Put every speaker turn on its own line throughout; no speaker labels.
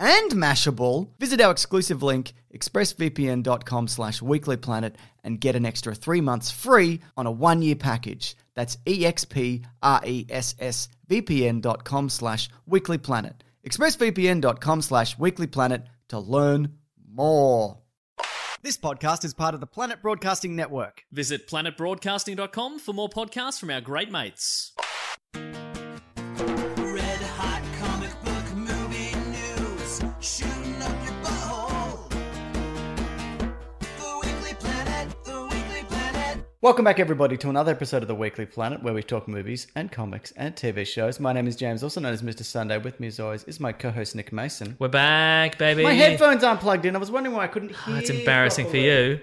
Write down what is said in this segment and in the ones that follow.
and Mashable, visit our exclusive link, expressvpn.com slash weeklyplanet, and get an extra three months free on a one-year package. That's E expressvpn.com slash weeklyplanet. expressvpn.com slash weeklyplanet to learn more. This podcast is part of the Planet Broadcasting Network.
Visit planetbroadcasting.com for more podcasts from our great mates.
Red hot comic book movie news, shooting up your butthole. The Weekly Planet, The Weekly Planet.
Welcome back, everybody, to another episode of the Weekly Planet, where we talk movies and comics and TV shows. My name is James, also known as Mr. Sunday. With me, as always, is my co-host Nick Mason.
We're back, baby.
My headphones aren't plugged in. I was wondering why I couldn't hear.
Ah, It's embarrassing for
properly.
you.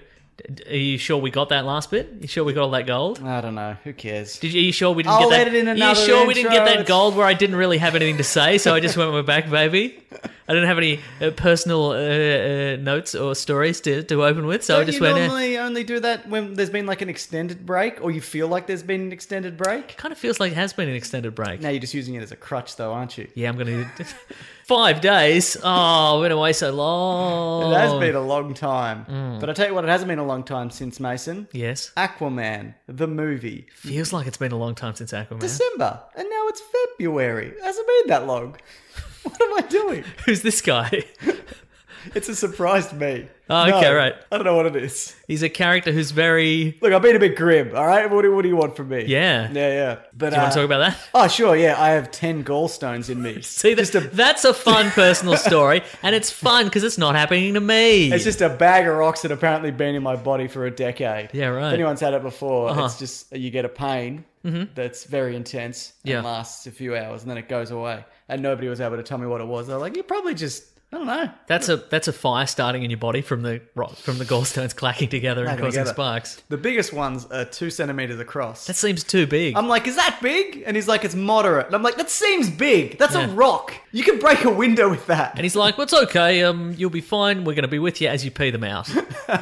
D- Are you sure we got that last bit? You sure we got all that gold?
I don't know. Who cares?
Did you, are you sure we didn't
I'll
get that?
edit in
Are
another
you sure we didn't get
intro.
that gold where I didn't really have anything to say, so I just went we're back, baby. I didn't have any uh, personal uh, uh, notes or stories to, to open with, so
Don't
I just
you
went. eh.
normally only do that when there's been like an extended break, or you feel like there's been an extended break?
Kind of "Eh, feels like it has been an extended break.
Now you're just using it as a crutch, though, aren't you?
Yeah, I'm gonna do five days. Oh, I've been away so long.
It has been a long time,
Mm.
but I tell you what, it hasn't been a long time since Mason.
yes.
Aquaman, the movie,
Feels like it's been a long time since Aquaman.
December, and now it's February. It hasn't been that long. What am I doing?
Who's this guy?
It's a surprise to me.
Oh,
No,
okay, right.
I don't know what it is.
He's a character who's very.
Look, I've been a bit grim, all right? What do, what do you want from me?
Yeah.
Yeah, yeah. But,
Do you want
uh,
to talk about that?
Oh, sure, yeah. I have 10 gallstones in me.
See, that,
Just a,
that's a fun personal story, and it's fun because it's not happening to me.
it's just a bag of rocks that apparently been in my body for a decade.
Yeah, right.
If anyone's had it before,
Uh-huh. Mm-hmm.
it's just you get a pain that's very intense and
Yeah.
lasts a few hours and then it goes away. And nobody was able to tell me what it was. They're like, you probably just, I don't know.
that's a that's a fire starting in your body from the rock, from the gallstones clacking together and
Clacking
causing
together.
sparks.
The biggest ones are two centimeters across.
That seems too big.
I'm like, is that big? And he's like, it's moderate. And I'm like, that seems big. That's
Yeah.
a rock. You can break a window with that.
and he's like, "What's okay? Um, you'll be fine. We're going to be with you as you pee them out."
Uh,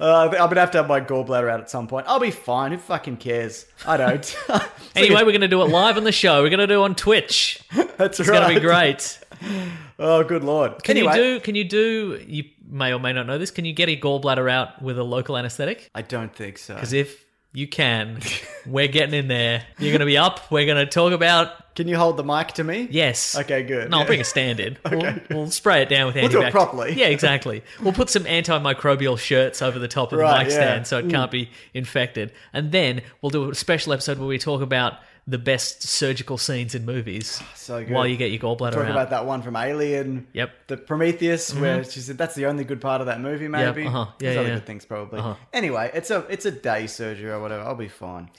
I'm gonna have to have my gallbladder out at some point. I'll be fine. Who fucking cares? I don't.
anyway, we're going to do it live on the show. We're going to do it on Twitch.
that's
It's
right.
going to be great.
Oh, good lord.
Can
anyway,
you do? Can you do? You may or may not know this. Can you get a gallbladder out with a local anaesthetic?
I don't think so.
Because if you can, we're getting in there. You're going to be up. We're going to talk about
Can you hold the mic to me?
yes.
Okay, good.
No, I'll
Yeah.
bring a stand in. we'll, we'll spray it down with antibac.
do it properly.
Yeah, exactly. We'll put some antimicrobial shirts over the top of the
Right,
mic
yeah.
stand so it can't be infected. And then we'll do a special episode where we talk about the best surgical scenes in movies.
Ah, So good.
While you get your gallbladder
Talk
out.
about that one from Alien.
Yep. Mm-hmm.
The Prometheus, where she said that's the only good part of that movie. Maybe.
uh-huh. Yeah,
There's
yeah,
other
yeah.
good things probably. Anyway, it's a it's a day surgery or whatever. I'll be fine.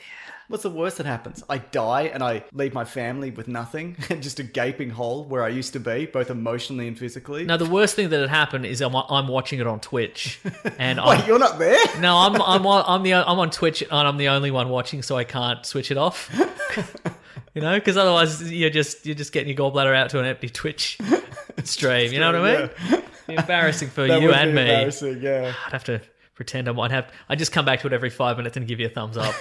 What's the worst that happens? I die and I leave my family with nothing and just a gaping hole where I used to be, both emotionally and physically.
Now the worst thing that had happened is I'm, I'm watching it on Twitch, and
Wait,
I'm,
you're not there?
no, I'm I'm on, I'm the I'm on Twitch and I'm the only one watching, so I can't switch it off. you know, because otherwise you're just you're just getting your gallbladder out to an empty Twitch stream. You know what I mean? Embarrassing for
That
you
would
and
be
me.
embarrassing, yeah.
I'd have to pretend I might have. I just come back to it every five minutes and give you a thumbs up.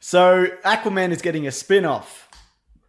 So Aquaman is getting a spin-off.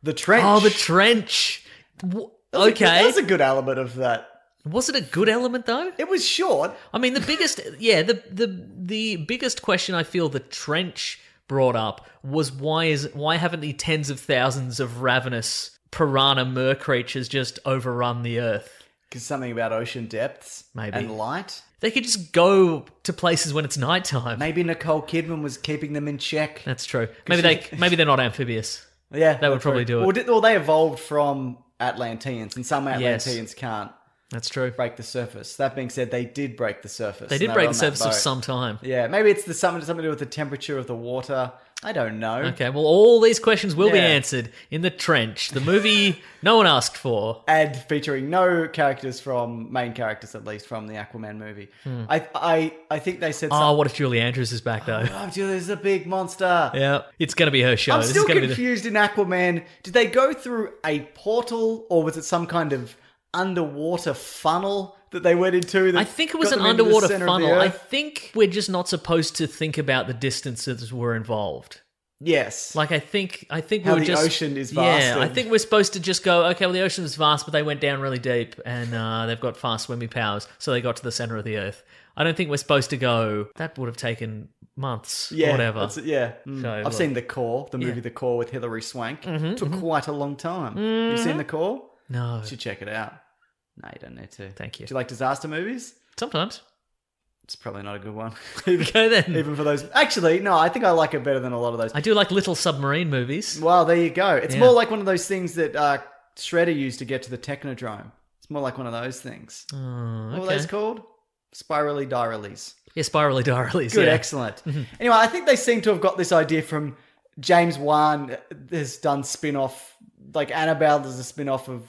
The Trench.
oh, the trench. W- Okay,
That's a good element of that.
was it a good element though?
It was short.
I mean, the biggest, yeah, the the the biggest question I feel the trench brought up was why is why haven't the tens of thousands of ravenous piranha mer creatures just overrun the earth?
Because something about ocean depths.
Maybe.
And light.
They could just go to places when it's nighttime.
Maybe Nicole Kidman was keeping them in check.
That's true. Maybe they maybe they're not amphibious.
Yeah,
That would
that's right.
probably do it.
Well, did, well, they evolved from Atlanteans, and some
Yes.
Atlanteans can't
That's true.
break the surface. That being said, they did break the surface.
They
and
did
were
break
on
the
that
surface of
boat.
some time.
Yeah, maybe it's the something something to do with the temperature of the water. I don't know.
Okay, well, all these questions will be
Yeah.
answered in the trench, the movie no one asked for.
And featuring no characters from main characters, at least from the Aquaman movie. I, I, I think they said.
Hmm. Oh,
something.
what if Julie Andrews is back though?
Oh, dude, there's a big monster.
Yeah, it's going to be her show.
I'm
This is
still
gonna be the-
confused in Aquaman. Did they go through a portal or was it some kind of underwater funnel that they went into? that
I think it was
got
an
them into the
underwater
center of the
funnel. I
earth?
think we're just not supposed to think about the distances we're involved.
yes.
Like I think I think
How
we were
the
just
ocean is vast
Yeah, I
and-
think we're supposed to just go. Okay, well the ocean is vast, but they went down really deep, and uh, they've got fast swimming powers, so they got to the center of the earth. I don't think we're supposed to go. That would have taken months.
yeah,
or whatever.
that's- yeah. Mm.
So,
I've
like- Mm-hmm.
seen The Core, the movie The Core with Hilary Swank. Took quite a long time. You've seen The Core?
No,
You should check it out. No, you don't need to.
Thank you.
Do you like disaster movies?
sometimes.
It's probably not a good one.
Okay then.
Even for those. Actually, no, I think I like it better than a lot of those.
I do like little submarine movies.
Well, there you go. It's
Yeah.
more like one of those things that uh, Shredder used to get to the Technodrome. It's more like one of those things.
Oh,
What were
okay.
those called? Spirally diralies.
yeah, spirally diralies.
Good,
yeah.
excellent. Anyway, I think they seem to have got this idea from James Wan has done spin off, like Annabelle does a spin off of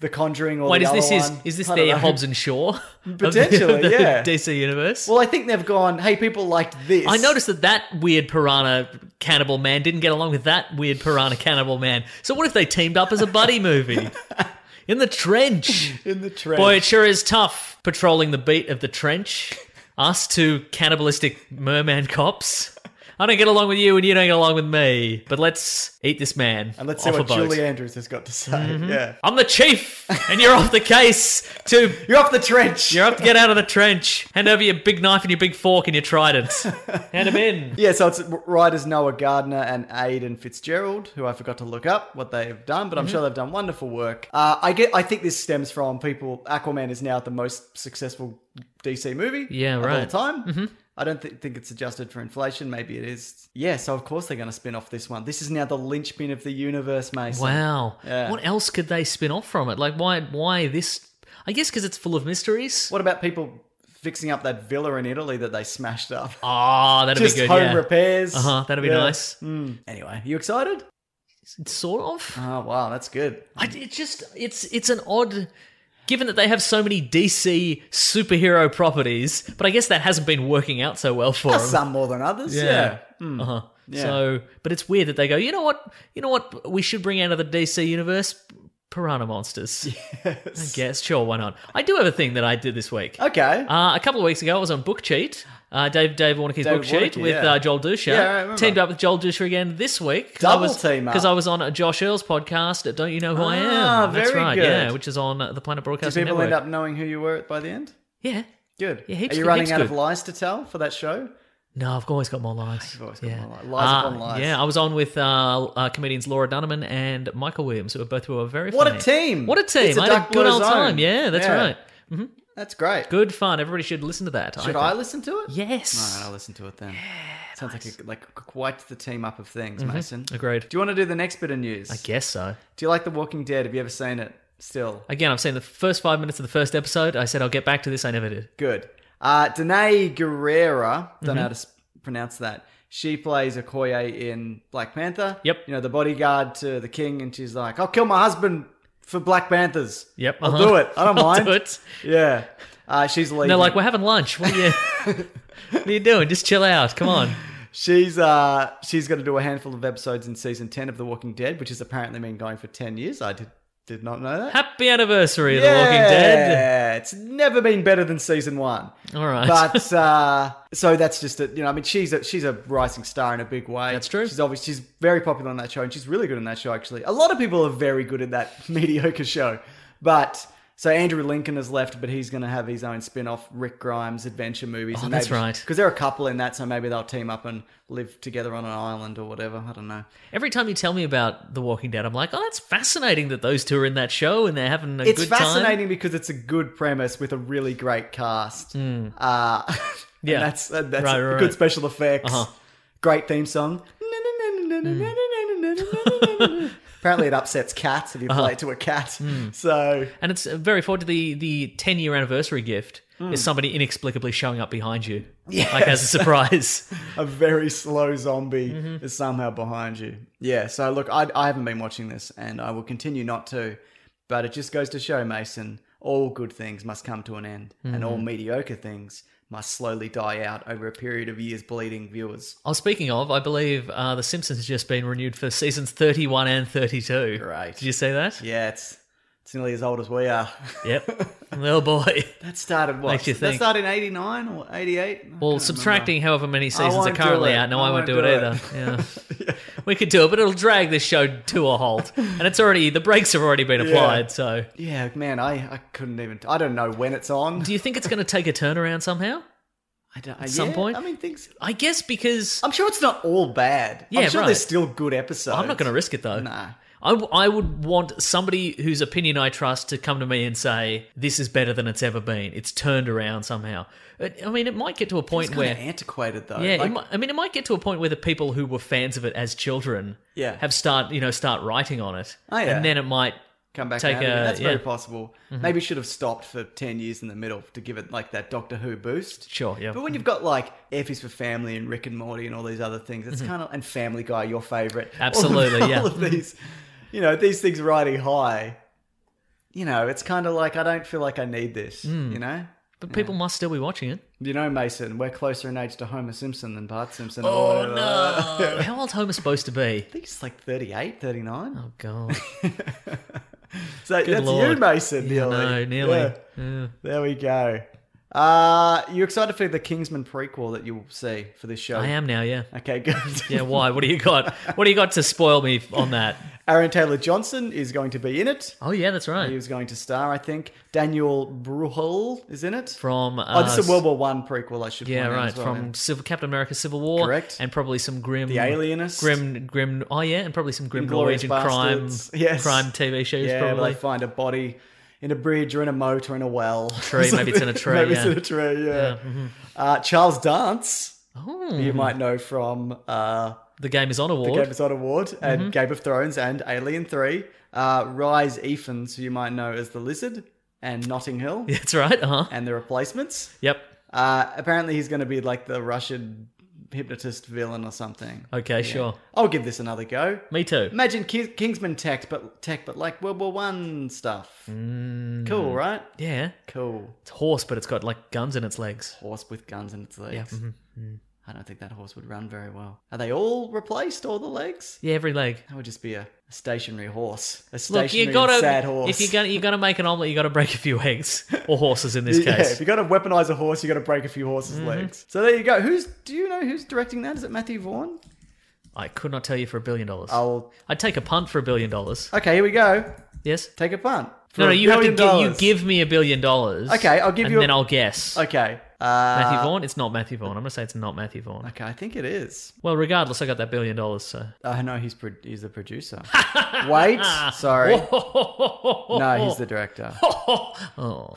The Conjuring or
Wait,
the
is
other
this is
one.
is this
I don't
the
know.
Hobbs and Shaw of the- of
Potentially,
the
yeah.
DC universe?
Well, I think they've gone, hey, people liked this.
I noticed that that weird piranha cannibal man didn't get along with that weird piranha cannibal man. So what if they teamed up as a buddy movie in the trench?
in the trend.
Boy, it sure is tough patrolling the beat of the trench. Us two cannibalistic merman cops. I don't get along with you, and you don't get along with me. But let's eat this man.
and let's see
off a
what
boat. Mm-hmm.
Julie Andrews has got to say. Yeah.
I'm the chief, and you're off the case to
You're off the trench.
You're up to get out of the trench. Hand over your big knife and your big fork and your trident. Hand them in.
Yeah, so it's writers Noah Gardner and Aidan Fitzgerald, who I forgot to look up what they've done,
Mm-hmm.
but I'm sure they've done wonderful work. Uh, I get, I think this stems from people. Aquaman is now the most successful DC movie,
Yeah,
of all
right. Mm-hmm.
time. I don't thi- think it's adjusted for inflation. Maybe it is. Yeah, so of course they're going to spin off this one. This is now the linchpin of the universe, Mason.
Wow.
Yeah.
What else could they spin off from it? Like, why? Why this? I guess because it's full of mysteries.
What about people fixing up that villa in Italy that they smashed up?
Ah, that'd
Just
be good.
home
yeah.
repairs.
Uh huh. That'd be
Yeah.
nice.
Mm. Anyway, you excited?
Sort of.
Oh wow, that's good.
I, it just it's it's an odd. Given that they have so many DC superhero properties, but I guess that hasn't been working out so well for them.
Some more than others.
Yeah.
yeah.
Uh-huh.
Hmm. Yeah.
So, but it's weird that they go. You know what? You know what? We should bring out of the DC universe piranha monsters. I guess. Sure. Why not? I do have a thing that I did this week.
Okay.
Uh, a couple of weeks ago, I was on Book Cheat. Uh, Dave Dave Warnicki's
Dave
Book Cheat
Warnicki,
with
yeah.
uh, Joel Dusha.
Yeah, I remember.
Teamed up with Joel Dusha again this week.
Double team up.
because I was on a Josh Earl's podcast. At Don't you know who I am?
Ah,
That's
very
right.
good.
Yeah, which is on uh, the Planet
Did
Broadcasting
people end
Network.
up knowing who you were by the end?
yeah.
Good.
Yeah, heaps
Are you
good,
running
heaps
out of
good.
lies to tell for that show?
No, I've always got more lies.
always got more lies. Lies upon
Uh,
lies.
Yeah, I was on with uh, uh, comedians Laura Dunneman and Michael Williams, who were both who were very
What a
funny.
team.
What a team!
It's a
I had
Duck
a good
Blue
old
Zone.
time. Yeah, that's
Yeah.
right.
That's great.
Good fun. Everybody should listen to that.
Should I, listen to it?
think. Yes.
All right, I'll listen to it then. Sounds like a, like quite the team up of things, Mason.
Mm-hmm. Agreed.
Do you want to do the next bit of news?
I guess so.
Do you like The Walking Dead? Have you ever seen it? Still
Again, I've seen the first five minutes of the first episode. I said I'll get back to this. I never did.
good. Uh, Danae Guerrera, don't know how to s- pronounce that. She plays Okoye in Black Panther.
Yep.
You know, the bodyguard to the king, and she's like, I'll kill my husband for Black Panthers.
Yep,
I'll
uh-huh.
do it. I don't
I'll
mind.
do it."
Yeah. Uh, she's leaving.
And they're like, we're having lunch. What are you, what are you doing? Just chill out. Come on.
She's uh she's going to do a handful of episodes in season ten of The Walking Dead, which has apparently been going for ten years. I did did not know that.
Happy anniversary, of The Walking Dead.
Yeah, it's never been better than season one.
All right.
But uh, so that's just a you know I mean she's a she's a rising star in a big way.
That's true.
She's obviously she's very popular on that show and she's really good in that show actually. A lot of people are very good in that mediocre show, but. So Andrew Lincoln has left, but he's going to have his own spin-off Rick Grimes adventure movies.
Oh, that's right.
Because there are a couple in that, so maybe they'll team up and live together on an island or whatever. I don't know.
Every time you tell me about The Walking Dead, I'm like, oh, that's fascinating that those two are in that show and they're having a
it's
good
fascinating because it's a good premise with a really great cast. Uh, and
Hmm. Yeah.
that's uh, that's
Right,
a
right,
good
right.
special effects.
Uh-huh.
Great theme song.
Hmm.
Apparently, it upsets cats if you
Uh-huh.
play it to a cat. So
time. And it's uh, very forward to the, the 10 year anniversary gift
Hmm.
is somebody inexplicably showing up behind you. Like as a surprise.
a very slow zombie
Mm-hmm.
is somehow behind you. Yeah. So look, I, I haven't been watching this, and I will continue not to. But it just goes to show, Mason, all good things must come to an end, and
Mm-hmm.
all mediocre things must slowly die out over a period of years, bleeding viewers.
oh, speaking of, I believe uh, The Simpsons has just been renewed for seasons 31 and 32.
Right.
Did you see that?
Yeah, it's it's nearly as old as we are.
Yep. oh, boy.
that started what?
Makes you
That
think.
started in '89 or '88.
Well, subtracting however many seasons are
won't do
currently
it.
out, no, I, won't do, it, either. Yeah.
Yeah.
We could do it, but it'll drag this show to a halt. And it's already, the brakes have already been applied, so.
Yeah, man, I, I couldn't even. I don't know when it's on.
Do you think it's going to take a turnaround somehow?
I don't,
At some
yeah,
point?
I mean, things.
I guess because
I'm sure it's not all bad.
Yeah,
I'm sure
right.
there's still good episodes.
I'm not going to risk it though.
Nah.
I, w- I would want somebody whose opinion I trust to come to me and say this is better than it's ever been. It's turned around somehow. It- I mean, it might get to a
It's
point
kind
where
of antiquated though.
yeah, it
Like,
mi- I mean, it might get to a point where the people who were fans of it as children
Yeah.
have start you know start writing on it,
Oh, yeah.
and then it might
come back.
take
around again.
a-
That's very
yeah. Mm-hmm.
possible. Maybe should have stopped for ten years in the middle to give it like that Doctor Who boost.
sure yeah.
But when you've got like F is for Family and Rick and Morty and all these other things, it's kind of and Family Guy, your favorite,
Mm-hmm. Absolutely,
all of,
yeah.
all of these, you know, these things riding high. You know, it's kind of like I don't feel like I need this.
Mm.
You know,
But people must still be watching it.
you know, Mason, we're closer in age to Homer Simpson than Bart Simpson. or
Oh
whatever.
no! How old's Homer supposed to be?
I think it's like 38, 39.
Oh god!
so that's you,
Lord.
Mason. nearly.
no, nearly.
Yeah.
Yeah.
There we go. Uh, you excited for the Kingsman prequel that you'll see for this show?
I am now. Yeah.
Okay, good.
Yeah, why? What do you got? What do you got to spoil me on that?
Aaron Taylor Johnson is going to be in it.
Oh yeah, that's
He
right.
was going to star, I think. Daniel Bruhl is in it.
From uh,
oh, this is a World War One prequel. I should.
Yeah,
point out
right.
as well,
from
yeah.
Civil, Captain America: Civil War,
Correct.
and probably some grim,
The Alienist.
grim, grim. Oh yeah, and probably some grim
Inglourious
Norwegian crime,
Bastards. Yes.
crime TV shows.
yeah, where
probably
they find a body in a bridge or in a moat or in a well.
Tree, maybe it's in a tree,
maybe it's
yeah. mm-hmm.
in a tree. Yeah. Uh, Charles Dance,
oh,
you might know from uh,
the Game is on
the Game
award. Mm-hmm.
of Thrones Award and Game of Thrones and Alien Three. Uh, Rise Ephens, who you might know as the Lizard and Notting Hill
that's right. Uh huh.
and the Replacements.
Yep.
Uh, apparently, he's going to be like the Russian hypnotist villain or something.
Okay, sure.
I'll give this another go.
Me too.
Imagine Ki- Kingsman tech, but tech, but like World War One stuff.
Mm.
Cool, right?
Yeah,
Cool.
it's horse, but it's got like guns in its legs.
Horse with guns in its legs.
Yeah, mhm.
I don't think that horse would run very well. Are they all replaced? All the legs?
yeah, every leg.
That would just be a, a stationary horse. A
Look,
stationary
you gotta
sad horse.
if you're gonna you're gonna make an omelet, you gotta break a few eggs or horses in this
yeah,
case.
if you got to weaponize a horse, you got to break a few horses'
Mm-hmm.
legs. So there you go. Who's do you know who's directing that? Is it Matthew Vaughn?
I could not tell you for a billion dollars.
I'll
I'd take a punt for a billion dollars.
Okay, here we go.
Yes.
Take a punt. For
No, no,
a
you have to
billion
give, you
dollars.
give me a billion dollars.
Okay, I'll give
and
you a-
then I'll guess.
Okay. Uh,
Matthew Vaughn. It's not Matthew Vaughn. I'm gonna say it's not Matthew Vaughn.
Okay, I think it is.
Well, regardless, I got that billion dollars. So
I know he's pro- he's the producer. Wait, sorry. No, he's the director.
oh,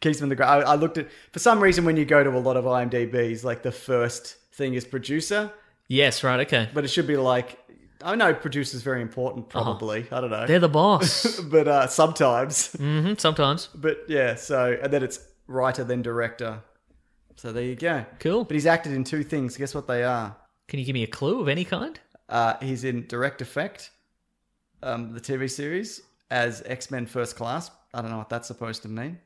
Kingsman the Great. I, I looked at for some reason when you go to a lot of IMDb's, like the first thing is producer,
yes, right. Okay,
but it should be like I know producer's very important. Probably I don't know,
Uh-huh. they're the boss.
but uh, sometimes.
hmm sometimes.
But yeah, so and then it's writer then director, So there you go.
Cool.
But he's acted in two things. Guess what they are?
Can you give me a clue of any kind?
Uh, he's in Direct Effect, um, the TV series, as X Men First Class. I don't know what that's supposed to mean.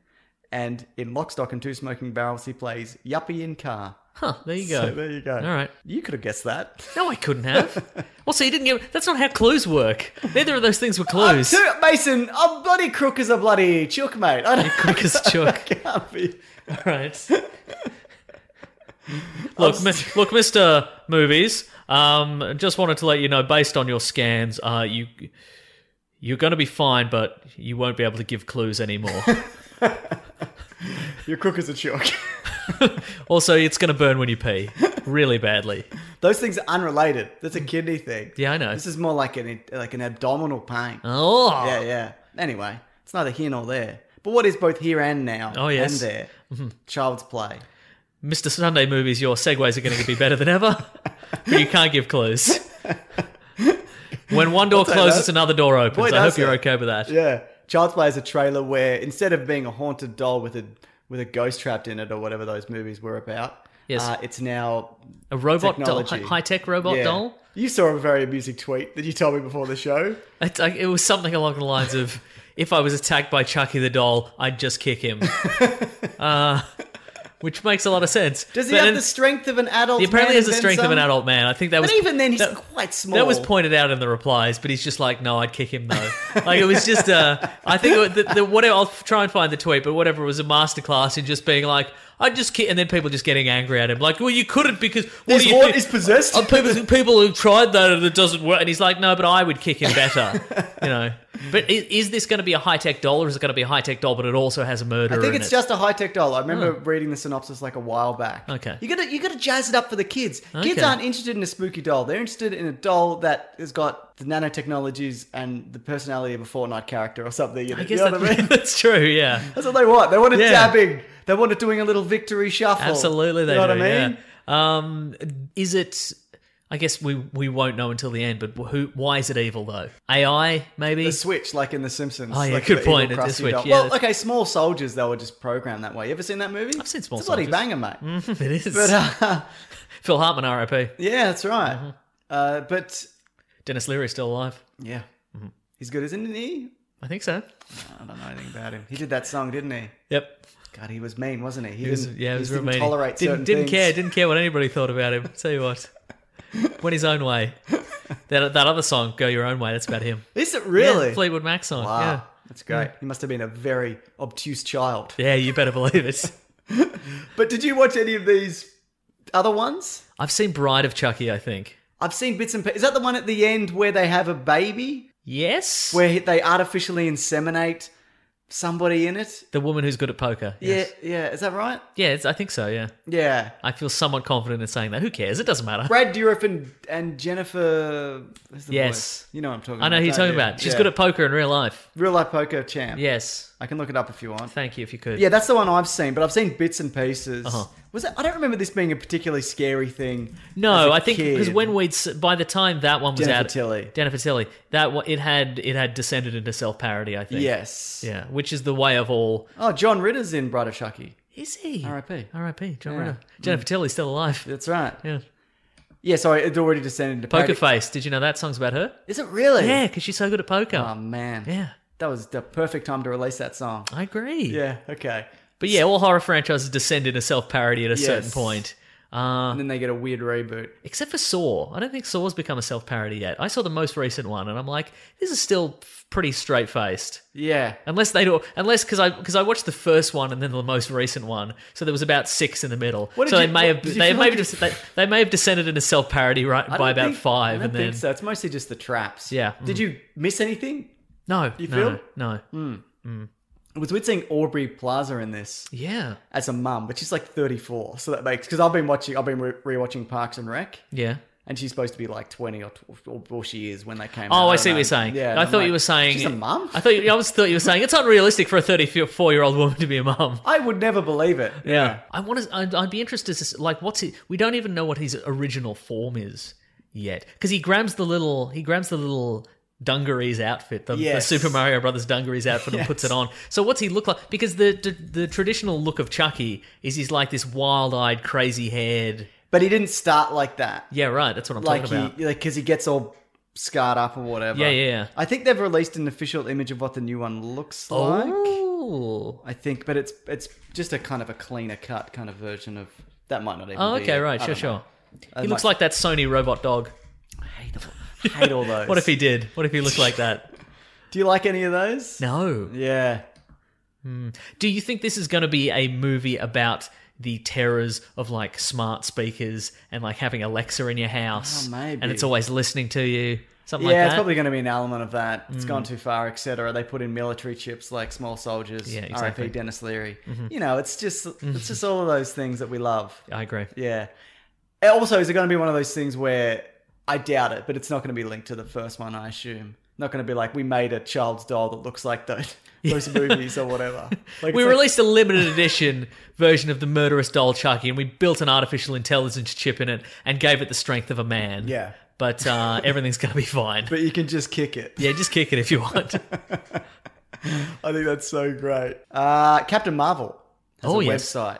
And in Lock, Stock, and Two Smoking Barrels, he plays Yuppie in Car.
Huh, there you go.
So there you go.
All right.
You could have guessed that.
No, I couldn't have. also, you didn't give. That's not how clues work. Neither of those things were
I'm
clues.
too- Mason, I'm bloody crook as a bloody chook, mate. I don't
Quick as
I
chalk.
can't be.
All right. Look, mi- look, Mister Movies. Um, just wanted to let you know, based on your scans, uh, you you're going to be fine, but you won't be able to give clues anymore.
You're crook as a chook.
also, it's going to burn when you pee, really badly.
Those things are unrelated. That's a kidney thing.
Yeah, I know.
This is more like an like an abdominal pain.
Oh,
Yeah, yeah. Anyway, it's neither here nor there. But what is both here and now?
Oh, yes.
And there. Child's play.
Mister Sunday Movies, your segues are going to be better than ever, but you can't give clues. When one door
take
closes,
that.
another door opens.
Boy,
I hope
does
you're
it.
okay with that.
Yeah. Child's play is a trailer where instead of being a haunted doll with a with a ghost trapped in it or whatever those movies were about,
Yes.
uh, it's now
A robot doll,
Technology.
high tech robot
yeah.
doll.
You saw a very amusing tweet that you told me before the show.
It, I, it was something along the lines of, "If I was attacked by Chucky the doll, I'd just kick him," uh, which makes a lot of sense.
Does he
But
have
then-
the strength of an adult?
he
man
apparently has the
and then
strength of an
some?
adult man. I think that was
But even then, he's
that-
quite small.
That was pointed out in the replies, but he's just like, no, I'd kick him though. like it was just, uh, I think it was- the, the, whatever. I'll try and find the tweet, but whatever it was a masterclass in just being like, I would just kick, and then people just getting angry at him, like, well, you couldn't because what
His
do you
heart
think-
is possessed.
Uh, people, people who tried that and it doesn't work, and he's like, no, but I would kick him better, you know. But is, is this going to be a high tech doll, or is it going to be a high tech doll, but it also has a murder?
I think
in
it's
it?
just a high tech doll. I remember reading the synopsis like a while back.
Okay.
you gotta you gotta jazz it up for the kids. Kids
Okay.
aren't interested in a spooky doll. They're interested in a doll that has got the nanotechnologies and the personality of a Fortnite character or something. You know,
I guess
you know
that-
what I mean?
that's true. Yeah.
That's what they want. They want it
Yeah.
dabbing. They want it doing a little victory shuffle.
Absolutely, they
you know
do.
what I mean?
Yeah. Um, is it? I guess we we won't know until the end. But who? Why is it evil though? AI maybe.
The switch, like in The Simpsons.
Oh, yeah,
like
good
the evil
point, it
crusty
does switch,
doll.
yeah,
well,
that's-
okay, Small Soldiers, they were just programmed that way. You ever seen that movie?
I've seen Small
it's a bloody
Soldiers. Mm.
banger, mate.
it is
But, uh,
Phil Hartman, R.I.P.
yeah, that's right.
Mm-hmm.
Uh, but
Dennis Leary's still alive.
Yeah.
Mm-hmm.
He's good, isn't he?
I think so.
I don't know anything about him. He did that song, didn't he?
Yep.
God, he was mean, wasn't he? He,
He was,
didn't,
yeah,
he
it was
didn't
real mean.
tolerate
didn't,
certain
didn't
things.
care. Didn't care what anybody thought about him. Tell you what. Went his own way. That that other song, "Go Your Own Way," that's about him.
Is it
Yeah,
really?
Fleetwood Mac song.
wow.
Yeah.
That's great. He must have been a very obtuse child.
Yeah, you better believe it.
But did you watch any of these other ones?
I've seen Bride of Chucky. I think.
I've seen bits and pieces. Is that the one at the end where they have a baby?
Yes.
Where he- they artificially inseminate somebody in it?
the woman who's good at poker. Yes.
Yeah, yeah. Is that right?
Yeah, it's, I think so. Yeah,
Yeah.
I feel somewhat confident in saying that. Who cares? It doesn't matter.
Brad Dourif and, and Jennifer. who's the
Yes.
voice? You know what I'm talking
I know
about.
who you're
don't
talking
you?
about. She's
Yeah.
good at poker in real life.
Real life poker champ.
Yes.
I can look it up if you want.
Thank you if you could.
Yeah, that's the one I've seen, but I've seen bits and pieces.
Uh-huh.
Was it, I don't remember this being a particularly scary thing. as
No,
a
I think because
kid.
when we'd s- by the time that one was
Jennifer
out,
Tilly.
Jennifer Tilly, that one, it had it had descended into self parody. I think.
yes,
Yeah, which is the way of all.
Oh, John Ritter's in Bride of Chucky.
Is he?
R.I.P..
R.I.P. John
Yeah.
Ritter. Jennifer Tilly's still alive.
That's right. Yeah,
Yeah.
sorry, it already descended into parody.
Poker Face. Did you know that song's about her?
Is it really?
Yeah, because she's so good at poker.
Oh man.
yeah, Uh-huh.
That was the perfect time to release that song.
I agree.
Yeah. Okay.
But yeah, all horror franchises descend into self parody at a certain
Yes.
point. Uh-huh.
And then they get a weird reboot.
Except for Saw. I don't think Saw's become a self parody yet. I saw the most recent one and I'm like, this is still f- pretty straight faced.
Yeah.
Unless they do, unless because I because I watched the first one and then the most recent one, so there was about six in the middle.
What did
so they
you- what-
may have
did you
they
feel
may
like
have
you-
des- they, they may have descended into self parody right
I don't
by about
think-
five,
I don't
and then
think so. It's mostly just the traps.
Yeah. Mm-hmm.
Did you miss anything?
no,
You
no,
feel? Hmm.
no,
It was weird seeing Aubrey Plaza in this.
yeah,
as a mum, but she's like 34, so that makes because I've been watching, I've been re- rewatching Parks and Rec,
yeah.
and she's supposed to be like 20 or tw- or, or she is when they came. out,
Oh, I
don't
see what
know.
you're saying.
Yeah,
I
I'm
thought
like,
you were saying
she's a mum.
I thought you, I was thought you were saying it's unrealistic for a 34 year old woman to be a mum.
I would never believe it.
Yeah, I want to. I'd, I'd be interested to s- like what's he, we don't even know what his original form is yet because he grabs the little he grabs the little dungarees outfit, the,
Yes.
the Super Mario Brothers dungarees outfit, and puts it on. So what's he look like? Because the the, the traditional look of Chucky is he's like this wild eyed, crazy haired.
But he didn't start like that.
Yeah, right. That's what I'm
like
talking about.
he, like because he gets all scarred up or whatever.
Yeah, yeah, yeah.
I think they've released an official image of what the new one looks like.
Oh,
I think, but it's it's just a kind of a cleaner cut kind of version of that. Might not even.
oh
be
okay,
it.
right.
I
Sure,
don't know.
sure. He
might-
looks like that Sony robot dog.
I hate all, hate all those.
What if he did? What if he looked like that?
Do you like any of those?
No.
Yeah.
Do you think this is going to be a movie about the terrors of like smart speakers and like having Alexa in your house
Oh, maybe.
and it's always listening to you? Something
yeah,
like
it's
that. Mm.
probably going to be an element of that. It's gone too far, etc. They put in military chips like small soldiers,
Yeah, exactly. Mm-hmm.
RIP Dennis Leary. You know, it's just it's just all of those things that we love.
I agree.
Yeah. And Also, is it going to be one of those things where I doubt it, but it's not going to be linked to the first one, I assume. Not going to be like we made a child's doll that looks like those, those movies or whatever. Like,
we
it's like-
released a limited edition version of the murderous doll Chucky, and we built an artificial intelligence chip in it and gave it the strength of a man.
Yeah.
but uh, everything's going to be fine.
but you can just kick it.
yeah, just kick it if you want.
I think that's so great. Uh, Captain Marvel has
Oh,
a
yes.
website.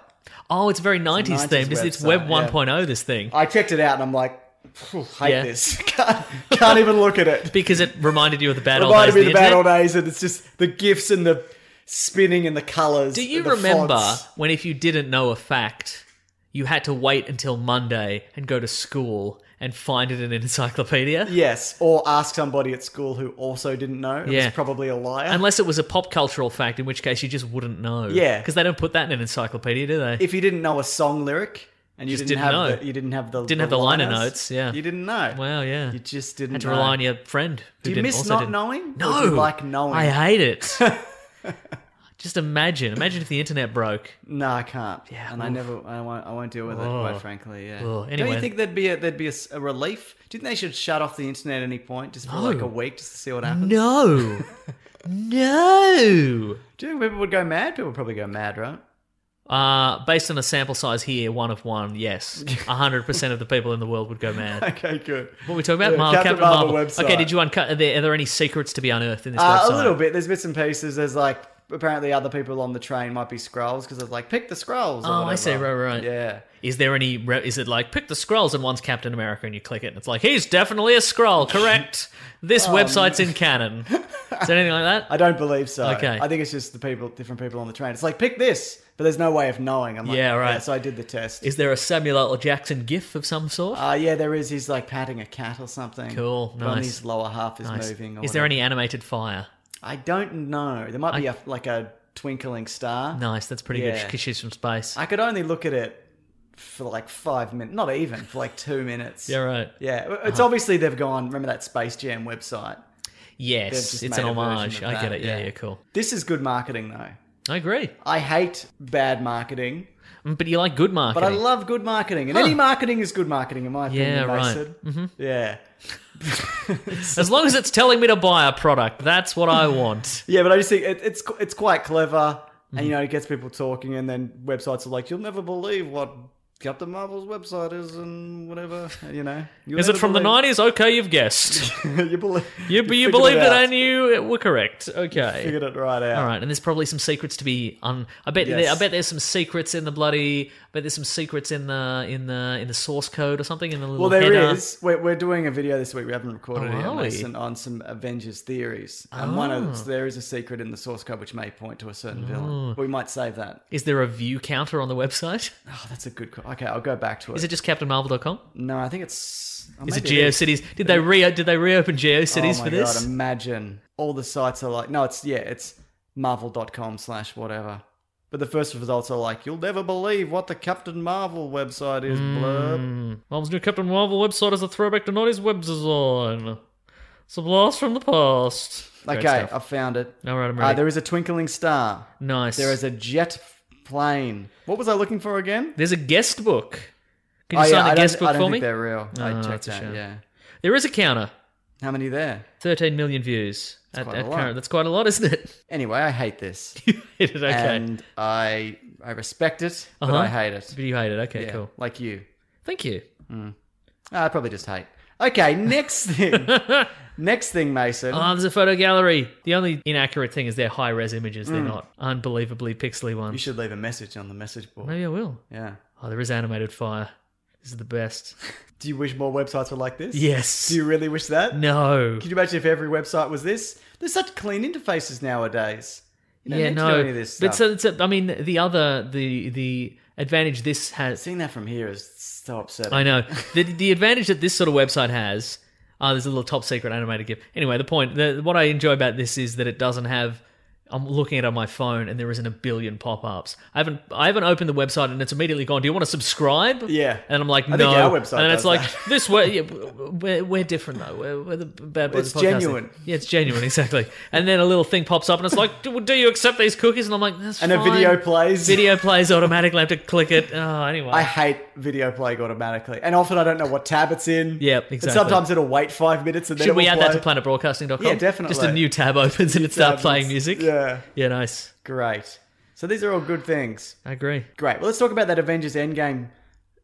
Oh, it's very nineties
90s
themed. It's, it's
website,
Web
yeah.
1.0. This thing
I checked it out and I'm like, "Phew, hate
Yeah.
this. Can't, can't even look at it.
because it reminded you of the bad old days.
Reminded
of
me
the
of the bad
internet.
old days, and it's just the gifs and the spinning and the colors.
Do you
and the
remember
fonts.
when if you didn't know a fact, you had to wait until Monday and go to school and find it in an encyclopedia?
Yes, or ask somebody at school who also didn't know. It
Yeah.
was probably a liar.
Unless it was a pop cultural fact, in which case you just wouldn't know.
Yeah.
Because they don't put that in an encyclopedia, do they?
if you didn't know a song lyric and you
Just
didn't, have
didn't know.
the you didn't have the
Didn't have the liner
liners,
notes, yeah.
you didn't know.
wow, yeah.
you just didn't
had to
know.
rely on your friend. Who
Do you
didn't,
miss
also
not
didn't.
knowing?
No.
or do you like knowing.
I hate it. just imagine. Imagine if the internet broke.
no, I can't.
Yeah,
and I
oof.
never, I won't, I won't deal with it.
Oh.
Quite frankly, yeah.
Oh,
Don't
anyway.
you think there'd be a, there'd be a, s- a relief? Do you think they should shut off the internet at any point, just for like
No.
a week, just to see what happens?
No. no.
Do you think people would go mad? People would probably go mad, right?
Uh, based on a sample size here, one of one, yes. 100% of the people in the world would go mad.
Okay, good.
What were we talking about?
Yeah,
Marvel,
Captain
Captain,
Marvel
Marvel.
website.
Okay, did you uncut? Are there, are there any secrets to be unearthed in this
Uh,
website?
a little bit. There's bits and pieces. There's like apparently other people on the train might be scrolls because it's like pick the scrolls. or
Oh, I see.
whatever.
Right, right.
Yeah.
Is there any? Re- is it like pick the scrolls and one's Captain America and you click it and it's like he's definitely a scroll. Correct. This
Oh,
website's in canon. Is there anything like
I
that?
don't believe so.
Okay.
I think it's just the people, different people on the train. It's like pick this, but there's no way of knowing. I'm like,
Yeah, right.
so I did the test.
Is there a Samuel L. Jackson GIF of some sort?
uh, yeah, there is. He's like patting a cat or something.
Cool,
But only
nice.
his lower half is
Nice.
moving. Or
Is there
whatever.
any animated fire?
I don't know. There might be a like a twinkling star.
Nice. That's pretty good
Yeah.
because she's from space.
I could only look at it for like five minutes, not even for like two minutes.
yeah. Right. Uh-huh.
Yeah, it's obviously they've gone. Remember that Space Jam website? They've
Yes.
just
It's
made
an
a version
homage.
of
I get
that,
it. Yeah.
yeah.
Yeah. Cool.
This is good marketing, though.
I agree.
I hate bad marketing,
Mm, But you like good
but
marketing.
I love good marketing, and
Huh.
any marketing is good marketing, in my
Yeah,
opinion.
right. Mm-hmm.
Mason. Yeah,
as long as it's telling me to buy a product, that's what I want.
yeah, but I just think it, it's qu- it's quite clever,
Mm-hmm.
and you know, it gets people talking, and then websites are like, "You'll never believe what Captain Marvel's website is," and whatever, you know. You'll
Is it
never
from the
believe-
nineties? Okay, you've guessed.
you believe
You, you,
figured
believed it,
out.
and you were correct. Okay.
figured it right out.
All right, and there's probably some secrets to be un. I bet.
Yes.
There, I bet there's some secrets in the bloody. I bet there's some secrets in the in the in the source code or something in the
Well,
little
there
header.
is. We're, we're doing a video this week. We haven't recorded
Oh,
it yet,
are we?
Mason, on some Avengers theories. And one of there is a secret in the source code which may point to a certain
Oh.
villain. We might save that.
Is there a view counter on the website?
Oh, that's a good. Co- okay, I'll go back to it.
Is it just CaptainMarvel.com?
No, I think it's. oh,
Is it
maybe is.
GeoCities? Did they re did they reopen GeoCities
oh my god!
for this?
Imagine all the sites are like. No, it's yeah, it's marvel.com slash whatever. But the first results are like, you'll never believe what the Captain Marvel website is.
Mm,
Blurb.
Marvel's new Captain Marvel website is a throwback to 90s web design. It's a blast from the past. Great
Okay,
stuff.
I found it.
All right, I'm
Uh,
ready.
there is a twinkling star.
nice.
There is a jet plane. What was I looking for again?
There's a guest book. Can you
Oh, yeah,
sign
I
the
don't-
guest
I
book
don't
for
think
me?
They're real. I
Oh,
checked
that's a
that.
shame.
Yeah.
There is a counter.
How many there?
13 million views. At,
quite a
at
lot.
current. That's quite a lot, isn't it?
Anyway, I hate this,
you hate it, okay.
and I I respect it, but
Uh-huh.
I hate it.
but you hate it, okay,
Yeah,
cool.
Like you,
Thank you.
I Ah, probably just hate. Okay, next thing. next thing, Mason.
Oh, there's a photo gallery. The only inaccurate thing is they're high res images. They're not unbelievably pixely
Mm. you
ones.
should leave a message on the message board.
Maybe I will.
Yeah.
Oh, there is animated fire. This is the best.
Do you wish more websites were like this?
Yes.
Do you really wish that?
No.
Could you imagine if every website was this? There's such clean interfaces nowadays. You don't
yeah,
need
no.
to do any of this
But
stuff.
so it's a, I mean, the other the the advantage this has.
Seeing that from here is so upsetting.
I know the the advantage that this sort of website has. Ah, there's a little top secret animated GIF. Anyway, the point, the, what I enjoy about this is that it doesn't have. I'm looking at it on my phone, and there isn't a billion pop-ups. I haven't I haven't opened the website, and it's immediately gone. Do you want to subscribe?
Yeah.
And I'm like,
I think
no.
our website
and it's
does
like
that.
this way. Yeah, we're, we're different though. We're, we're the bad boys.
It's
of podcasting.
genuine.
Yeah, it's genuine, exactly. and then a little thing pops up, and it's like, do, do you accept these cookies? And I'm like, that's
And a
fine.
video plays.
Video plays automatically. I have to click it. Oh, anyway.
I hate video playing automatically, and often I don't know what tab it's in.
Yep,
And
exactly.
sometimes it'll wait five minutes and then
Should we
it
add
will
that to
play.
planetbroadcasting.com?
Yeah, definitely.
Just a new tab opens and it
Tab
starts playing
is-
music.
Yeah,
Yeah, nice.
great. So these are all good things.
I agree.
Great. Well, let's talk about that Avengers Endgame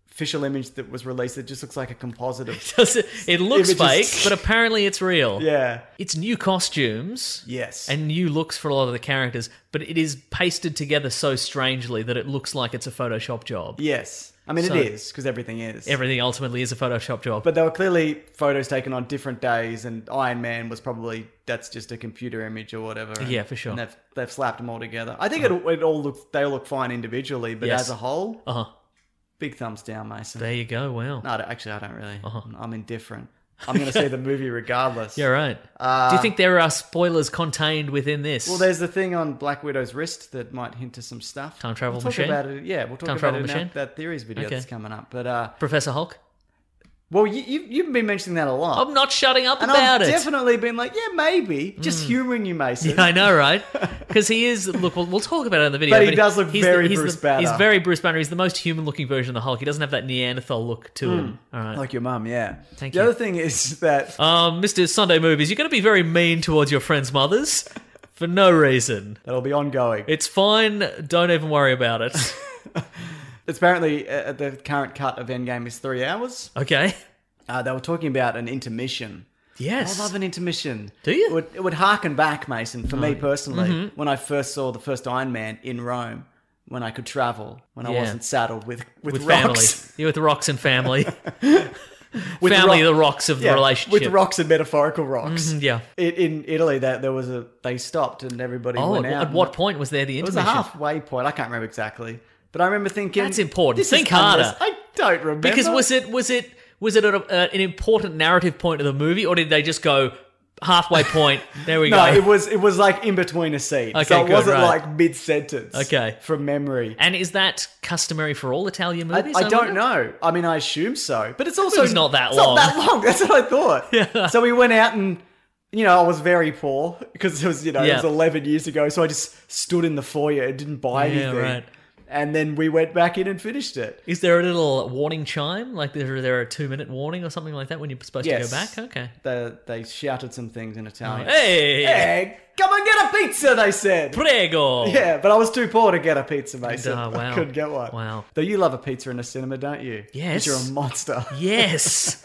official image that was released. That just looks like a composite of
Does it, it looks fake,
Images.
but apparently it's real.
yeah,
It's new costumes.
yes,
And new looks for a lot of the characters, but it is pasted together so strangely that it looks like it's a Photoshop job.
yes. I mean,
So-
it is because everything is.
Everything ultimately is a Photoshop job.
but there were clearly photos taken on different days, and Iron Man was probably that's just a computer image or whatever. and-
Yeah, for sure.
And they've, they've slapped them all together. I think it, it all looks they all look fine individually, but
Yes.
as a whole,
uh huh.
big thumbs down, Mason.
There you go. Wow.
No, I don't- actually, I don't really. I'm indifferent. I'm going to see the movie regardless.
Yeah, right. Do you think there are spoilers contained within this?
Uh, Well, there's the thing on Black Widow's wrist that might hint to some stuff.
Time travel
we'll talk
machine?
About it. Yeah, we'll talk
Time
about
travel
it in
machine?
that, that theories video
Okay.
that's coming up. But uh,
Professor Hulk?
well, you, you, you've been mentioning that a lot,
I'm not shutting up
and
about
I've
it. Mm.
definitely been like, yeah, maybe, just humouring you, Mason.
Yeah, I know, right? Because he is. Look, we'll, we'll talk about it in the video.
But he does look very
he's
Bruce
the,
Banner.
He's very Bruce Banner. He's the most human-looking version of the Hulk. He doesn't have that Neanderthal look to him. All right.
Like your mum, yeah.
Thank
the
you.
other thing is that
um, Mr. Sunday Movies, you're going to be very mean towards your friends' mothers for no reason.
that'll be ongoing.
It's fine. Don't even worry about it.
It's apparently uh, the current cut of Endgame is three hours.
Okay.
Uh, they were talking about an intermission.
Yes.
I love an intermission.
Do you? Mm-hmm.
It would, it would harken back, Mason, for me personally, when I first saw the first Iron Man in Rome, when I could travel, when I
Yeah.
wasn't saddled with with,
with family.
rocks,
Yeah, with rocks and family.
With
family,
rock-
the rocks of
Yeah,
the relationship.
with rocks and metaphorical rocks.
Mm, Yeah.
I- in Italy, that there was a they stopped and everybody
Oh, at,
went out.
at
and-
what point was there the
It was a
intermission?
halfway point. I can't remember exactly, but I remember thinking
That's important.
"This is
Think harder."
unrest- I don't remember
Because was it was it was it at a, uh, an important narrative point of the movie, or did they just go halfway point? There we
No,
go.
it was it was like in between a scene,
Okay,
so it
good,
wasn't
right.
like mid sentence.
Okay.
from memory.
and is that customary for all Italian
I,
movies?
I don't
wonder?
know. I mean, I assume so, but it's also
Movie's not that
it's
long.
Not that long. That's what I thought. So we went out and you know I was very poor because it was you know it was
Yeah.
eleven years ago. So I just stood in the foyer and didn't buy
Yeah,
anything.
right.
And then we went back in and finished it.
Is there a little warning chime? Like there there a two minute warning or something like that when you're supposed
Yes.
to go back? Okay.
They, they shouted some things in Italian.
Oh, Hey,
Hey, come and get a pizza, they said.
prego.
Yeah, but I was too poor to get a pizza, Mason.
Ah,
I
wow.
couldn't get one.
Wow.
Though you love a pizza in a cinema, don't you? 'Cause
Yes.
You're a monster.
Yes.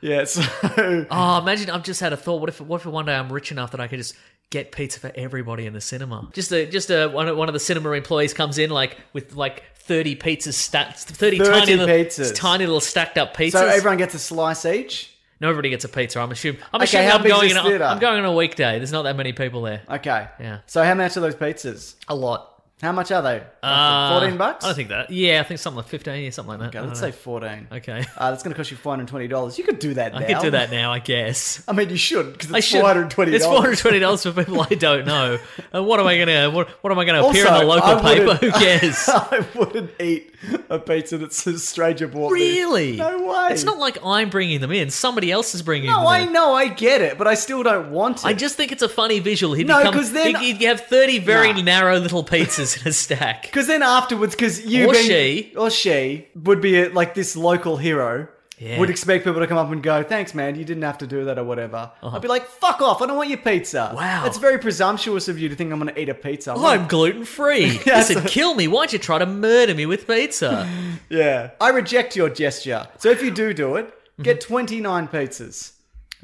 Yeah, so
Oh, imagine I've just had a thought. What if what if one day I'm rich enough that I can just get pizza for everybody in the cinema? Just a just a one of, one of the cinema employees comes in like with like thirty pizzas stacked, thirty,
30
tiny little
pizzas.
tiny little stacked up pizzas.
so everyone gets a slice each.
Nobody gets a pizza. I'm assuming. I'm
Okay,
assuming
how
I'm
big's
going.
this
In a,
theatre?
I'm going on a weekday. There's not that many people there.
Okay.
Yeah.
So how much are those pizzas?
A lot.
How much are they?
Uh,
fourteen bucks.
I don't think that. Yeah, I think something like fifteen or something like that.
Okay,
I
let's
don't
say fourteen.
know. Okay.
Uh, that's going to cost you four hundred twenty dollars. You could do that.
I
now.
could do that now, I guess.
I mean, you should because
I
it's
should.
four hundred twenty.
It's four hundred twenty dollars for people I don't know. And what am I gonna? What, what am I gonna appear in the local paper? Who cares?
I wouldn't eat a pizza that's a stranger bought. me.
really?
No way.
It's not like I'm bringing them in. Somebody else is bringing them
No, I
in.
know. I get it, but I still don't want it.
I just think it's a funny visual. He'd
No,
become-
'cause then-
he'd, he'd have thirty very
Nah.
narrow little pizzas in a stack.
because then afterwards, because you
Or
being-
she.
or she would be a, like this local hero.
Yeah.
Would expect people to come up and go, thanks, man, you didn't have to do that or whatever. I'd be like, fuck off, I don't want your pizza.
Uh-huh. Wow. Oh,
That's very presumptuous of you to think I'm going to eat a pizza. I'm
I'm gluten free.
Yes.
Listen, kill me. Why'd you try to murder me with pizza?
Yeah. I reject your gesture. So if you do do it,
Mm-hmm.
Get 29 pizzas.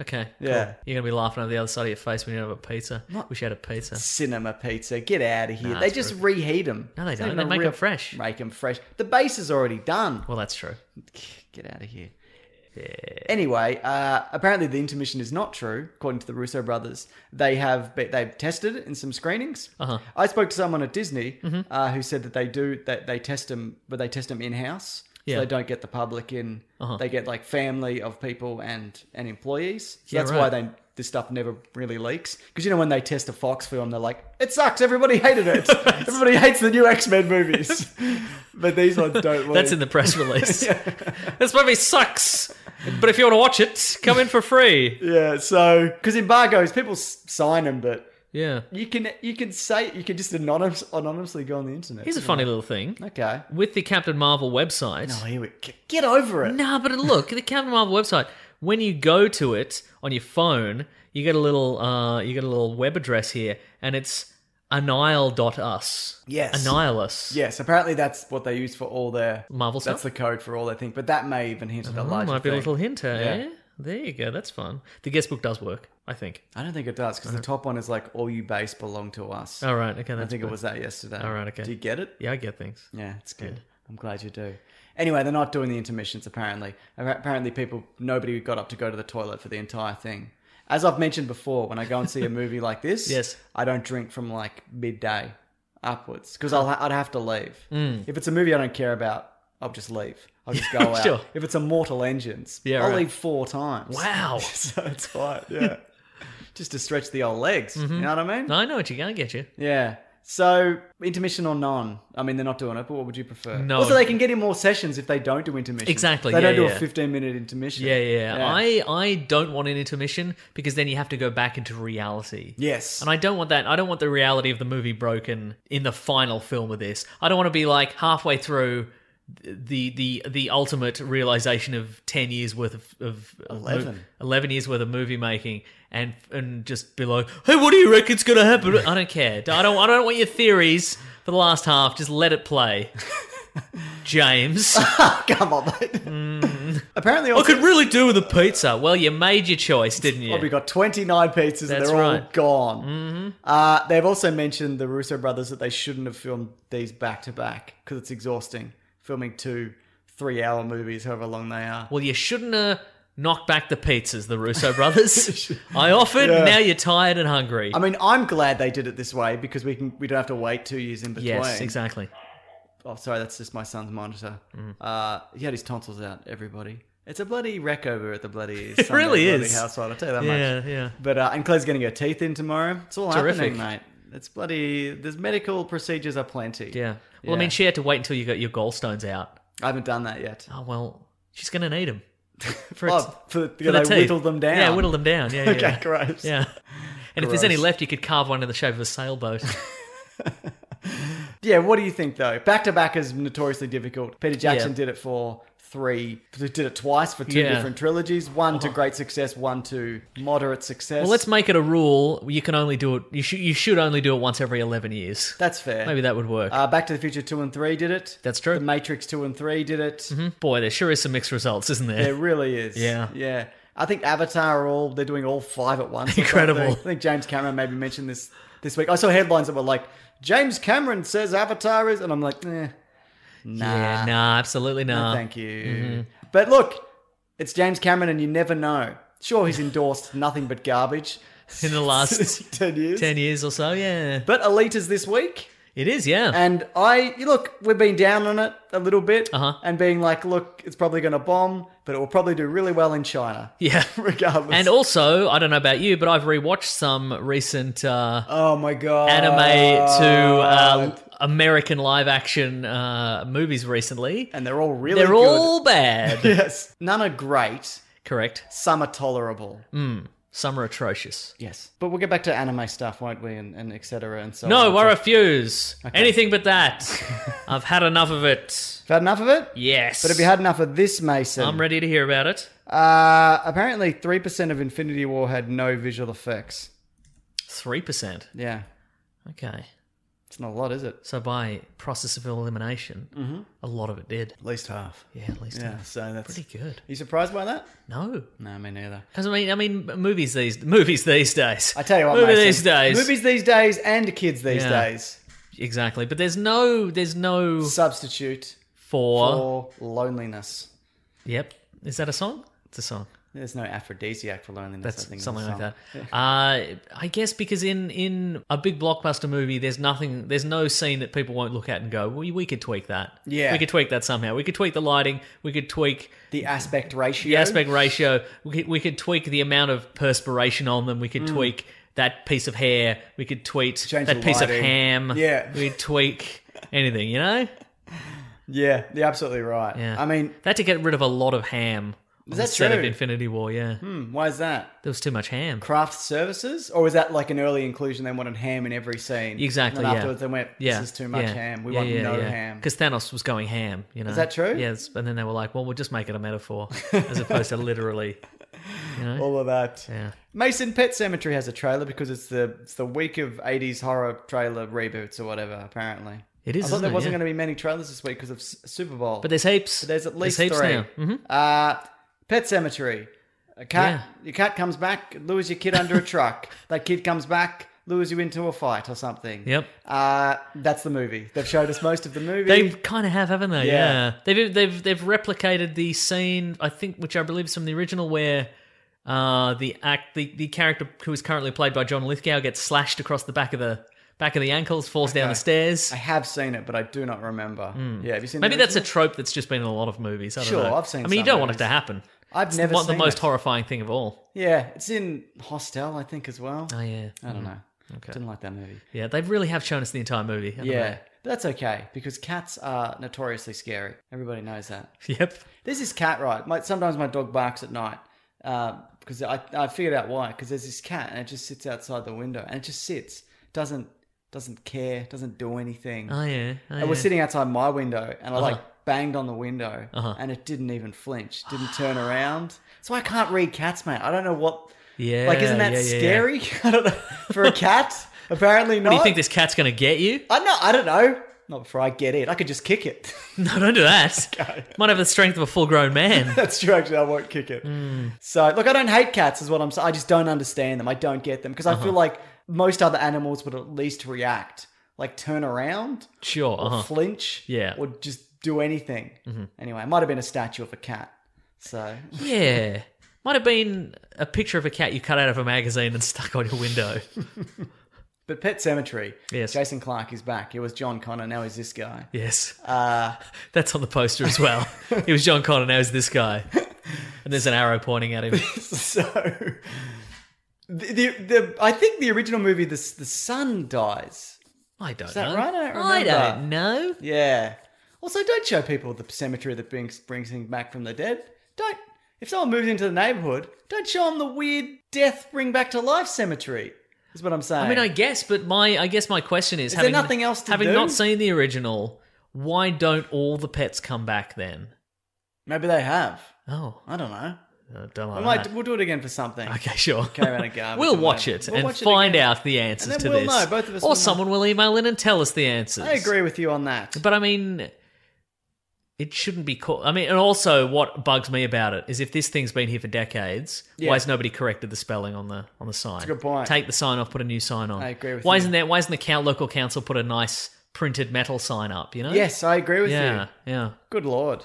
Okay.
Yeah.
cool. You're gonna be laughing over the other side of your face when you have a pizza. Wish you had a pizza.
Cinema pizza. Get out of here.
Nah,
they
it's
just reheat them.
No, they don't. They make 'em fresh.
Make them fresh. The base is already done.
Well, that's true.
Get out of here. Anyway, uh, apparently the intermission is not true, according to the Russo brothers. They have be- they've tested it in some screenings.
Uh-huh. Mm-hmm.
I spoke to someone at Disney uh, who said that they do that they test them, but they test them in house.
Yeah.
So they don't get the public in.
Uh-huh.
They get like family of people and and employees. So
Yeah,
that's why
right.
they this stuff never really leaks. Because you know when they test a Fox film, they're like, "It sucks. Everybody hated it. Everybody hates the new X Men movies." but these ones don't.
That's
leak.
in the press release. This movie sucks, but if you want to watch it, come in for free.
Yeah, so because embargoes, people s- sign them, but
Yeah.
you can you can say you can just anonymous, anonymously go on the internet.
Here's a funny little thing
okay.
with the Captain Marvel website.
Oh, here we g- get over it.
Nah, but look, the Captain Marvel website. When you go to it on your phone, you get a little uh, you get a little web address here, and it's anile.us.
Yes.
Anilus.
Yes, apparently that's what they use for all their
Marvel
That's
stuff?
the code for all their thing, but that may even hint at a
Oh,
larger
might be a
thing.
little hint, eh?
Yeah.
There you go. That's fun. The guest book does work, I think.
I don't think it does because the top one is like all you base belong to us.
Uh-huh. All right. Okay.
I
That's
think it
good.
was that yesterday.
All right, okay.
Do you get it?
Yeah, I get things.
Yeah, it's good. I'm glad you do. Anyway, they're not doing the intermissions apparently. Apparently, people nobody got up to go to the toilet for the entire thing. As I've mentioned before, when I go and see a movie like this,
Yes.
I don't drink from like midday upwards because I'll ha- I'd have to leave.
Mm.
If it's a movie I don't care about, I'll just leave. I'll just go out.
Sure.
If it's a Mortal Engines,
Yeah,
I'll
right.
leave four times.
Wow.
so it's fine. Yeah, just to stretch the old legs.
Mm-hmm.
You know what I mean?
No, I know what you're going to get you.
Yeah. So intermission or none? I mean, they're not doing it, but what would you prefer?
No.
Also, they can get in more sessions if they don't do intermission.
Exactly,
They don't
yeah,
do a
yeah.
fifteen-minute intermission.
Yeah, yeah. I, I don't want an intermission because then you have to go back into reality.
yes.
And I don't want that. I don't want the reality of the movie broken in the final film of this. I don't want to be like halfway through the the the ultimate realization of 10 years worth of, of of mov-
11.
11 years worth of movie making and and just be like hey what do you reckon's gonna happen i don't care i don't i don't want your theories for the last half just let it play james
Come on, mate. Apparently,
i
also,
Mm. could really do with a pizza well you made your choice didn't you
oh, we got twenty-nine pizzas, and
That's
they're all
right.
gone. Mm-hmm. Uh, they've also mentioned the Russo brothers that they shouldn't have filmed these back to back because it's exhausting filming two three-hour movies, however long they are.
Well, you shouldn't have knocked back the pizzas, the Russo brothers. I offered, now you're tired and hungry.
I mean, I'm glad they did it this way because we can we don't have to wait two years in between.
yes, exactly.
Oh, sorry, that's just my son's monitor.
Mm-hmm.
Uh, he had his tonsils out, everybody. It's a bloody wreck over at the bloody. It
really
bloody
is.
Household, I'll tell you that
Yeah,
much.
yeah.
But uh, and Claire's getting her teeth in tomorrow. It's all
Terrific.
happening, mate. It's bloody. There's medical procedures are plenty.
Yeah. Well, I mean, she had to wait until you got your gallstones out.
I haven't done that yet.
Oh, well, she's going to need them. For,
Oh,
a t-
for,
for the
they
teeth.
whittled them down.
Yeah, whittle them down. Yeah, yeah.
Okay,
yeah.
gross.
Yeah. And if there's
Gross.
any left, you could carve one in the shape of a sailboat.
Yeah, what do you think though? Back to back is notoriously difficult. Peter Jackson
Yeah.
did it for three. Did it twice for two
Yeah. Oh.
different trilogies. One to great success. One to moderate success.
well, let's make it a rule. You can only do it. You should. You should only do it once every eleven years.
That's fair.
Maybe that would work.
Uh, Back to the Future 2 and 3 did it.
That's true.
The Matrix 2 and 3 did it.
Hmm? Boy, there sure is some mixed results, isn't there?
There really is.
Yeah.
Yeah. I think Avatar are all, they're doing all five at once. or
Incredible.
something. I think James Cameron maybe mentioned this this week. I saw headlines that were like, James Cameron says Avatar is, and I'm like, eh, nah.
yeah. Nah, Mm-hmm. absolutely
no,
not.
thank you. But look, it's James Cameron and you never know. Sure, he's endorsed nothing but garbage
In the last
10 years.
10 years or so, yeah.
But Elite is this week.
It is, yeah.
And I you look, we've been down on it a little bit,
Uh-huh.
and being like, look, it's probably going to bomb, but it will probably do really well in China,
yeah.
regardless.
And also, I don't know about you, but I've rewatched some recent uh,
oh my god,
anime to uh, American live action uh, movies recently.
and they're all really
They're
good.
all bad.
yes, none are great,
Correct.
some are tolerable.
Mm. Some are atrocious.
Yes, but we'll get back to anime stuff, won't we? And, and etc. And so
No,
on.
I refuse. Anything but that. I've had enough of it.
Have you had enough of it?
Yes.
But have you had enough of this, Mason?
I'm ready to hear about it.
Uh, apparently, three percent of Infinity War had no visual effects.
3%.
Yeah.
Okay.
It's not a lot, is it?
So by process of elimination, a lot of it did.
At least half.
Yeah, at least
Mm-hmm. Yeah,
half.
so that's.
pretty good.
You surprised by that?
No,
No, me neither.
because I mean, I mean, movies these movies these days.
I tell you what,
movies
Mason,
these days,
movies these days, and kids these
Yeah.
days
exactly. But there's no, there's no
substitute
for.
for loneliness.
Yep, is that a song? It's a song.
There's no aphrodisiac for loneliness. I
That's
think is the
something like
song.
that. Uh, I guess because in in a big blockbuster movie, there's nothing, there's no scene that people won't look at and go, "We we could tweak that.
Yeah.
we could tweak that somehow. We could tweak the lighting. We could tweak
The aspect ratio.
the aspect ratio. We could, we could tweak the amount of perspiration on them. We could tweak that piece of hair. We could tweak
Mm. Change
that
the
piece
lighting.
of ham.
Yeah.
we could tweak anything. You know,
Yeah, you're absolutely right.
Yeah.
I mean,
they had to get rid of a lot of ham. on
Is
the
that
set of
true?
Infinity War? Yeah,
hmm, why is that?
there was too much ham.
Craft services, or was that like an early inclusion? They wanted ham in every scene.
Exactly,
And then
yeah.
afterwards, they went, "This
Yeah,
is too much ham. We want no ham."
Because Thanos was going ham, you know.
that true?
Yes, and then they were like, "Well, we'll just make it a metaphor as opposed to literally." You know?
All of that.
yeah,
Mason Pet Cemetery has a trailer because it's the it's the week of '80s horror trailer reboots or whatever. Apparently,
it is.
I thought there wasn't
yeah.
going to be many trailers this week because of S- Super Bowl.
But there's heaps.
But there's at least
heaps
three.
now. Mhm.
Uh, Pet Cemetery. A cat. Your cat comes back, lures your kid under a truck. That kid comes back, lures you into a fight or something.
Yep.
Uh, that's the movie. They've showed us most of the movie.
They kind of have, haven't they?
Yeah.
Yeah. They've they've they've replicated the scene, I think, which I believe is from the original, where uh, the act the, the character who is currently played by John Lithgow gets slashed across the back of the back of the ankles, falls down the stairs.
I have seen it, but I do not remember. Yeah, have you seen? the
Hmm. Maybe that's a
original?
trope that's just been in a lot of movies. I don't
Sure,
know.
I've seen
I mean, you
some
don't want it
movies.
to happen.
I've
It's
never
one,
seen
the most
it.
horrifying thing of all.
yeah, it's in Hostel, I think, as well.
Oh yeah,
I don't know.
Okay.
Didn't like that movie.
yeah. They really have shown us the entire movie. haven't
Yeah, but that's okay because cats are notoriously scary. Everybody knows that.
they? Yep.
There's this cat, right? My, sometimes my dog barks at night because I, I figured out why. Because there's this cat and it just sits outside the window and it just sits, doesn't doesn't care, doesn't do anything.
Oh yeah.
I
Oh,
was
yeah. Uh-huh.
sitting outside my window and I like banged on the window and it didn't even flinch, didn't turn around. So I can't read cats, mate. I don't know what.
Yeah,
like, isn't that
yeah, yeah, yeah.
scary? I don't know. For a cat, apparently not.
What do you think this cat's going to get you?
I know. I don't know. Not before I get it. I could just kick it.
No, don't do that. Might have the strength of a full-grown man.
That's true. Actually, I won't kick it.
Hmm.
So, look, I don't hate cats, is what I'm saying. I just don't understand them. I don't get them because I
Uh-huh.
feel like most other animals would at least react, like turn around,
Sure.
or
Uh-huh.
flinch,
Yeah. Mm-hmm.
or just do anything. Anyway, it might have been a statue of a cat. So,
Yeah. Might have been a picture of a cat you cut out of a magazine and stuck on your window.
but Pet Cemetery.
Yes.
Jason Clark is back. He was John Connor. Now he's this guy.
Yes. Uh, That's on the poster as well. it was John Connor, now it's this guy. And there's an arrow pointing at him.
so. The, the, the I think the original movie the the son dies
I don't
that
know.
right? I don't
I
remember.
don't know.
Yeah. Also, don't show people the cemetery that brings brings things back from the dead. Don't. If someone moves into the neighborhood, don't show them the weird death bring back to life cemetery. Is what I'm saying.
I mean, I guess, but my I guess my question is,
there
having
nothing else to
having
do?
not seen the original, why don't all the pets come back then?
maybe they have.
Oh,
I don't know.
I don't
We
like
might.
that.
We'll do it again for something.
Okay, sure.
Came out of garbage
we'll
or
watch
whatever.
it
We'll
and
watch it
find
again.
out the answers
then
to
we'll
this.
know. Both of us will
or
know.
someone will email in and tell us the answers.
I agree with you on that.
But I mean, it shouldn't be called. I mean, and also what bugs me about it is if this thing's been here for decades,
Yeah.
why has nobody corrected the spelling on the on the sign?
a good point.
Take the sign off, put a new sign on.
I agree with
why
you.
isn't there? Why isn't the count, local council put a nice printed metal sign up? You know.
yes, I agree with
Yeah.
you.
Yeah.
Good lord.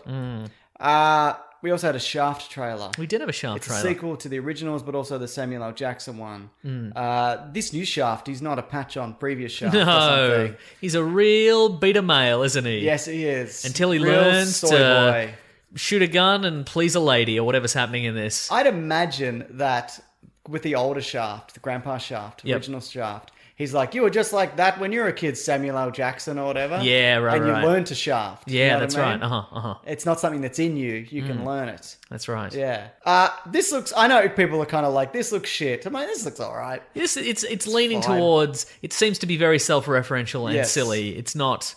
Uh, we also had a Shaft trailer.
We did have a sharp
It's
trailer.
a sequel to the originals, but also the Samuel L. Jackson one.
Mm.
Uh, this new Shaft, he's not a patch on previous Shaft. or
No,
something.
he's a real beta male, isn't he?
Yes, he is.
Until he
Real
learns
soy
to-
boy.
shoot a gun and please a lady or whatever's happening in this.
I'd imagine that with the older Shaft, the Grandpa Shaft,
Yep.
original Shaft, he's like, you were just like that when you were a kid, Samuel L. Jackson or whatever.
Yeah, right,
And you
right.
learn to Shaft. You
yeah,
know what
that's
I
right. Hmm.
mean?
Uh huh. Uh huh.
It's not something that's in you. You can learn it.
That's right.
Yeah. Uh, this looks. I know people are kind of like, this looks shit. I'm like, this looks all right.
It's it's it's leaning
fine.
towards. It seems to be very self-referential and
Yes.
silly. It's not.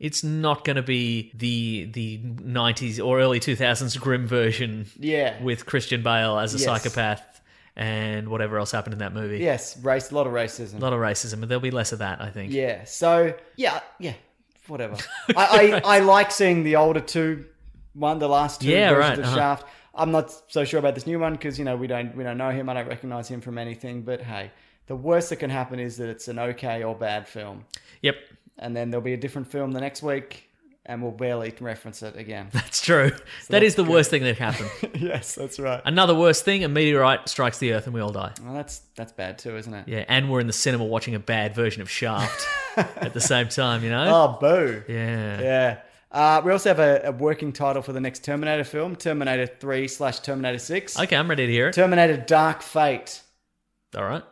It's not going to be the the '90s or early 2000s grim version
Yeah.
with Christian Bale as a
Yes.
psychopath and whatever else happened in that movie.
Yes, race, a lot of racism.
A lot of racism, but there'll be less of that, I think.
Yeah. So yeah, yeah, whatever. I, I I like seeing the older two, one the last two
Yeah,
versions
right,
of
uh-huh.
Shaft. I'm not so sure about this new one because you know we don't we don't know him. I don't recognize him from anything. But hey, the worst that can happen is that it's an okay or bad film,
Yep,
and then there'll be a different film the next week, and we'll barely reference it again.
that's true. that is the worst thing that happened.
yes, that's right.
Another worst thing: a meteorite strikes the Earth and we all die.
Well, that's that's bad too, isn't it?
Yeah, and we're in the cinema watching a bad version of Shaft at the same time. You know?
Oh, boo.
yeah.
Yeah. Uh, we also have a, a working title for the next Terminator film, Terminator 3 slash Terminator 6.
Okay, I'm ready to hear it.
Terminator Dark Fate.
all right,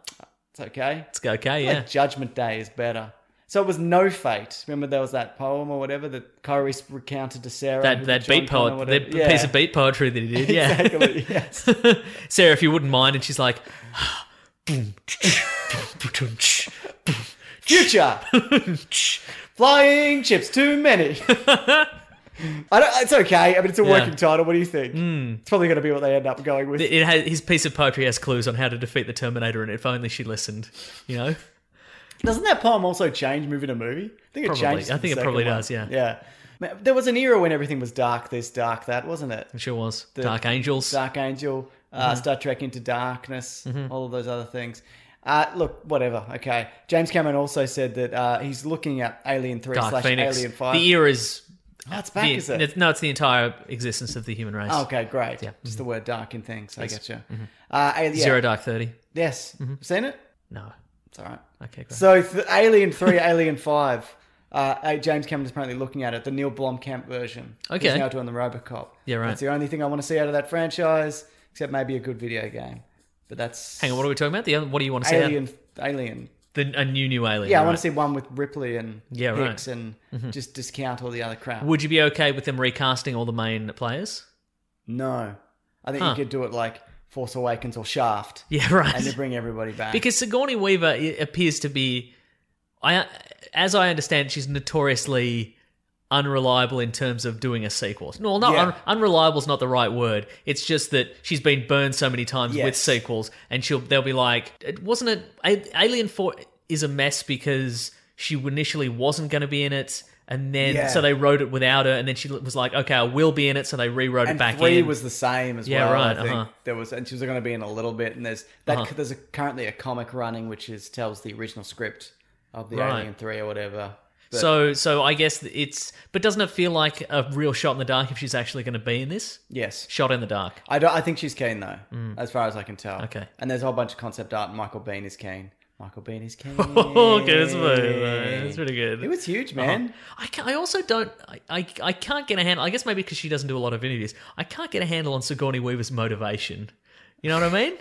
It's okay.
let's go. Okay,
I
yeah.
think Judgment Day is better. So it was No Fate. Remember there was that poem or whatever that Kyrie recounted to Sarah? who
That,
did
that
John
beat
Connor
poet,
whatever.
that
Yeah.
piece of beat poetry that he did, yeah.
Exactly, yes.
Sarah, if you wouldn't mind, and she's like,
Future! Flying chips, too many. I don't, it's okay. I mean, it's a
Yeah. Hmm.
working title. What do you think? It's probably going to be what they end up going with.
it has, his piece of poetry has clues on how to defeat the Terminator, and if only she listened, you know.
Doesn't that poem also change movie to movie? I think it
Probably.
changes.
I
in
think
the
it probably
second
does, yeah.
Yeah. Man, There was an era when everything was dark this, dark that, wasn't it?
It sure was Dark Angels.
Dark Angel, uh,
Mm-hmm.
Star Trek Into Darkness, all of those other things. Uh, look, whatever. Okay. James Cameron also said that uh, he's looking at Alien 3
Dark
slash
Phoenix.
Alien 5.
The era is.
oh, it's back,
the-
is it?
No, it's the entire existence of the human race.
Oh, okay, great. Just the word dark in things. I get you. Uh, Alien,
Mm-hmm. Zero Dark 30.
Yes. Seen it?
No.
It's all right.
Okay, great.
So th- Alien Three, Alien Five. Uh, uh, James Cameron's apparently looking at it, the Neil Blomkamp version.
Okay.
He's now doing the RoboCop.
Yeah, right.
That's the only thing I want to see out of that franchise, except maybe a good video game. But that's
Hang on, what are we talking about? The other- What do you want to say?
Alien. Alien.
The, a new, new alien.
Yeah, I
right.
want to see one with Ripley and
Yeah, right. Mm-hmm.
Hicks and just discount all the other crap.
Would you be okay with them recasting all the main players?
no, I think
Huh.
you could do it like Force Awakens or Shaft,
Yeah, right.
and then bring everybody back.
Because Sigourney Weaver i- appears to be, I as I understand, she's notoriously unreliable in terms of doing a sequel. No, well, not
Yeah.
un- unreliable is not the right word. It's just that she's been burned so many times with
Yes.
sequels, and she'll they'll be like, it wasn't it A- Alien Four is a mess because she initially wasn't going to be in it. And then,
Yeah.
so they wrote it without her, and then she was like, "Okay, I will be in it." So they rewrote
and
it back
three
in.
was the same as
Yeah,
well.
right,
I think
uh-huh.
there was, and she was going to be in a little bit. And there's that. There's a, currently a comic running which is tells the original script of the
Right.
Alien Three or whatever. But
so, so I guess it's, but doesn't it feel like a real shot in the dark if she's actually going to be in this?
yes,
Shot in the dark.
I don't. I think she's keen though, as far as I can tell.
Mm. Okay.
And there's a whole bunch of concept art. And Michael Bean is keen. Michael Bean is keen.
Oh, good. That's, that's pretty good. Uh-huh.
It was huge, man.
I, can, I also don't. I, I, I can't get a handle. I guess maybe because she doesn't do a lot of interviews. I can't get a handle on Sigourney Weaver's motivation. You know what I mean?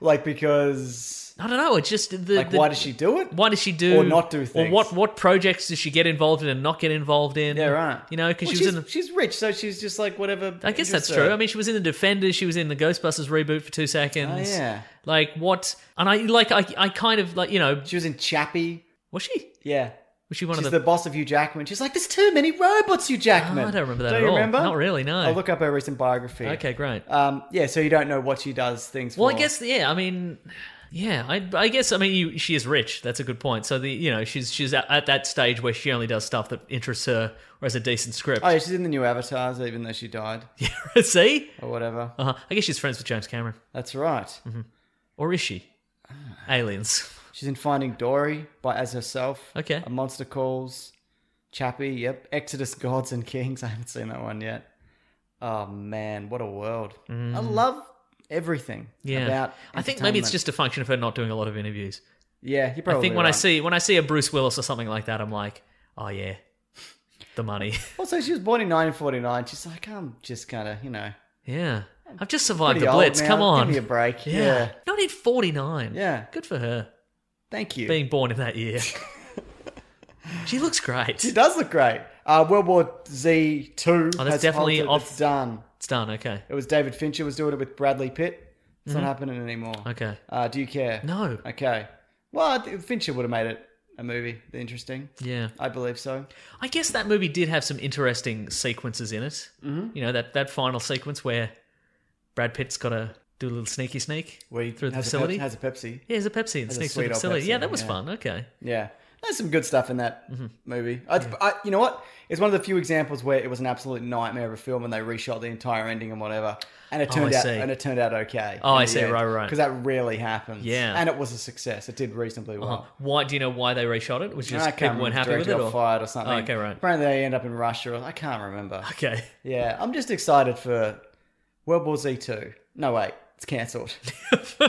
Like because
I don't know. It's just the.
like
the-
why does she do it?
Why does she do
Or not do
Or
things.
what what projects does she get involved in and not get involved in?
Yeah, right.
You know, because
Well,
she was
she's,
in. The,
she's rich, so she's just like whatever.
I guess that's
interests
true.
her.
I mean, she was in the Defenders. She was in the Ghostbusters reboot for two seconds.
Oh, yeah.
Like what? And I like I I kind of like you know
she was in Chappie.
was she
Yeah.
was she one
She's
of
the, boss of Hugh Jackman. She's like, there's too many robots, Hugh Jackman.
Oh, I don't remember that
Don't
at
you
all.
remember?
Not really, no.
I'll look up her recent biography.
Okay, great.
Um, yeah, so you don't know what she does things for.
Well, I guess yeah. I mean, yeah. I, I guess I mean you, she is rich. That's a good point. So the you know she's she's at, at that stage where she only does stuff that interests her or has a decent script.
Oh, yeah, she's in the new Avatars, even though she died
yeah. See,
or whatever.
uh-huh. I guess she's friends with James Cameron,
That's right.
Mm-hmm. or is she? Aliens.
She's in Finding Dory by as herself.
Okay.
A Monster Calls, Chappie. Yep. Exodus: Gods and Kings. I haven't seen that one yet. Oh man, what a world! I love everything
Mm. Yeah.
about.
I think maybe it's
entertainment.
just a function of her not doing a lot of interviews.
yeah. You probably.
I think when I
right.
see when I see a Bruce Willis or something like that, I'm like, oh yeah, the money.
Also, she was born in 1949. She's like, I'm just gonna, you know,
yeah. I've just survived
pretty
the
old
blitz.
now.
Come on.
give me a break. Yeah.
yeah. 1949.
Yeah.
Good for her.
Thank you.
being born in that year. she looks great.
She does look great. Uh, World War Z two.
Oh, that's
has
definitely
halted.
off-
It's done.
It's done. Okay.
It was David Fincher was doing it with Bradley Pitt. It's not happening anymore.
Mm-hmm. Okay.
Uh, do you care?
No.
Okay. Well, I think Fincher would have made it a movie. Interesting.
Yeah.
I believe so.
I guess that movie did have some interesting sequences in it. Mm-hmm. You know that that final sequence where Brad Pitt's got a do a little sneaky sneak
Where he
through the
has
facility.
A pep- has a Pepsi.
yeah, there's a Pepsi and
Has a
sneaks through
sweet
the
old
facility.
Pepsi,
yeah, that was
yeah.
fun. Okay.
Yeah, there's some good stuff in that
Mm-hmm.
movie. I, I, you know what? It's one of the few examples where it was an absolute nightmare of a film, and they reshot the entire ending and whatever, and it
Oh,
turned
I
out
see.
and it turned out okay.
Oh, I see. Right, right.
Because that rarely happens.
Yeah.
and it was a success. It did reasonably well.
Uh, Why do you know why they reshot it? Was
And
just
Oh. I can't
people weren't happy
remember if
with it,
director
or Oh,
got fired or something.
okay, right.
Apparently, they end up in Russia. Or, I can't remember.
okay.
Yeah, I'm just excited for World War Z two. No wait, it's cancelled.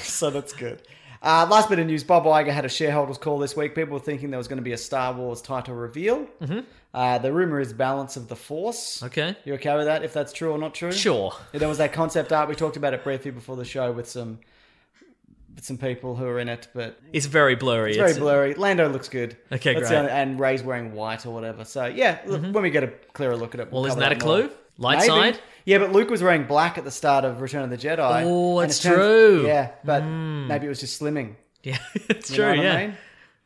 so that's good. Uh, last bit of news: Bob Iger had a shareholders call this week. People were thinking there was going to be a Star Wars title reveal. Mm-hmm. Uh, the rumor is Balance of the Force.
Okay.
you okay with that? If that's true or not true?
Sure.
Yeah, There was that concept art we talked about it briefly before the show with some with some people who are in it, but
It's very blurry.
it's very blurry. Lando looks good.
Okay,
That's
great. Mm-hmm.
the only- and Ray's wearing white or whatever. So yeah, look, when we get a clearer look at it,
Well,
we'll
isn't
cover
that a clue?
more.
Light
Maybe.
side?
Yeah, but Luke was wearing black at the start of Return of the Jedi.
Oh,
and it
that's
turns-
true.
Yeah, but maybe it was just slimming.
Yeah, it's
You
true.
know what
yeah.
I mean?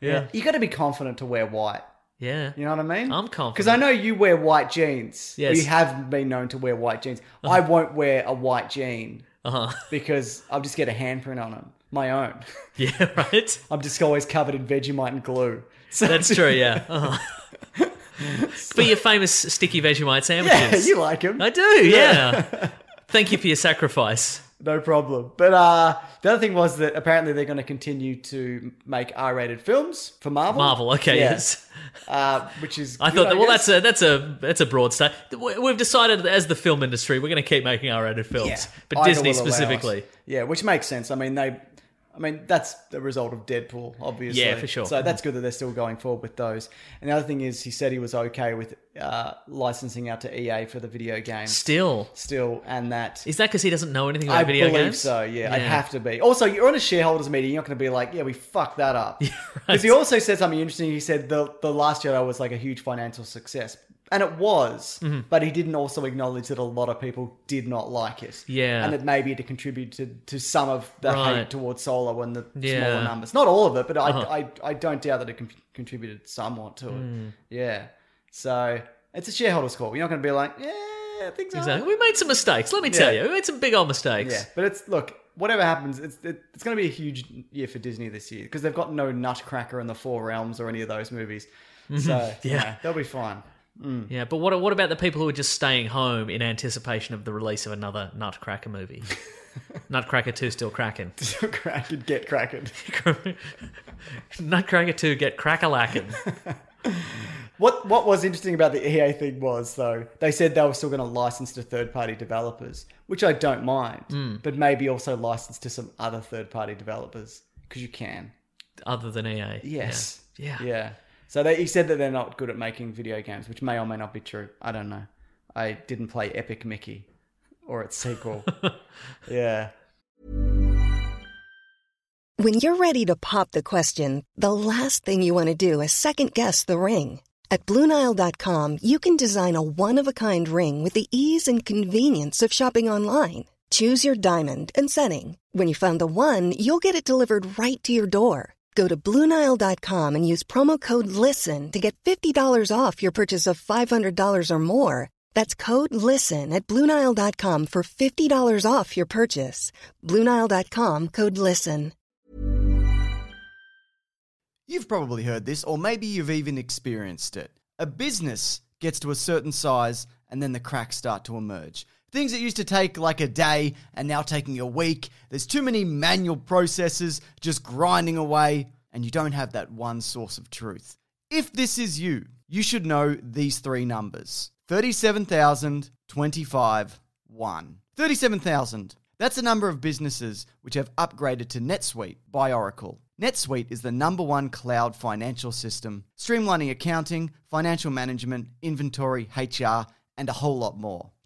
yeah,
You got to be confident to wear white.
yeah,
You know what I mean?
I'm confident.
because I know you wear white jeans.
Yes. Uh-huh.
you have been known to wear white jeans. I won't wear a white jean
Uh huh.
because I'll just get a handprint on them, my own.
Yeah, right.
I'm just always covered in Vegemite and glue. So
That's true. Yeah. Uh-huh. for your famous sticky Vegemite
Yeah,
sandwiches.
you like them.
I do. Yeah. Thank you for your sacrifice.
No problem. But uh, the other thing was that apparently they're going to continue to make R-rated films for Marvel.
Marvel. Okay.
Yeah.
Yes.
Uh, which is
I
good,
thought that. Well,
guess.
that's a that's a that's a broad start. We- We've decided that as the film industry, we're going to keep making R-rated films, but
Either
Disney
will allow us.
specifically.
Yeah, which makes sense. I mean, they. I mean, that's the result of Deadpool, obviously.
Yeah, for sure.
So that's good that they're still going forward with those. And the other thing is, he said he was okay with uh, licensing out to EA for the video game
Still,
still, and that
is that because he doesn't know anything about video
believe
games?
so. Yeah, I'd have to be. Also, you're on a shareholders meeting. You're not going to be like, yeah, we fucked that up. Because he also said something interesting. He said the the last Jedi was like a huge financial success, and it was.
Mm-hmm.
But he didn't also acknowledge that a lot of people did not like it.
Yeah.
and that maybe it contributed to some of the
Right.
hate towards Solo and the
Yeah. Uh-huh.
smaller numbers. Not all of it, but I, I I don't doubt that it con- contributed somewhat to it.
Mm.
Yeah, so it's a shareholders call. You're not going to be like, yeah, things are.
Exactly. We made some mistakes. Let me tell you, we made some big old mistakes.
Yeah, but it's look. Whatever happens, it's it, it's going to be a huge year for Disney this year because they've got no Nutcracker and the Four Realms or any of those movies. So Mm-hmm. yeah, they'll be fine.
Yeah, but what what about the people who are just staying home in anticipation of the release of another Nutcracker movie? Nutcracker Two still cracking.
Kraken, get Kraken.
Nutcracker Two get crackalacking.
What what was interesting about the EA thing was though they said they were still going to license to third party developers, which I don't mind, but maybe also license to some other third party developers because you can.
Other than EA,
Yes.
Yeah. Yeah.
Yeah. So they, he said that they're not good at making video games, which may or may not be true. I don't know. I didn't play Epic Mickey or its sequel. yeah.
When you're ready to pop the question, the last thing you want to do is second guess the ring. At Bluenile.com, you can design a one of a kind ring with the ease and convenience of shopping online. Choose your diamond and setting. When you find the one, you'll get it delivered right to your door. Go to Bluenile.com and use promo code LISTEN to get $50 off your purchase of $500 or more. That's code LISTEN at Bluenile.com for $50 off your purchase. Bluenile.com code LISTEN.
You've probably heard this, or maybe you've even experienced it. A business gets to a certain size, and then the cracks start to emerge. Things that used to take like a day are now taking a week. There's too many manual processes just grinding away, and you don't have that one source of truth. If this is you, you should know these three numbers 37,025 one. 37,000. That's the number of businesses which have upgraded to NetSuite by Oracle. NetSuite is the number one cloud financial system, streamlining accounting, financial management, inventory, HR, and a whole lot more.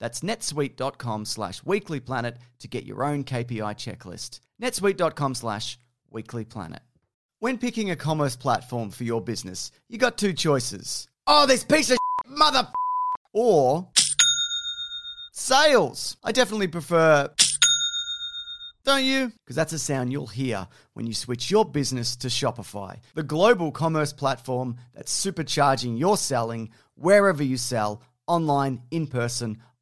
That's netsuite.com slash weeklyplanet to get your own KPI checklist. netsuite.com slash weeklyplanet. When picking a commerce platform for your business, you got two choices. Oh, this piece of mother or sales. I definitely prefer don't you? Because that's a sound you'll hear when you switch your business to Shopify, the global commerce platform that's supercharging your selling wherever you sell, online, in person,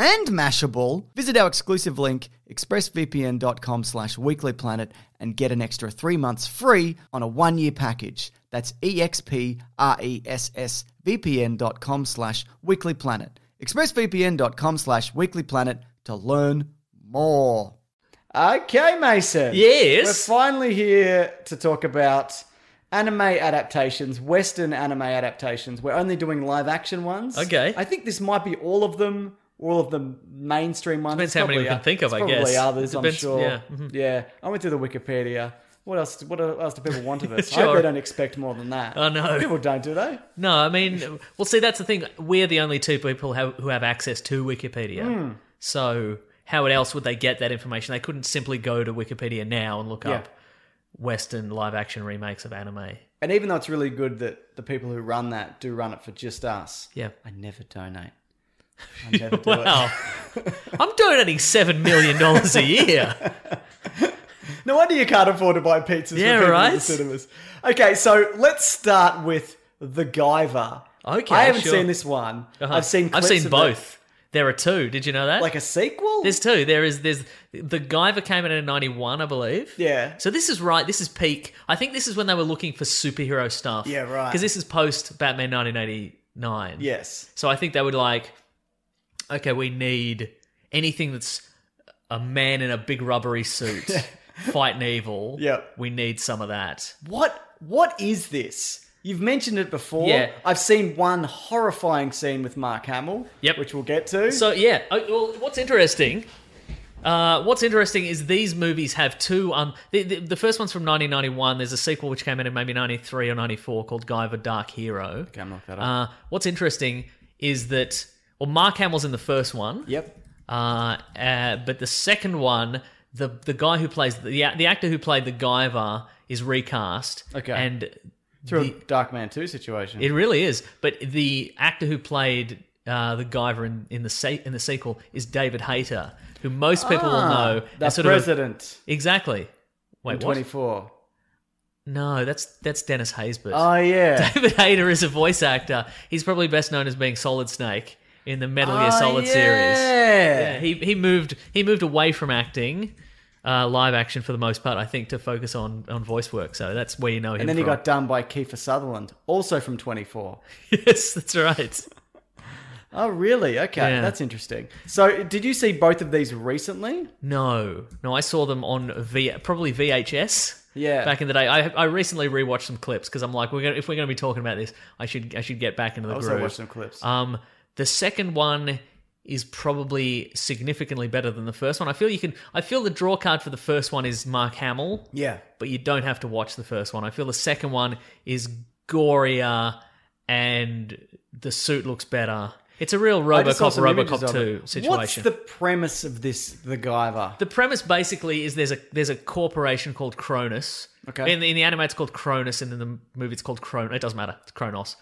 and Mashable, visit our exclusive link, expressvpn.com slash weeklyplanet, and get an extra three months free on a one-year package. That's E expressvpn.com slash weeklyplanet. expressvpn.com slash weeklyplanet to learn more.
Okay, Mason.
Yes.
We're finally here to talk about anime adaptations, Western anime adaptations. We're only doing live action ones.
Okay.
I think this might be all of them, all of the mainstream ones.
Depends how many we
Probably-
can think of,
it's
I guess.
Probably others, I'm
Depends-
sure.
yeah,
Yeah.
mhm.
I went through the Wikipedia. What else? What else do people want of us? I
Sure.
hope they don't expect more than that.
I know.
People don't, do they?
No, I mean, well, see, that's the thing. We're the only two people have, who have access to Wikipedia. So, how else would they get that information? They couldn't simply go to Wikipedia now and look
Yeah.
up Western live action remakes of anime.
And even though it's really good that the people who run that do run it for just us,
Yeah.
I never donate. I never do
Wow. I'm donating $7 million a year.
it. No wonder you can't afford to buy pizzas.
Yeah,
for people in the
right?
cinemas. Okay, so let's start with the Guyver.
Okay,
I haven't
sure.
seen this one.
Uh-huh.
I've seen.
I've
clips
seen
of
both.
it.
There are two. Did you know that?
Like a sequel?
there's two. There is there's the Guyver came in in '91, I believe.
Yeah.
So this is right. This is peak. I think this is when they were looking for superhero stuff.
Yeah, right.
Because this is post Batman 1989.
yes.
So I think they would like, okay, we need anything that's a man in a big rubbery suit fighting evil.
Yep.
We need some of that.
What what is this? You've mentioned it before.
Yeah.
I've seen one horrifying scene with Mark Hamill,
Yep.
which we'll get to.
So yeah, oh, well, what's interesting? Uh, what's interesting is these movies have two. Um, the, the, the first one's from 1991. There's a sequel which came out in maybe 93 or 94 called Guyver Dark Hero.
okay, I'm not that up.
Uh, what's interesting is that well, Mark Hamill's in the first one.
yep.
Uh, uh, but the second one, the the guy who plays the the actor who played the Guyver is recast.
Okay.
and
Through
the-
a Dark Man 2 situation.
it really is. But the actor who played uh, the Guyver in, in the se- in the sequel is David Hayter, who most people will know.
Ah, the
as sort of a-
president
exactly. Wait,
in
what?
24.
No, that's that's Dennis Haysbert.
Oh, yeah.
David Hayter is a voice actor. He's probably best known as being Solid Snake in the Metal Gear
Oh,
Solid
yeah.
series. Yeah, he he moved he moved away from acting, uh, live action for the most part, I think, to focus on on voice work. So that's where you know him.
and then he
from.
got done by Kiefer Sutherland, also from 24.
yes, that's right.
Oh, really? Okay,
Yeah.
that's interesting. So, did you see both of these recently?
No, no, I saw them on V probably VHS.
Yeah.
back in the day, I I recently rewatched some clips because I'm like, we're gonna, if we're going to be talking about this, I should I should get back into the
I also
groove.
watched some clips.
Um, the second one is probably significantly better than the first one. I feel you can. I feel the draw card for the first one is Mark Hamill,
yeah.
but you don't have to watch the first one. I feel the second one is gorier and the suit looks better. It's a real
I just saw
RoboCop
some images
RoboCop
of
two
it.
situation.
What's the premise of this, the Guyver?
The premise basically is there's a there's a corporation called Cronus.
Okay.
In the, in the anime, it's called Cronus, and in the movie, it's called Cron. It doesn't matter. It's Kronos.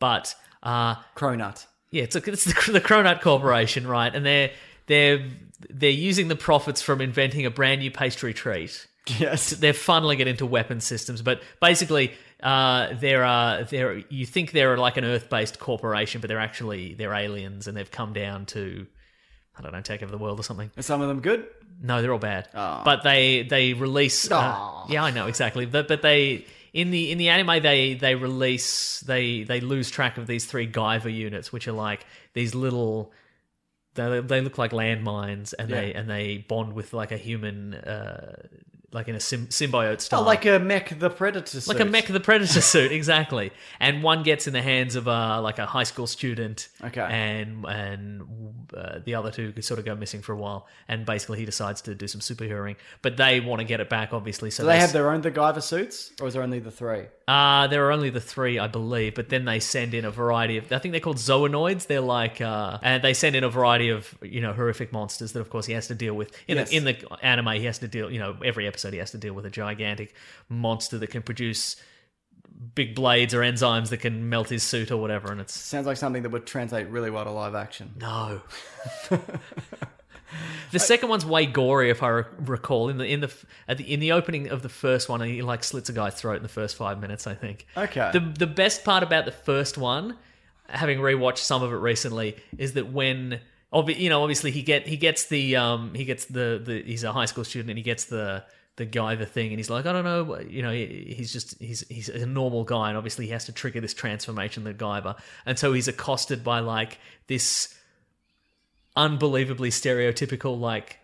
But uh,
Cronut.
yeah, it's, a, it's the, the Cronut Corporation, right? And they're they're they're using the profits from inventing a brand new pastry treat.
Yes.
They're funneling it into weapon systems, but basically, uh, there are there you think they're like an Earth-based corporation, but they're actually they're aliens, and they've come down to I don't know take over the world or something.
Are some of them good?
No, they're all bad.
Ah.
But they they release. Uh, yeah, I know exactly. But but they in the in the anime they they release they they lose track of these three Guyver units, which are like these little. They, they look like landmines, and they and they bond with like a human, uh, like in a sym- symbiote
Oh,
style,
like a mech the predator
like a
suit.
mech of the predator suit, exactly. And one gets in the hands of a like a high school student,
Okay.
and and uh, the other two could sort of go missing for a while. And basically, he decides to do some superheroing, but they want to get it back, obviously. So
Do they have
s-
their own the Guyver suits, or is there only the three?
uh, there are only the three, I believe, but then they send in a variety of. I think they're called zoonoids. They're like, uh, and they send in a variety of you know horrific monsters that, of course, he has to deal with. In
Yes.
the in the anime, he has to deal. You know, every episode he has to deal with a gigantic monster that can produce big blades or enzymes that can melt his suit or whatever. And it's
Sounds like something that would translate really well to live action.
no. the second one's way gory, if I re- recall. In the in the f- at the in the opening of the first one, he like slits a guy's throat in the first five minutes, I think.
Okay.
The the best part about the first one, having rewatched some of it recently, is that when obvi- you know obviously he get he gets the um he gets the the he's a high school student and he gets the the guy the thing and he's like I don't know you know he- he's just he's he's a normal guy and obviously he has to trigger this transformation the Guyver and so he's accosted by like this unbelievably stereotypical like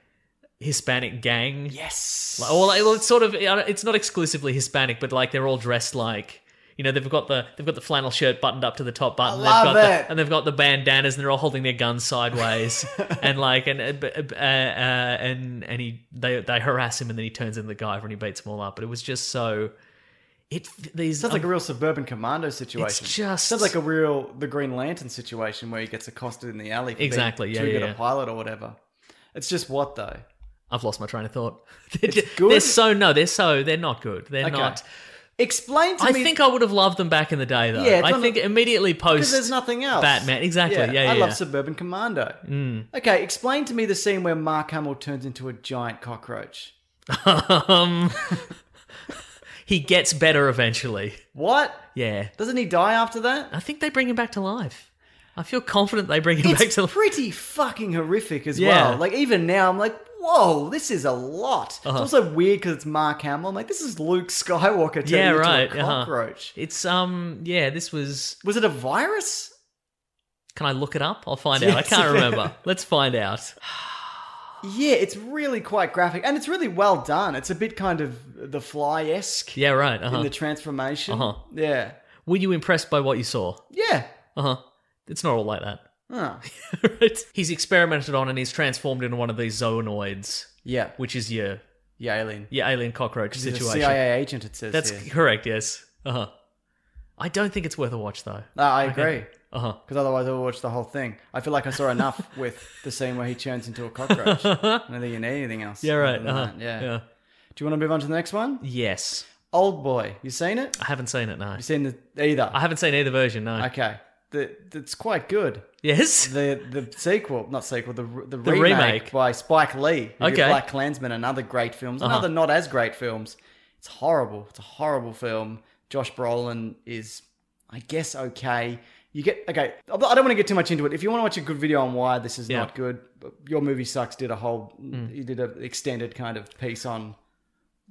Hispanic gang
Yes.
like, well, like, well, it's sort of it's not exclusively Hispanic, but like they're all dressed like you know they've got the they've got the flannel shirt buttoned up to the top button.
love
they've got
it.
The, and they've got the bandanas, and they're all holding their guns sideways, and like and uh, uh, uh, and and he they they harass him, and then he turns into the guy and he beats them all up. But it was just so it these um,
Sounds like a real suburban commando situation.
just-
sounds like a real the Green Lantern situation where he gets accosted in the alley. For
Exactly,
being
yeah,
too
yeah,
good
yeah.
a pilot or whatever. It's just what though.
I've lost my train of thought. they're, ju-
good.
they're so no, they're so they're not good. They're
Okay.
not.
Explain to
I
me
think I would have loved them back in the day, though.
Yeah, it's
I
one of-
think immediately post
because there's nothing else.
Batman, exactly. Yeah, yeah.
I love
yeah. Mm.
Suburban Commando. Okay, explain to me the scene where Mark Hamill turns into a giant cockroach.
um, he gets better eventually.
What?
Yeah.
Doesn't he die after that?
I think they bring him back to life. I feel confident they bring him back
It's
to life.
pretty fucking horrific as
Yeah.
well. Like even now, I'm like, whoa, this is a lot.
Uh-huh.
It's also weird because it's Mark Hamill. I'm like, this is Luke Skywalker turning
Yeah,
into
right.
a
uh-huh.
cockroach.
It's um, yeah. This was.
Was it a virus?
Can I look it up? I'll find out. I
Yes.
can't remember. Let's find out.
Yeah, it's really quite graphic and it's really well done. It's a bit kind of The Fly esque
Yeah, right. Uh-huh.
in the transformation.
Uh-huh.
Yeah,
Were you impressed by what you saw?
yeah.
Uh huh. It's not all like that.
Huh.
right. He's experimented on and he's transformed into one of these zoonoids,
Yeah,
which is your
yeah, alien.
your alien cockroach
He's a
situation.
CIA agent. It says
That's
here.
correct. Yes. Uh huh. I don't think it's worth a watch though.
No, Ah, I agree.
Uh huh.
Because otherwise, I would watch the whole thing. I feel like I saw enough with the scene where he turns into a cockroach. I don't think you need anything else.
Yeah. Right.
other than
Uh-huh.
that, Yeah. Do you want to move on to the next one?
Yes.
Old Boy. You seen it?
I haven't seen it. No.
You seen the either?
I haven't seen either version. No.
Okay. The, it's quite good.
yes.
The the sequel, not sequel, the the,
The
remake,
remake.
by Spike Lee. who did
Okay.
Black Klansman and other great films,
Uh-huh.
another not as great films. It's horrible. It's a horrible film. Josh Brolin is, I guess, okay. You get okay. I don't want to get too much into it. If you want to watch a good video on why this is
Yeah. Mm.
not good, your movie sucks. Did a whole, you did an extended kind of piece on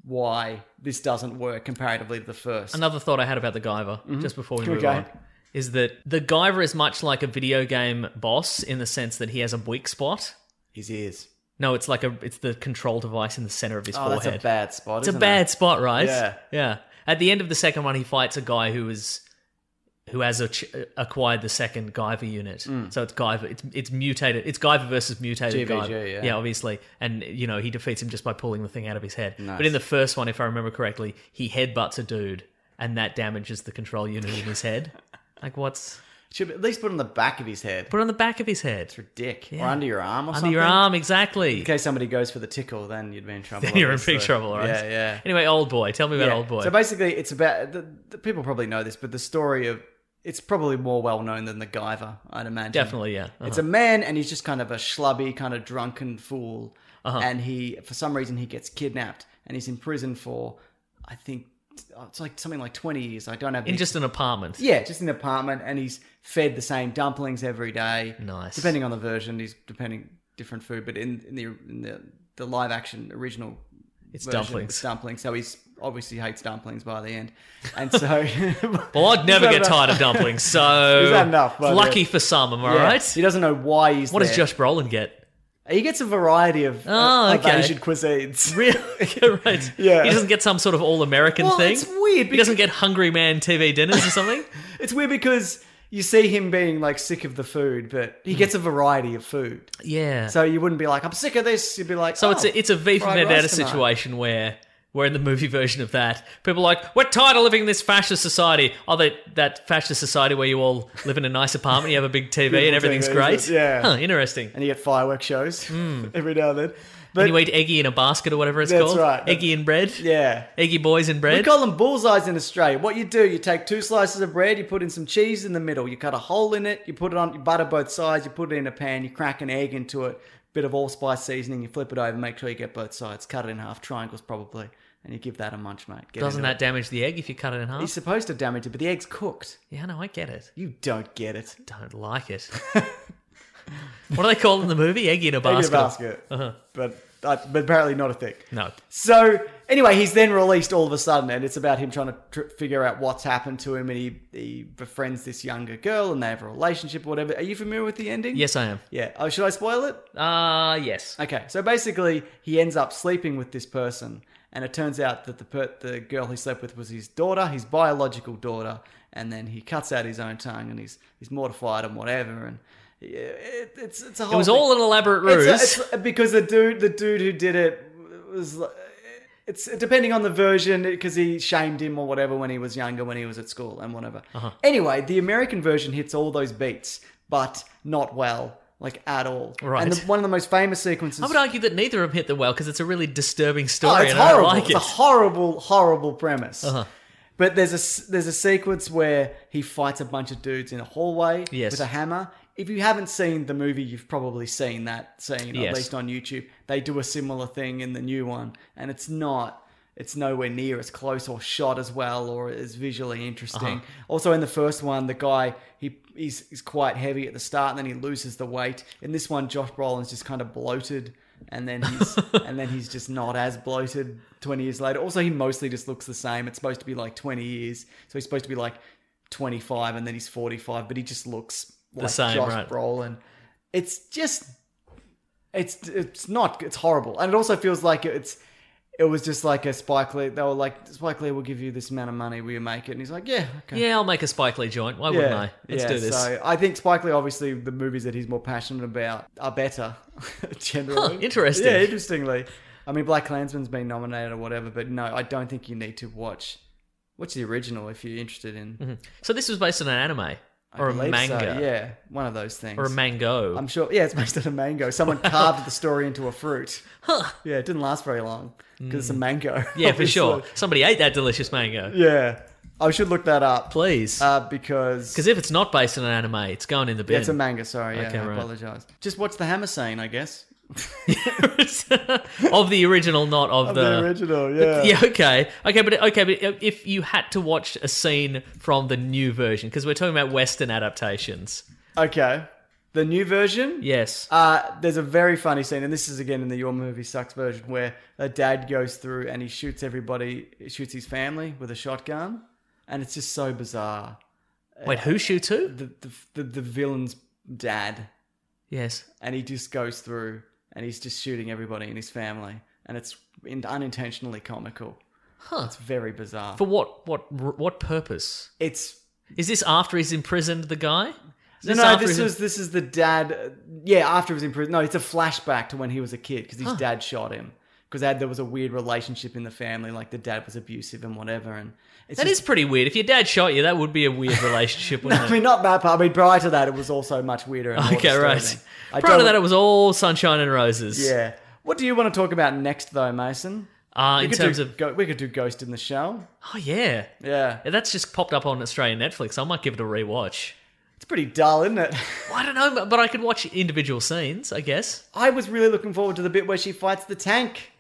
why this doesn't work comparatively to the first.
Another thought I had about the Guyver,
Mm-hmm.
just before we move
Okay.
on, is that the Guyver is much like a video game boss in the sense that he has a weak spot.
His ears.
No, it's like a it's the control device in the center of his
Oh,
forehead.
that's a bad spot.
it's a
isn't
bad
It?
spot, right?
Yeah.
yeah. At the end of the second one, he fights a guy who is who has a ch- acquired the second Guyver unit.
Hmm.
So it's Guyver. It's it's mutated. It's Guyver versus mutated
GVG,
Guyver.
yeah.
obviously. And you know he defeats him just by pulling the thing out of his head.
Nice.
But in the first one, if I remember correctly, he headbutts a dude, and that damages the control unit in his head. Like what's
Should at least put it on the back of his head.
put it on the back of his head?
for dick
Yeah.
or under your arm or
Under
something.
your arm, exactly.
In case somebody goes for the tickle, then you'd be in trouble.
Then you're in
obviously.
big trouble, all right?
uh, Yeah, yeah.
Anyway, old boy, tell me about
Yeah.
old boy.
So basically, it's about the, the people probably know this, but the story of it's probably more well known than the Guyver, I'd imagine.
Definitely, yeah. Uh-huh.
It's a man, and he's just kind of a schlubby, kind of drunken fool,
Uh-huh.
and he for some reason he gets kidnapped, and he's in prison for, I think, oh, it's like something like twenty years. I don't have
in
the
just an apartment.
yeah, just in an apartment, and he's fed the same dumplings every day.
Nice.
Depending on the version, he's depending different food, but in, in the in the, the live action original,
It's
version,
dumplings.
It's dumplings. So he's obviously hates dumplings by the end, and so.
Well, I'd never
Is that
get
enough?
tired of dumplings, so
Is that enough,
it's
buddy?
lucky for some, am I
Yeah,
right?
He doesn't know why he's.
What does
there.
Josh Brolin get?
He gets a variety of,
Oh,
of
okay.
Asian cuisines.
Really? right.
Yeah.
He doesn't get some sort of all-American
Well,
thing.
it's weird
He doesn't get Hungry Man TV dinners or something.
It's weird because you see him being like sick of the food, but he gets a variety of food.
Hmm. yeah. So,
So you wouldn't be like, "I'm sick of this." You'd be like, "Oh,
it's a it's a V for
fried
Vendetta
rice tonight.
situation where we're in the movie version of that. People are like, we're tired of living in this fascist society. Oh, that that fascist society where you all live in a nice apartment, you have a big TV, and
Beautiful
everything's
TV,
great.
isn't it? Yeah.
Huh, interesting.
and you get fireworks shows every now and then. But
and you eat eggy in a basket or whatever it's
That's
called.
right.
Eggy and bread.
yeah.
Eggy boys and
We
bread.
call them bullseyes in Australia. What you do, you take two slices of bread, you put in some cheese in the middle, you cut a hole in it, you put it on, you butter both sides, you put it in a pan, you crack an egg into it, bit of allspice seasoning, you flip it over, make sure you get both sides, cut it in half, triangles probably, and you give that a munch, mate. Get
Doesn't
into
that damage the egg if you cut it in
It. He's
half?
supposed to damage it, but the egg's cooked.
Yeah, no, I get it.
You don't get it.
Don't like it. what do they call it in the movie? Egg in a
Egg in
basket. Uh-huh.
a basket, but uh, but apparently not a thing.
No.
So anyway, he's then released all of a sudden, and it's about him trying to tr- figure out what's happened to him, and he, he befriends this younger girl, and they have a relationship or whatever. Are you familiar with the ending?
Yes, I am.
Yeah. Oh, should I spoil it?
Uh yes.
Okay. So basically, he ends up sleeping with this person, and it turns out that the per- the girl he slept with was his daughter, his biological daughter, and then he cuts out his own tongue, and he's he's mortified and whatever, and yeah, it, it's it's a whole.
It was
thing.
all an elaborate ruse.
It's a- it's- because the dude, the dude who did it was. li- It's depending on the version because he shamed him or whatever when he was younger, when he was at school and whatever.
Uh-huh.
Anyway, the American version hits all those beats, but not well, like at all.
Right.
And the, one of the most famous sequences.
I would argue that neither of them hit the well because it's a really disturbing
Oh,
story
it's
and
horrible.
I don't like
it's
it. Uh-huh.
a horrible, horrible premise. But there's a s- there's a sequence where he fights a bunch of dudes in a hallway
Yes.
with a hammer. If you haven't seen the movie, you've probably seen that scene
Yes.
at least on YouTube. They do a similar thing in the new one, and it's not. it's nowhere near as close or shot as well or as visually interesting.
Uh-huh.
Also, in the first one, the guy he he's, he's quite heavy at the start, and then he loses the weight. In this one, Josh Brolin's just kind of bloated, and then he's and then he's just not as bloated twenty years later. Also, he mostly just looks the same. It's supposed to be like twenty years, so he's supposed to be like twenty five, and then he's forty five, but he just looks like
same,
Josh
right.
Brolin. It's just it's it's not it's horrible, and it also feels like it's it was just like a Spike Lee. They were like, Spike Lee will give you this amount of money. Will you make it? And he's like, Yeah, okay.
Yeah, I'll make a Spike Lee joint. Why wouldn't I? Let's
yeah,
do this.
So I think Spike Lee, obviously, the movies that he's more passionate about are better. generally,
Huh, interesting.
Yeah, interestingly, I mean, Black Klansman's been nominated or whatever, but no, I don't think you need to watch watch the original if you're interested in
So this was based on an anime
I
Mm-hmm. or a
believe so,
manga
Yeah, one of those things.
or a mango.
I'm sure. Yeah, it's based on a mango. Someone carved the story into a fruit.
Huh. Mm.
Yeah, it didn't last very long because it's a mango.
Yeah, for sure.
obviously.
Somebody ate that delicious mango.
Yeah, I should look that up
Please.
uh, because
Because if it's not based on an anime, it's going in the bin.
yeah, it's a manga. Sorry, yeah,
Okay,
I
right.
apologize. Just watch the hammer scene, I guess.
of the original, not of,
Of the original, yeah.
Yeah, okay, okay, but okay, but if you had to watch a scene from the new version, because we're talking about Western adaptations,
Okay, the new version.
yes,
Uh, there's a very funny scene, and this is again in the Your Movie Sucks version, where a dad goes through and he shoots everybody, he shoots his family with a shotgun, and it's just so bizarre.
wait, who shoots who?
The the the, the villain's dad,
Yes,
and he just goes through and he's just shooting everybody in his family, and it's in, unintentionally comical.
huh?
It's very bizarre.
For what, what, what purpose?
it's
Is this after he's imprisoned the guy? Is
No, no,
after
this
he's-
was this is the dad. uh, Yeah, after he was in prison. No, it's a flashback to when he was a kid because his dad shot him because there was a weird relationship in the family. Like the dad was abusive and whatever. And it's
That
just,
is pretty weird. If your dad shot you, that would be a weird relationship, wouldn't
I
it?
mean, not that part. I mean, prior to that, it was also much weirder. And more
okay, right.
disturbing. I
Prior to
don't-
that, it was all sunshine and roses.
yeah. What do you want to talk about next, though, Mason?
Uh,
We
in
could
terms
do,
of
Go- we could do Ghost in the Shell.
oh yeah.
Yeah,
Yeah, that's just popped up on Australian Netflix. I might give it a rewatch.
it's pretty dull, isn't it?
Well, I don't know, but- but I could watch individual scenes, I guess.
I was really looking forward to the bit where she fights the tank.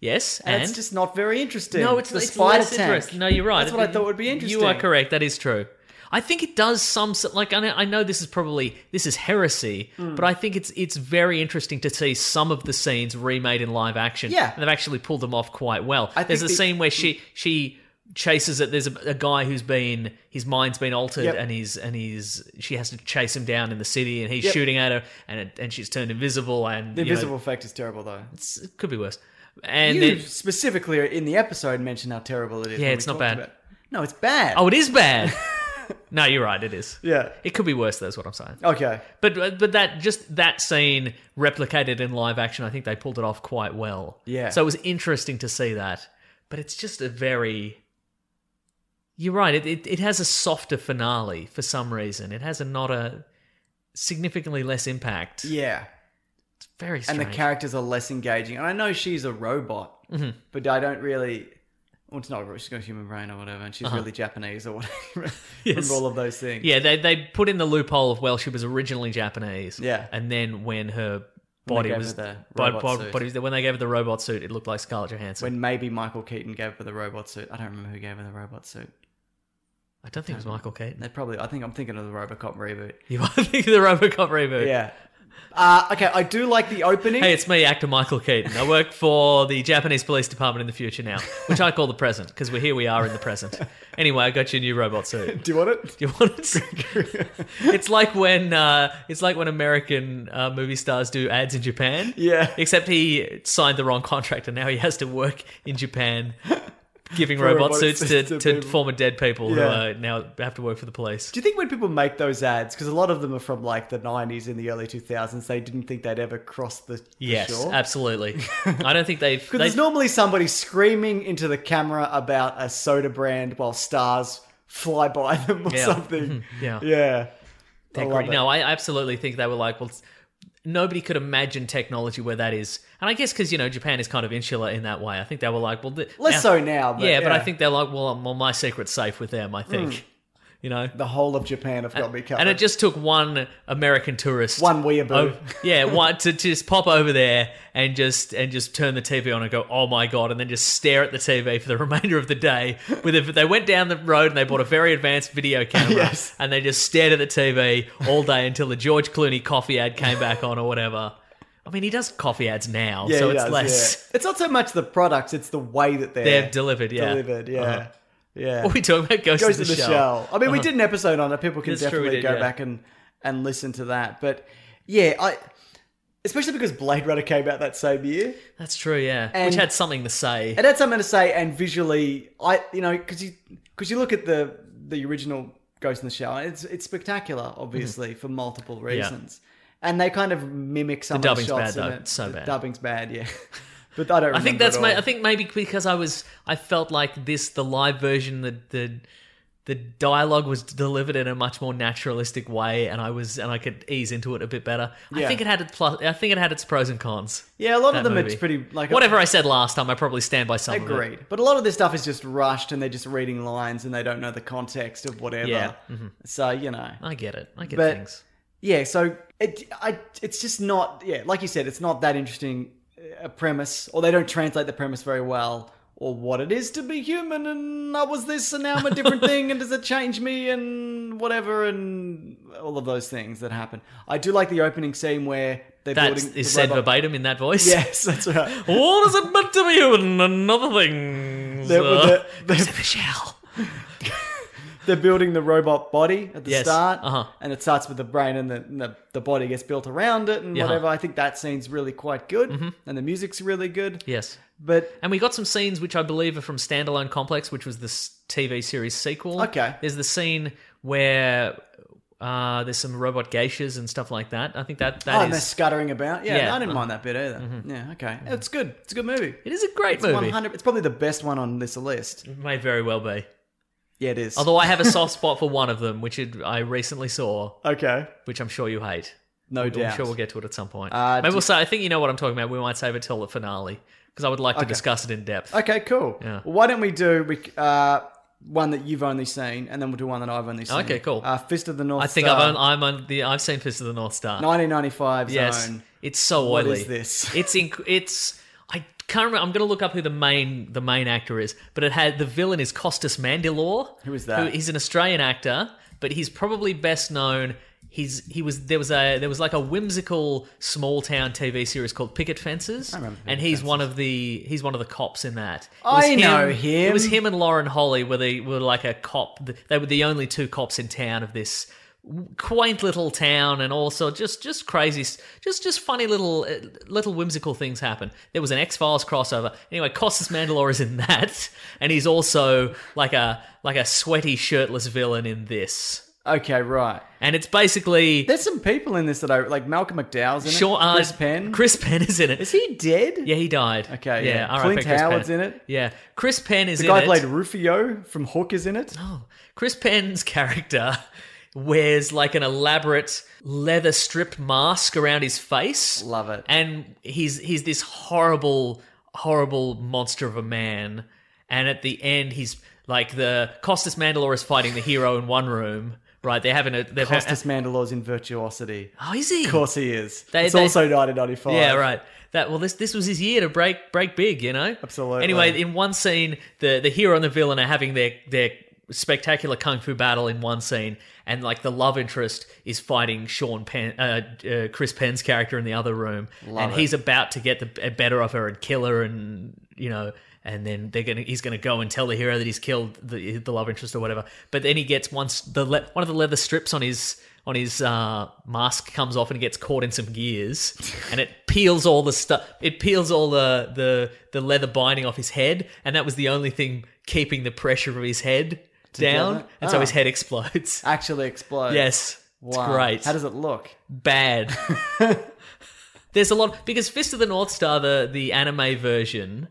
Yes, and,
And, it's just not very interesting.
no, it's,
the
it's
spider
less
tank.
interesting. No, you're right.
That's what I thought would be interesting.
You are correct. That is true. I think it does some s- like I know, I know this is probably this is heresy,
Hmm.
but I think it's it's very interesting to see some of the scenes remade in live action.
Yeah.
and they've actually pulled them off quite well.
I
There's a
think the-
scene where she she chases it. There's a, a guy who's been his mind's been altered,
Yep.
and he's and he's she has to chase him down in the city, and he's
Yep.
shooting at her, and and she's turned invisible, and
The
you know,
invisible effect is terrible, though.
it's- it could be worse. And
you
then,
specifically in the episode mentioned how terrible it is.
Yeah,
when
it's
we
not
talked
bad.
about it. No, it's bad.
oh, it is bad. no, you're right. It is.
yeah.
It could be worse. That's what I'm saying.
Okay.
But but that just that scene replicated in live action, I think they pulled it off quite well.
Yeah.
So it was interesting to see that. But it's just a very You're right, it it, it has a softer finale for some reason. It has a not a significantly less impact.
Yeah.
It's very
And
strange.
the characters are less engaging. And I know she's a robot,
Mm-hmm.
but I don't really. Well, it's not. a robot, She's got a human brain or whatever, and she's really Japanese or whatever.
Uh-huh. Yes.
Remember all of those things.
yeah, they they put in the loophole of well, she was originally Japanese.
Yeah.
And then when her
When
body
they gave
was
her the
bod-
robot
bod-
suit.
body- when they gave her the robot suit, it looked like Scarlett Johansson.
When maybe Michael Keaton gave her the robot suit. I don't remember who gave her the robot suit.
I don't think it was Michael Keaton.
They probably. I think I'm thinking of the RoboCop reboot.
You are thinking of the Robocop reboot.
Yeah. Uh, okay, I do like the opening.
Hey, it's me, actor Michael Keaton. I work for the Japanese Police Department in the future now, which I call the present because we're here. We are in the present. Anyway, I got you a new robot suit.
do you want it?
Do you want it? it's like when uh, it's like when American uh, movie stars do ads in Japan.
Yeah.
Except he signed the wrong contract, and now he has to work in Japan, giving
For
robot
robot
suits to,
suits
to,
to people.
former dead people
Yeah.
who are now have to work for the police.
Do you think when people make those ads, because a lot of them are from like the 90s and the early 2000s, they didn't think they'd ever cross the, the
Yes,
shore?
absolutely. I don't think they've.
Because
they-
there's normally somebody screaming into the camera about a soda brand while stars fly by them or
Yeah.
something.
yeah.
Yeah. I
They're
love
great.
it.
No, I absolutely think they were like, well, it's- nobody could imagine technology where that is. And I guess because, you know, Japan is kind of insular in that way. I think they were like, well, th-
Less
now-
so now, but
yeah, but I
yeah.
think they're like, well, um, well, my secret's safe with them, I think. you know.
The whole of Japan have got me covered.
And it just took one American tourist,
One weeaboo.
oh, yeah, one to just pop over there and just and just turn the TV on and go, oh my god, and then just stare at the TV for the remainder of the day. With a, they went down the road and they bought a very advanced video camera
Yes.
and they just stared at the TV all day until the George Clooney coffee ad came back on or whatever. I mean, he does coffee ads now, so
he
it's
does,
less.
yeah. It's not so much the products; it's the way that they're,
They're delivered, yeah.
delivered. Yeah,
Uh-huh.
yeah.
What are we talking about? Ghost,
goes to
in
the, shell. I mean, we did an episode on it. People can
That's Uh-huh. true, we
definitely
did,
go
yeah.
back and and listen to that. But yeah, I especially because Blade Runner came out that same year.
That's true, yeah.
And-
Which had something to say.
And that's something to say. And visually, I you know because you because you look at the the original Ghost in the Shell, and it's it's spectacular, obviously for multiple reasons. And they kind of mimic some
Mm-hmm. The
of the
dubbing's
shots
bad,
in
though.
it.
So
The
bad.
Dubbing's bad, yeah. But I don't.
I think
remember it
that's my.
all.
I think maybe because I was. I felt like this. The live version. The the the dialogue was delivered in a much more naturalistic way, and I was and I could ease into it a bit better.
Yeah.
I think it had its plus. I think it had its pros and cons.
Yeah, a lot
that
of them
movie.
it's pretty like
Whatever I said last time, I probably stand by some. of it.
Agreed. But a lot of this stuff is just rushed and they're just reading lines and they don't know the context of whatever.
Yeah. mm-hmm.
So, you know.
I get it. I get
But-
things.
Yeah, so it I it's just not yeah, like you said, it's not that interesting uh, a premise or they don't translate the premise very well or what it is to be human and I was this and now I'm a different thing and does it change me and whatever and all of those things that happen. I do like the opening scene where they're
That
building the
is said
robot-
verbatim in that voice.
Yes, that's right.
What is it meant to be human? Another thing.
They're- they're- they're-
Michelle.
they're building the robot body at the
Yes,
start,
uh-huh.
and it starts with the brain, and the, and the the body gets built around it, and
Yeah. Mm-hmm.
whatever. I think that scene's really quite good, and the music's really good.
Yes.
But
And we got some scenes which I believe are from Standalone Complex, which was this TV series sequel.
Okay.
There's the scene where uh, there's some robot geishas and stuff like that. I think that
oh,
that
and they're
is
scuttering about. Yeah,
Yeah,
I didn't
uh-huh.
mind that bit either. Yeah, okay, it's good. It's a good movie.
it is a great
It's
movie.
100 It's probably the best one on this list.
It may very well be.
Yeah, it is.
Although I have a soft spot for one of them, which it, I recently saw,
okay,
which I'm sure you hate.
no doubt.
I'm sure we'll get to it at some point.
Uh,
Maybe
do-
we'll say. I think you know what I'm talking about. We might save it till the finale because I would like to discuss it in depth.
Okay, cool.
Yeah.
Well, why don't we do we, uh, one that you've only seen, and then we'll do one that I've only seen.
Okay, cool.
Uh, Fist of the North.
I think
Star,
I've on, I'm on the I've seen Fist of the North Star.
1995
Yes,
zone.
it's so oily.
What is this?
It's inc- it's I can't remember. I'm going to look up who the main the main actor is, but it had the villain is Costas Mandylor.
Who is that?
he's an Australian actor, but he's probably best known. He's he was there was a there was like a whimsical small town TV series called Picket Fences, I
remember Picket
and he's one of the he's one of the cops in that. It
I know him.
It was him and Lauren Holly were they were like a cop. They were the only two cops in town of this quaint little town and also just just crazy s- just just funny little uh, little whimsical things happen there was an x-files crossover anyway costas mandalore is in that and he's also like a like a sweaty shirtless villain in this
Okay, right.
and it's basically
There's some people in this that I like. Malcolm McDowell's in
Sean-
it.
uh,
Chris Penn.
chris penn is in it
is he dead?
yeah he died
Okay, yeah.
RIP
Clint
Chris
Howard's
Penn.
in it.
yeah chris penn is
The
in
guy
it.
played Rufio from Hook is in it.
Oh, Chris Penn's character wears like an elaborate leather strip mask around his face.
Love it.
And he's he's this horrible, horrible monster of a man. And at the end, he's like the Costas Mandalore is fighting the hero in one room. Right, they're having a they're
Costas Mandalore's in Virtuosity.
Oh, is he?
Of course he is.
They-
it's
they-
also 1995.
Yeah, right. That well, this this was his year to break break big, you know.
Absolutely.
Anyway, in one scene, the the hero and the villain are having their their spectacular kung fu battle in one scene, and like the love interest is fighting Sean Penn, uh, uh, Chris Penn's character in the other room, and
it.
he's about to get the uh, better of her and kill her, and you know. And then they're gonna, he's going to go and tell the hero that he's killed the, the love interest or whatever. But then he gets once the le- one of the leather strips on his on his uh, mask comes off and gets caught in some gears, and it peels all the stuff. It peels all the, the the leather binding off his head, and that was the only thing keeping the pressure of his head down,
Together?
and so
Ah.
his head explodes.
Actually explodes.
yes,
Wow.
it's great
How does it look?
bad. There's a lot because Fist of the North Star, the the anime version.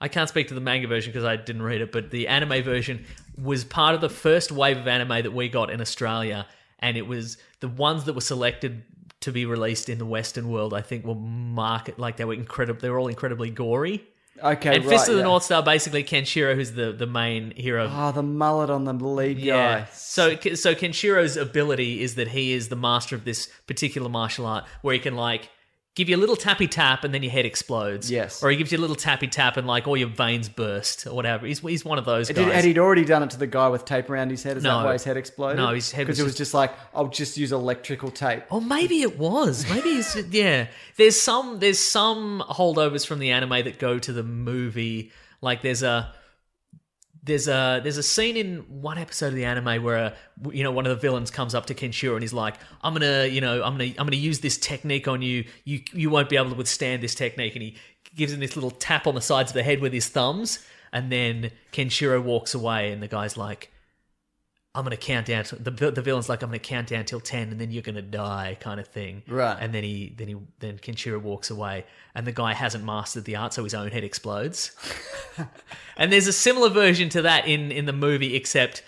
I can't speak to the manga version because I didn't read it, but the anime version was part of the first wave of anime that we got in Australia, and it was the ones that were selected to be released in the Western world. I think were market like they were incredible. They were all incredibly gory.
Okay,
and
right,
Fist of the
yeah.
North Star, basically Kenshiro, who's the, the main hero.
Ah, the mullet on the lead
yeah.
guy.
So so Kenshiro's ability is that he is the master of this particular martial art, where he can like give you a little tappy tap and then your head explodes.
Yes.
Or he gives you a little tappy tap and like all your veins burst or whatever. He's he's one of those
It
guys.
did, and he'd already done it to the guy with tape around his head. Is
No.
that why his head exploded?
No, his head
because
was
it was
just- Oh.
just like I'll just use electrical tape.
Or maybe it was. Maybe it's yeah. There's some there's some holdovers from the anime that go to the movie. Like there's a there's a there's a scene in one episode of the anime where uh, you know one of the villains comes up to Kenshiro and he's like, "I'm gonna you know I'm gonna I'm gonna use this technique on you. You you won't be able to withstand this technique." And he gives him this little tap on the sides of the head with his thumbs, and then Kenshiro walks away, and the guy's like. I'm gonna count down. To, the vi- the villain's like, I'm gonna count down till ten, and then you're gonna die, kind of thing.
Right.
And then he then he then Kenshiro walks away, and the guy hasn't mastered the art, so his own head explodes. and there's a similar version to that in in the movie, except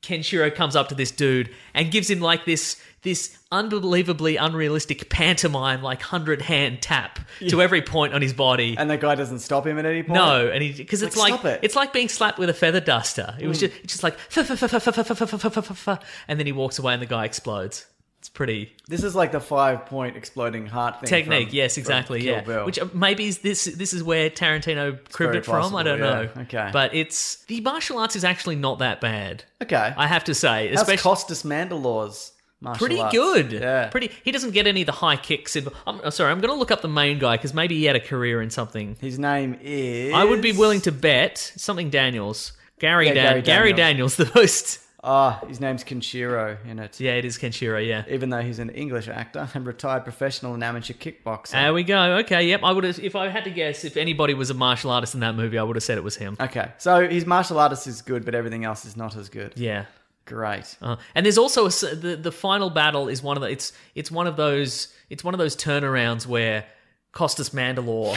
Kenshiro comes up to this dude and gives him like this this unbelievably unrealistic pantomime, like hundred hand tap to every point on his body.
And the guy doesn't stop him at any point.
No, and he because it's
Like,
like
stop it. Hmm.
it's like being slapped with a feather duster. It was just it's just like "Fa, fa, fa, fa, fa, fa, fa, fa, fa, fa, fa, fa," and then he walks away and the guy explodes. It's pretty
this is like the five point exploding heart thing
technique.
from-
yes,
from
exactly.
Kill
Yeah,
Bill.
which uh, maybe is this this is where Tarantino cribbed
very
it from. I
possible,
don't
yeah.
know.
Okay.
but it's the martial arts is actually not that bad.
okay,
I have to say,
that's
especially
Costas Mandalore's martial
pretty
arts.
good.
Yeah,
pretty. He doesn't get any of the high kicks. In, I'm I'm sorry, I'm going to look up the main guy because maybe he had a career in something.
His name is.
I would be willing to bet something Daniels. Gary,
Yeah,
Dan-
Gary
Gary, Daniels.
Daniels.
the most.
Ah, his name's Kenshiro in it.
Yeah, it is Kenshiro, yeah.
Even though he's an English actor and retired professional and amateur kickboxer.
There we go. Okay, yep. I would have, if I had to guess, if anybody was a martial artist in that movie, I would have said it was him.
okay, so his martial artist is good, but everything else is not as good.
Yeah.
Great.
Uh, and there's also a s the the final battle is one of the it's it's one of those it's one of those turnarounds where Costas Mandalore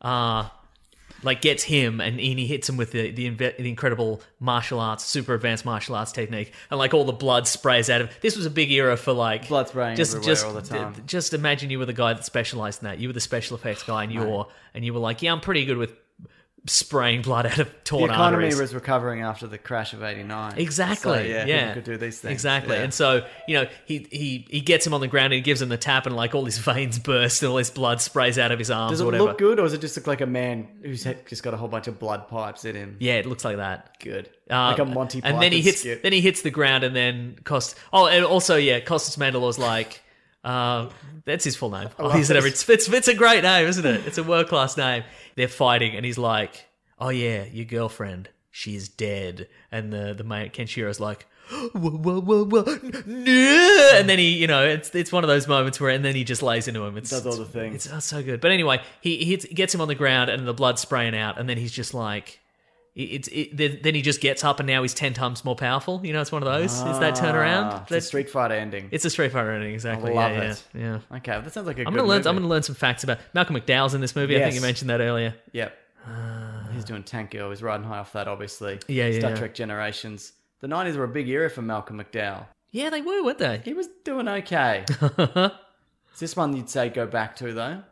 uh like gets him and Eni hits him with the the, inve- the incredible martial arts super advanced martial arts technique and like all the blood sprays out of this was a big era for like
Blood spraying
just
everywhere
just
all the time.
d- just imagine you were the guy that specialized in that you were the special effects guy and you were and you were like yeah I'm pretty good with spraying blood out of
The
torn
economy
arteries
was recovering after the crash of '89.
Exactly.
So,
yeah,
people could do these things.
Exactly.
Yeah.
And so you know he he he gets him on the ground and he gives him the tap and like all his veins burst and all his blood sprays out of his arms
Does it
or whatever.
look good, or does it just look like a man who's had, just got a whole bunch of blood pipes in him?
Yeah, it looks like that.
Good.
Um,
like a Monty Python
and then he hits
skit.
then he hits the ground and then cost oh and also yeah Costas Mandalore's like uh, that's his full name oh, he's whatever it's, it's it's a great name isn't it it's a world class name they're fighting and he's like oh yeah your girlfriend she's dead and the the mate Kenshiro's like whoa whoa whoa whoa n- no and then he you know it's it's one of those moments where and then he just lays into him it's
Does all
it's-
the things.
it's, it's so good but anyway he, he hits, gets him on the ground and the blood's spraying out and then he's just like it- it's it, then then he just gets up and now he's ten times more powerful. You know, it's one of those. it's that
Ah,
turnaround.
It's a
That-
Street Fighter ending.
it's a straight fighter ending, exactly.
love
yeah,
it.
yeah, yeah.
okay, that sounds like a
I'm
good
gonna learn.
Movie.
I'm gonna learn some facts about Malcolm McDowell's in this movie. I think
Yes.
you mentioned that earlier.
Yep. He's doing Tank Girl. He's riding high off that, obviously.
Yeah, yeah,
Star
yeah.
Trek Generations. The 90s were a big era for Malcolm McDowell.
Yeah, they were, weren't they?
He was doing okay. Is this one you'd say go back to, though?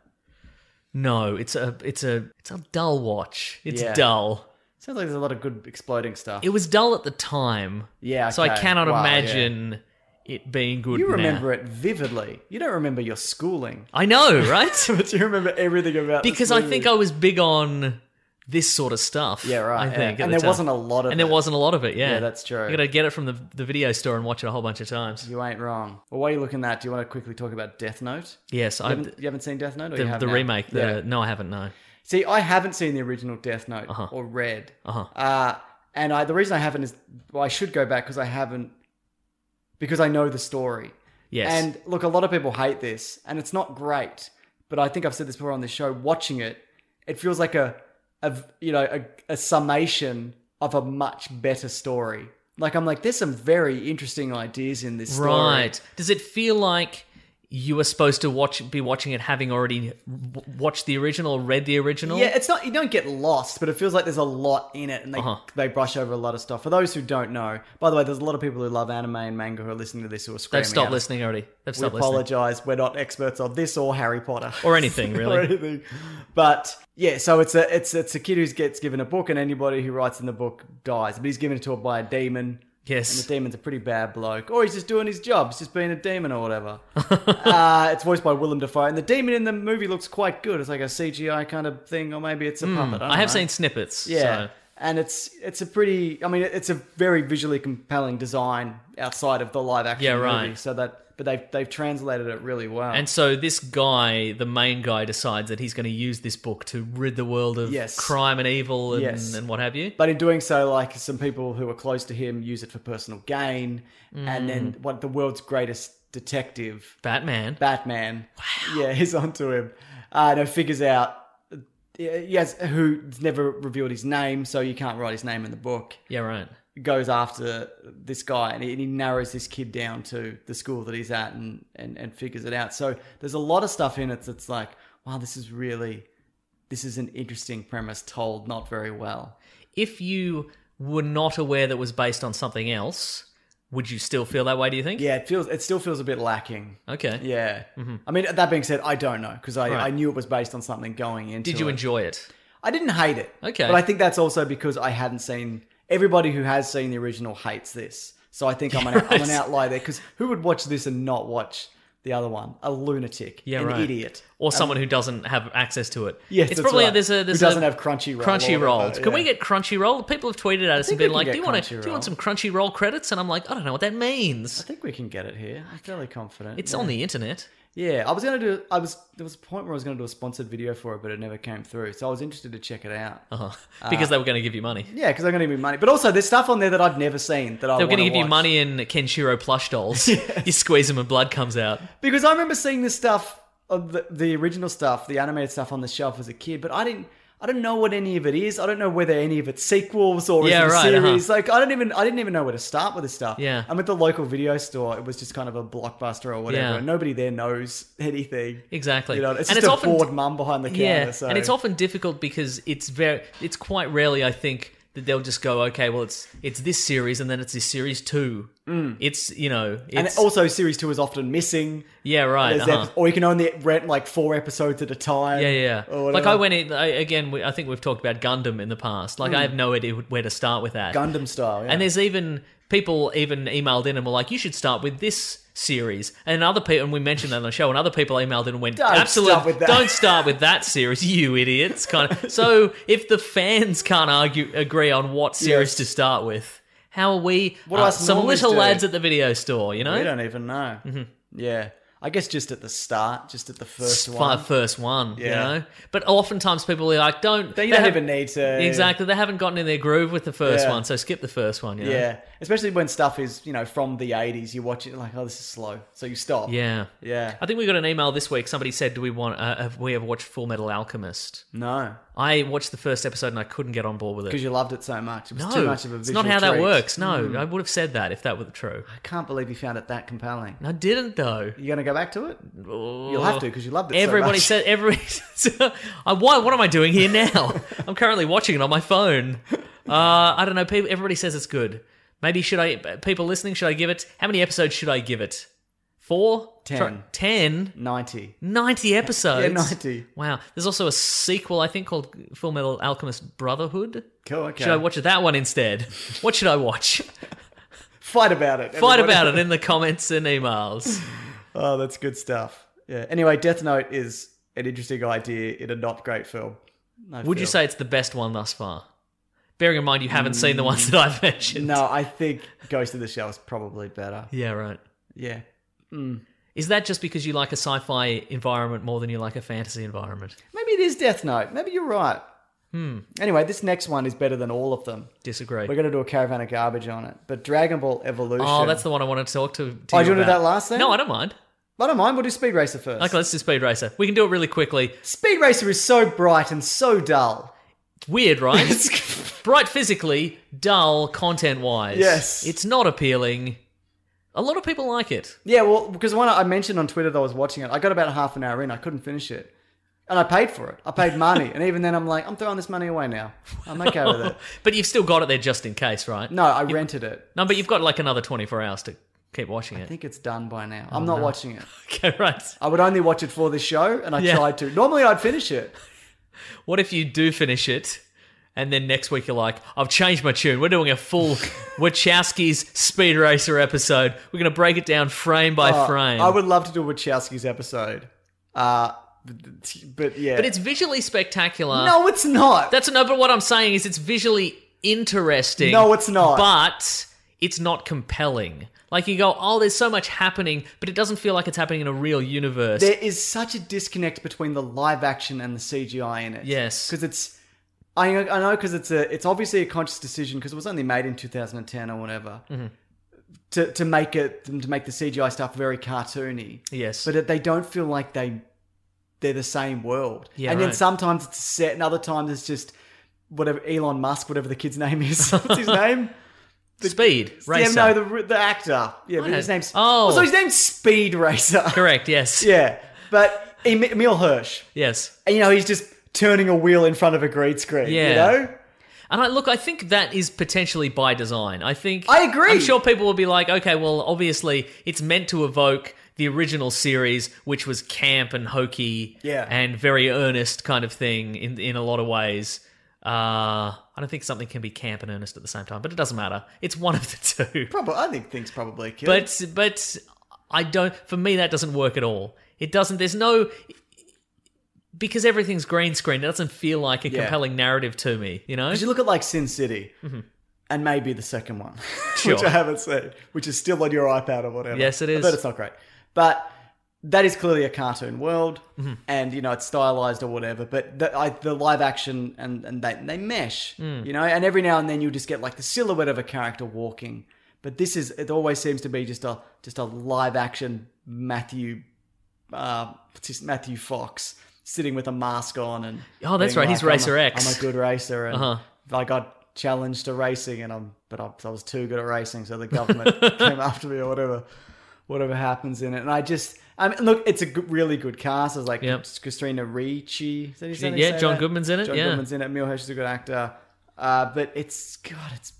No, it's a it's a it's a dull watch. It's
Yeah.
dull.
Sounds like there's a lot of good exploding stuff.
It was dull at the time.
Yeah,
So I
okay.
cannot
Wow, yeah.
imagine it being good.
you
now.
remember it vividly. You don't remember your schooling,
I know, right?
but you remember everything about this
because I think
movie.
I was big on this sort of stuff.
Yeah, right,
I
yeah.
think, at
And
the
there
time.
wasn't a lot of
and there
it.
wasn't a lot of it. Yeah,
Yeah, that's true.
You got to get it from the the video store and watch it a whole bunch of times.
You ain't wrong. Well, while you're looking that, do you want to quickly talk about Death Note?
Yes,
You
I
haven't,
the,
you haven't seen Death Note, or you have
the
now?
remake. The,
Yeah.
No, I haven't. No.
See, I haven't seen the original Death Note or read.
Uh-huh.
Uh, and I, the reason I haven't is well, I should go back because I haven't because I know the story.
Yes.
And look, a lot of people hate this, and it's not great. But I think I've said this before on this show. Watching it, it feels like a, a you know a, a summation of a much better story. Like I'm like, there's some very interesting ideas in this story.
Right. Does it feel like you were supposed to watch be watching it having already w- watched the original, read the original.
Yeah, it's not you don't get lost, but it feels like there's a lot in it, and they
Uh-huh.
they brush over a lot of stuff. For those who don't know, by the way, there's a lot of people who love anime and manga who are listening to this who are screaming.
They've stopped
at us.
listening already. They've
We
stopped listening.
apologize. We're not experts on this or Harry Potter
Or anything, really.
or anything. But yeah, so it's a it's it's a kid who gets given a book, and anybody who writes in the book dies. But he's given it to him by a demon. And the
Yes.
demon's a pretty bad bloke, or he's just doing his job. He's just being a demon or whatever. uh, it's voiced by Willem Dafoe, and the demon in the movie looks quite good. It's like a CGI kind of thing, or maybe it's a puppet. I, don't
Hmm. I have
know.
seen snippets.
Yeah.
so-
And it's it's a pretty I mean it's a very visually compelling design outside of the live action
Yeah,
movie.
right.
So that but they've they've translated it really well.
And so this guy, the main guy, decides that he's going to use this book to rid the world of
Yes.
crime and evil and,
Yes.
and what have you.
but in doing so, like some people who are close to him use it for personal gain. And
Mm.
then what the world's greatest detective,
Batman.
Batman. Yeah, he's onto him. Uh no figures out uh, yes, who's never revealed his name, so you can't write his name in the book.
yeah, right.
goes after this guy and he, and he narrows this kid down to the school that he's at and, and, and figures it out. So there's a lot of stuff in it that's like, wow, this is really, this is an interesting premise told not very well.
If you were not aware that was based on something else, would you still feel that way? Do you think?
Yeah, it feels, it still feels a bit lacking. Mm-hmm.
Okay.
Yeah. I mean, that being said, I don't know because I,
Right.
I knew it was based on something going into
Did you
it.
enjoy it?
I didn't hate it.
Okay.
But I think that's also because I hadn't seen everybody who has seen the original hates this. So I think I'm an, I'm an
Yes.
outlier there because who would watch this and not watch the other one? A lunatic,
Yeah,
an
right.
idiot.
Or someone who doesn't have access to it.
Um, Yes,
it's
that's
probably
right.
there's a there's
who doesn't
a
have Crunchyroll. or
Crunchyroll.
whatever,
Can we
yeah.
get Crunchyroll? People have tweeted at us and
think we
been
can
like,
get
"Do you want to do you want
Crunchyroll.
some Crunchyroll credits?" And I'm like, "I don't know what that means."
I think we can get it here. I'm fairly confident.
It's
yeah.
on the internet.
Yeah, I was gonna do. I was there was a point where I was gonna do a sponsored video for it, but it never came through. So I was interested to check it out.
Uh-huh. Because they were going to give you money.
Yeah, because I'm gonna give me money. But also, there's stuff on there that I've never seen that I
They were going to
wanna
give you
watch.
money in Kenshiro plush dolls. You squeeze them and blood comes out.
Because I remember seeing this stuff, of the, the original stuff, the animated stuff on the shelf as a kid, but I didn't. I don't know what any of it is. I don't know whether any of it's sequels or
Yeah,
is it a
right, uh-huh.
series. Like I don't even I didn't even know where to start with this stuff.
Yeah.
And with the local video store, it was just kind of a blockbuster or whatever.
Yeah.
And nobody there knows anything.
Exactly.
You know, it's
And
just
it's
a
often-
bored mum behind the counter.
Yeah,
so.
and it's often difficult because it's very, it's quite rarely, I think, that they'll just go, okay, well, it's it's this series and then it's this series two. It's you know, it's
Mm. and also series two is often missing.
yeah, right,
There's
uh-huh.
epi- or you can only rent like four episodes at a time.
yeah, yeah.
Or
Like
whatever.
I went in I, again. We, I think we've talked about Gundam in the past. Like I
Mm.
have no idea where to start with that.
Gundam style. Yeah.
And there's even people even emailed in and were like, "You should start with this series." And other people, and we mentioned that on the show, and other people emailed in and went,
Don't
"Absolutely,
start with that."
don't start with that series, you idiots!" Kind of. so if the fans can't argue agree on what series
Yes.
to start with, how are we?
What do
uh,
us
some
normies
little
do?
lads at the video store, you
We
know,
don't even know.
Mm-hmm.
Yeah. I guess just at the start, just at the first
Fi-
one.
first one,
Yeah.
you know. But oftentimes people are like, "Don't."
Then you
they
don't
have-
even need to.
Exactly, they haven't gotten in their groove with the first
Yeah.
one, so skip the first one. You know?
Yeah. Especially when stuff is, you know, from the 80s, you watch it like, oh, this is slow. So you stop.
yeah,
Yeah.
I think we got an email this week. Somebody said, "Do we want? Uh, have we ever watched Full Metal Alchemist?"
No.
I watched the first episode and I couldn't get on board with
Because
it.
you loved it so much. It was
No,
too much of a
it's
visual Hmm.
not how that
treat.
works. No, I would have said that if that were true.
I can't believe you found it that compelling.
And I didn't though.
You going to go back to it?
You'll
You'll have to because you loved it
Everybody
so
said
much.
every. I why? What am I doing here now? I'm currently watching it on my phone. Uh, I don't know. People, everybody says it's good. Maybe should I? People listening, should I give it? How many episodes should I give it? Four,
Ten.
Try- ten?
90.
90 episodes.
Yeah, 90.
Wow. There's also a sequel, I think, called Full Metal Alchemist Brotherhood.
Cool, okay.
Should I watch that one instead? What should I watch?
Fight about it.
Fight
everybody.
about it in the comments and emails.
Oh, that's good stuff. Yeah. Anyway, Death Note is an interesting idea in a not great film. I
Would you
feel.
say it's the best one thus far? Bearing in mind you haven't seen the ones that
Mm.
I've mentioned.
No, I think Ghost in the Shell is probably better.
Yeah, right.
Yeah.
Is that just because you like a sci fi environment more than you like a fantasy environment?
Maybe it is Death Note. Maybe you're right. Hmm. Anyway, this next one is better than all of them.
Disagree.
We're going to do a caravan of garbage on it. But Dragon Ball Evolution.
Oh, that's the one I want to talk to. to
Oh,
you
do you want to do
about.
that last thing?
No, I don't mind.
I don't mind. We'll do Speed Racer first.
Okay, let's do Speed Racer. We can do it really quickly.
Speed Racer is so bright and so dull.
weird, right? bright physically, dull content wise.
Yes.
It's not appealing. A lot of people like it.
Yeah, well, because when I mentioned on Twitter that I was watching it, I got about half an hour in, I couldn't finish it. And I paid for it. I paid money. and even then, I'm like, I'm throwing this money away now. I'm okay with it.
but you've still got it there just in case, right?
No, I rented it.
No, but you've got like another 24 hours to keep watching
I
it.
think it's done by now.
Oh,
I'm not watching it.
Okay, right.
I would only watch it for this show, and I
Yeah.
tried to. Normally, I'd finish it.
What if you do finish it and then next week you're like, I've changed my tune. We're doing a full Wachowski's Speed Racer episode. We're going to break it down frame by
Uh,
frame.
I would love to do a Wachowski's episode. Uh, but, but yeah.
but it's visually spectacular.
no, it's not.
That's no, but what I'm saying is it's visually interesting.
No, it's not.
But it's not compelling. Like you go, oh, there's so much happening, but it doesn't feel like it's happening in a real universe.
there is such a disconnect between the live action and the CGI in it.
Yes.
because it's I I know because it's a it's obviously a conscious decision because it was only made in 2010 or whatever
Mm-hmm.
to to make it to make the CGI stuff very cartoony.
yes.
but it, they don't feel like they they're the same world.
Yeah,
and then
right.
sometimes it's set, and other times it's just whatever Elon Musk, whatever the kid's name is. What's his name?
Speed Racer.
Yeah, no, the the actor. Yeah, but
What?
his name's
Oh.
so his name's Speed Racer.
Correct, yes.
Yeah, but Em- Emil Hirsch,
Yes.
you know, he's just turning a wheel in front of a green screen.
Yeah.
You know?
And I look, I think that is potentially by design. I think
I agree.
I'm sure people will be like, okay, well, obviously it's meant to evoke the original series, which was camp and hokey,
Yeah.
and very earnest kind of thing in in a lot of ways. Uh, I don't think something can be camp and earnest at the same time, but it doesn't matter. It's one of the two.
Probably, I think things probably killed.
But but I don't. For me, that doesn't work at all. It doesn't. There's no because everything's green screen. It doesn't feel like a
Yeah.
compelling narrative to me. You know. Mm-hmm.
Because you look at like Sin City, and maybe the second one, which
Sure.
I haven't seen, which is still on your iPad or whatever.
Yes, it
I
is.
bet it's not great, but that is clearly a cartoon world,
Mm-hmm.
and you know it's stylized or whatever. But the, I, the live action and and they they mesh,
Mm.
you know. And every now and then you just get like the silhouette of a character walking. But this is it. Always seems to be just a just a live action Matthew, uh, what's his- Matthew Fox sitting with a mask on and
Oh, that's
being
right, he's
like, I'm
Racer
a-
X.
I'm a good good racer and
Uh-huh.
I got challenged to racing and I'm but I, I was too good at racing so the government came after me or whatever whatever happens in it and I just I mean look it's a g- really good cast it's like
Yep.
Christina Ricci is that his name?
Yeah,
Say
John
that?
Goodman's in it,
John
yeah.
Goodman's in it Emil Hirsch is a good actor uh, but it's God it's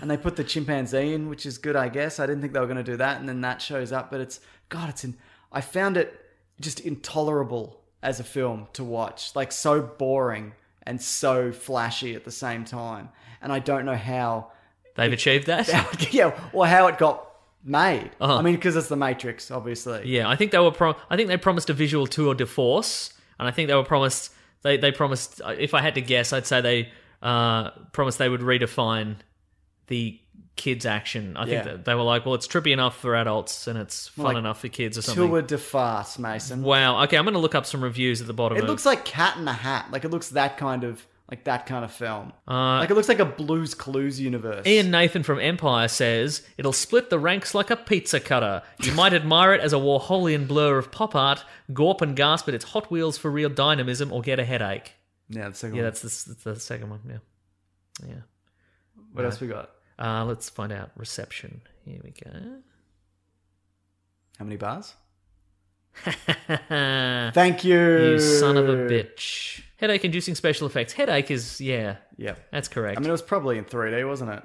and they put the chimpanzee in which is good I guess I didn't think they were going to do that and then that shows up but it's God it's in I found it just intolerable as a film to watch. Like so boring and so flashy at the same time. And I don't know how,
They've achieved that.
yeah, or how it got made.
Uh-huh.
I mean, because it's the Matrix, obviously.
Yeah, I think they were. Prom- I think they promised a visual tour de force, and I think they were promised. They they promised. uh, If I had to guess, I'd say they uh, promised they would redefine the kids' action. I think
Yeah.
that they were like, well, it's trippy enough for adults and it's fun
Like,
enough for kids or something.
Tour de farce, Mason.
Wow. Okay, I'm going to look up some reviews at the bottom.
It
of-
looks like Cat in the Hat. Like it looks that kind of like that kind of film.
Uh,
like it looks like a Blues Clues universe.
Ian Nathan from Empire says it'll split the ranks like a pizza cutter. You might admire it as a Warholian blur of pop art, gawp and gasp at its Hot Wheels for real dynamism, or get a headache.
yeah, the second
Yeah,
one.
that's the, s- that's the second one. Yeah, yeah.
what else we got?
Uh, let's find out reception. Here we go.
How many bars? Thank you,
you son of a bitch. Headache-inducing special effects. Headache is yeah,
Yeah,
that's correct.
I mean it was probably in 3D, wasn't it?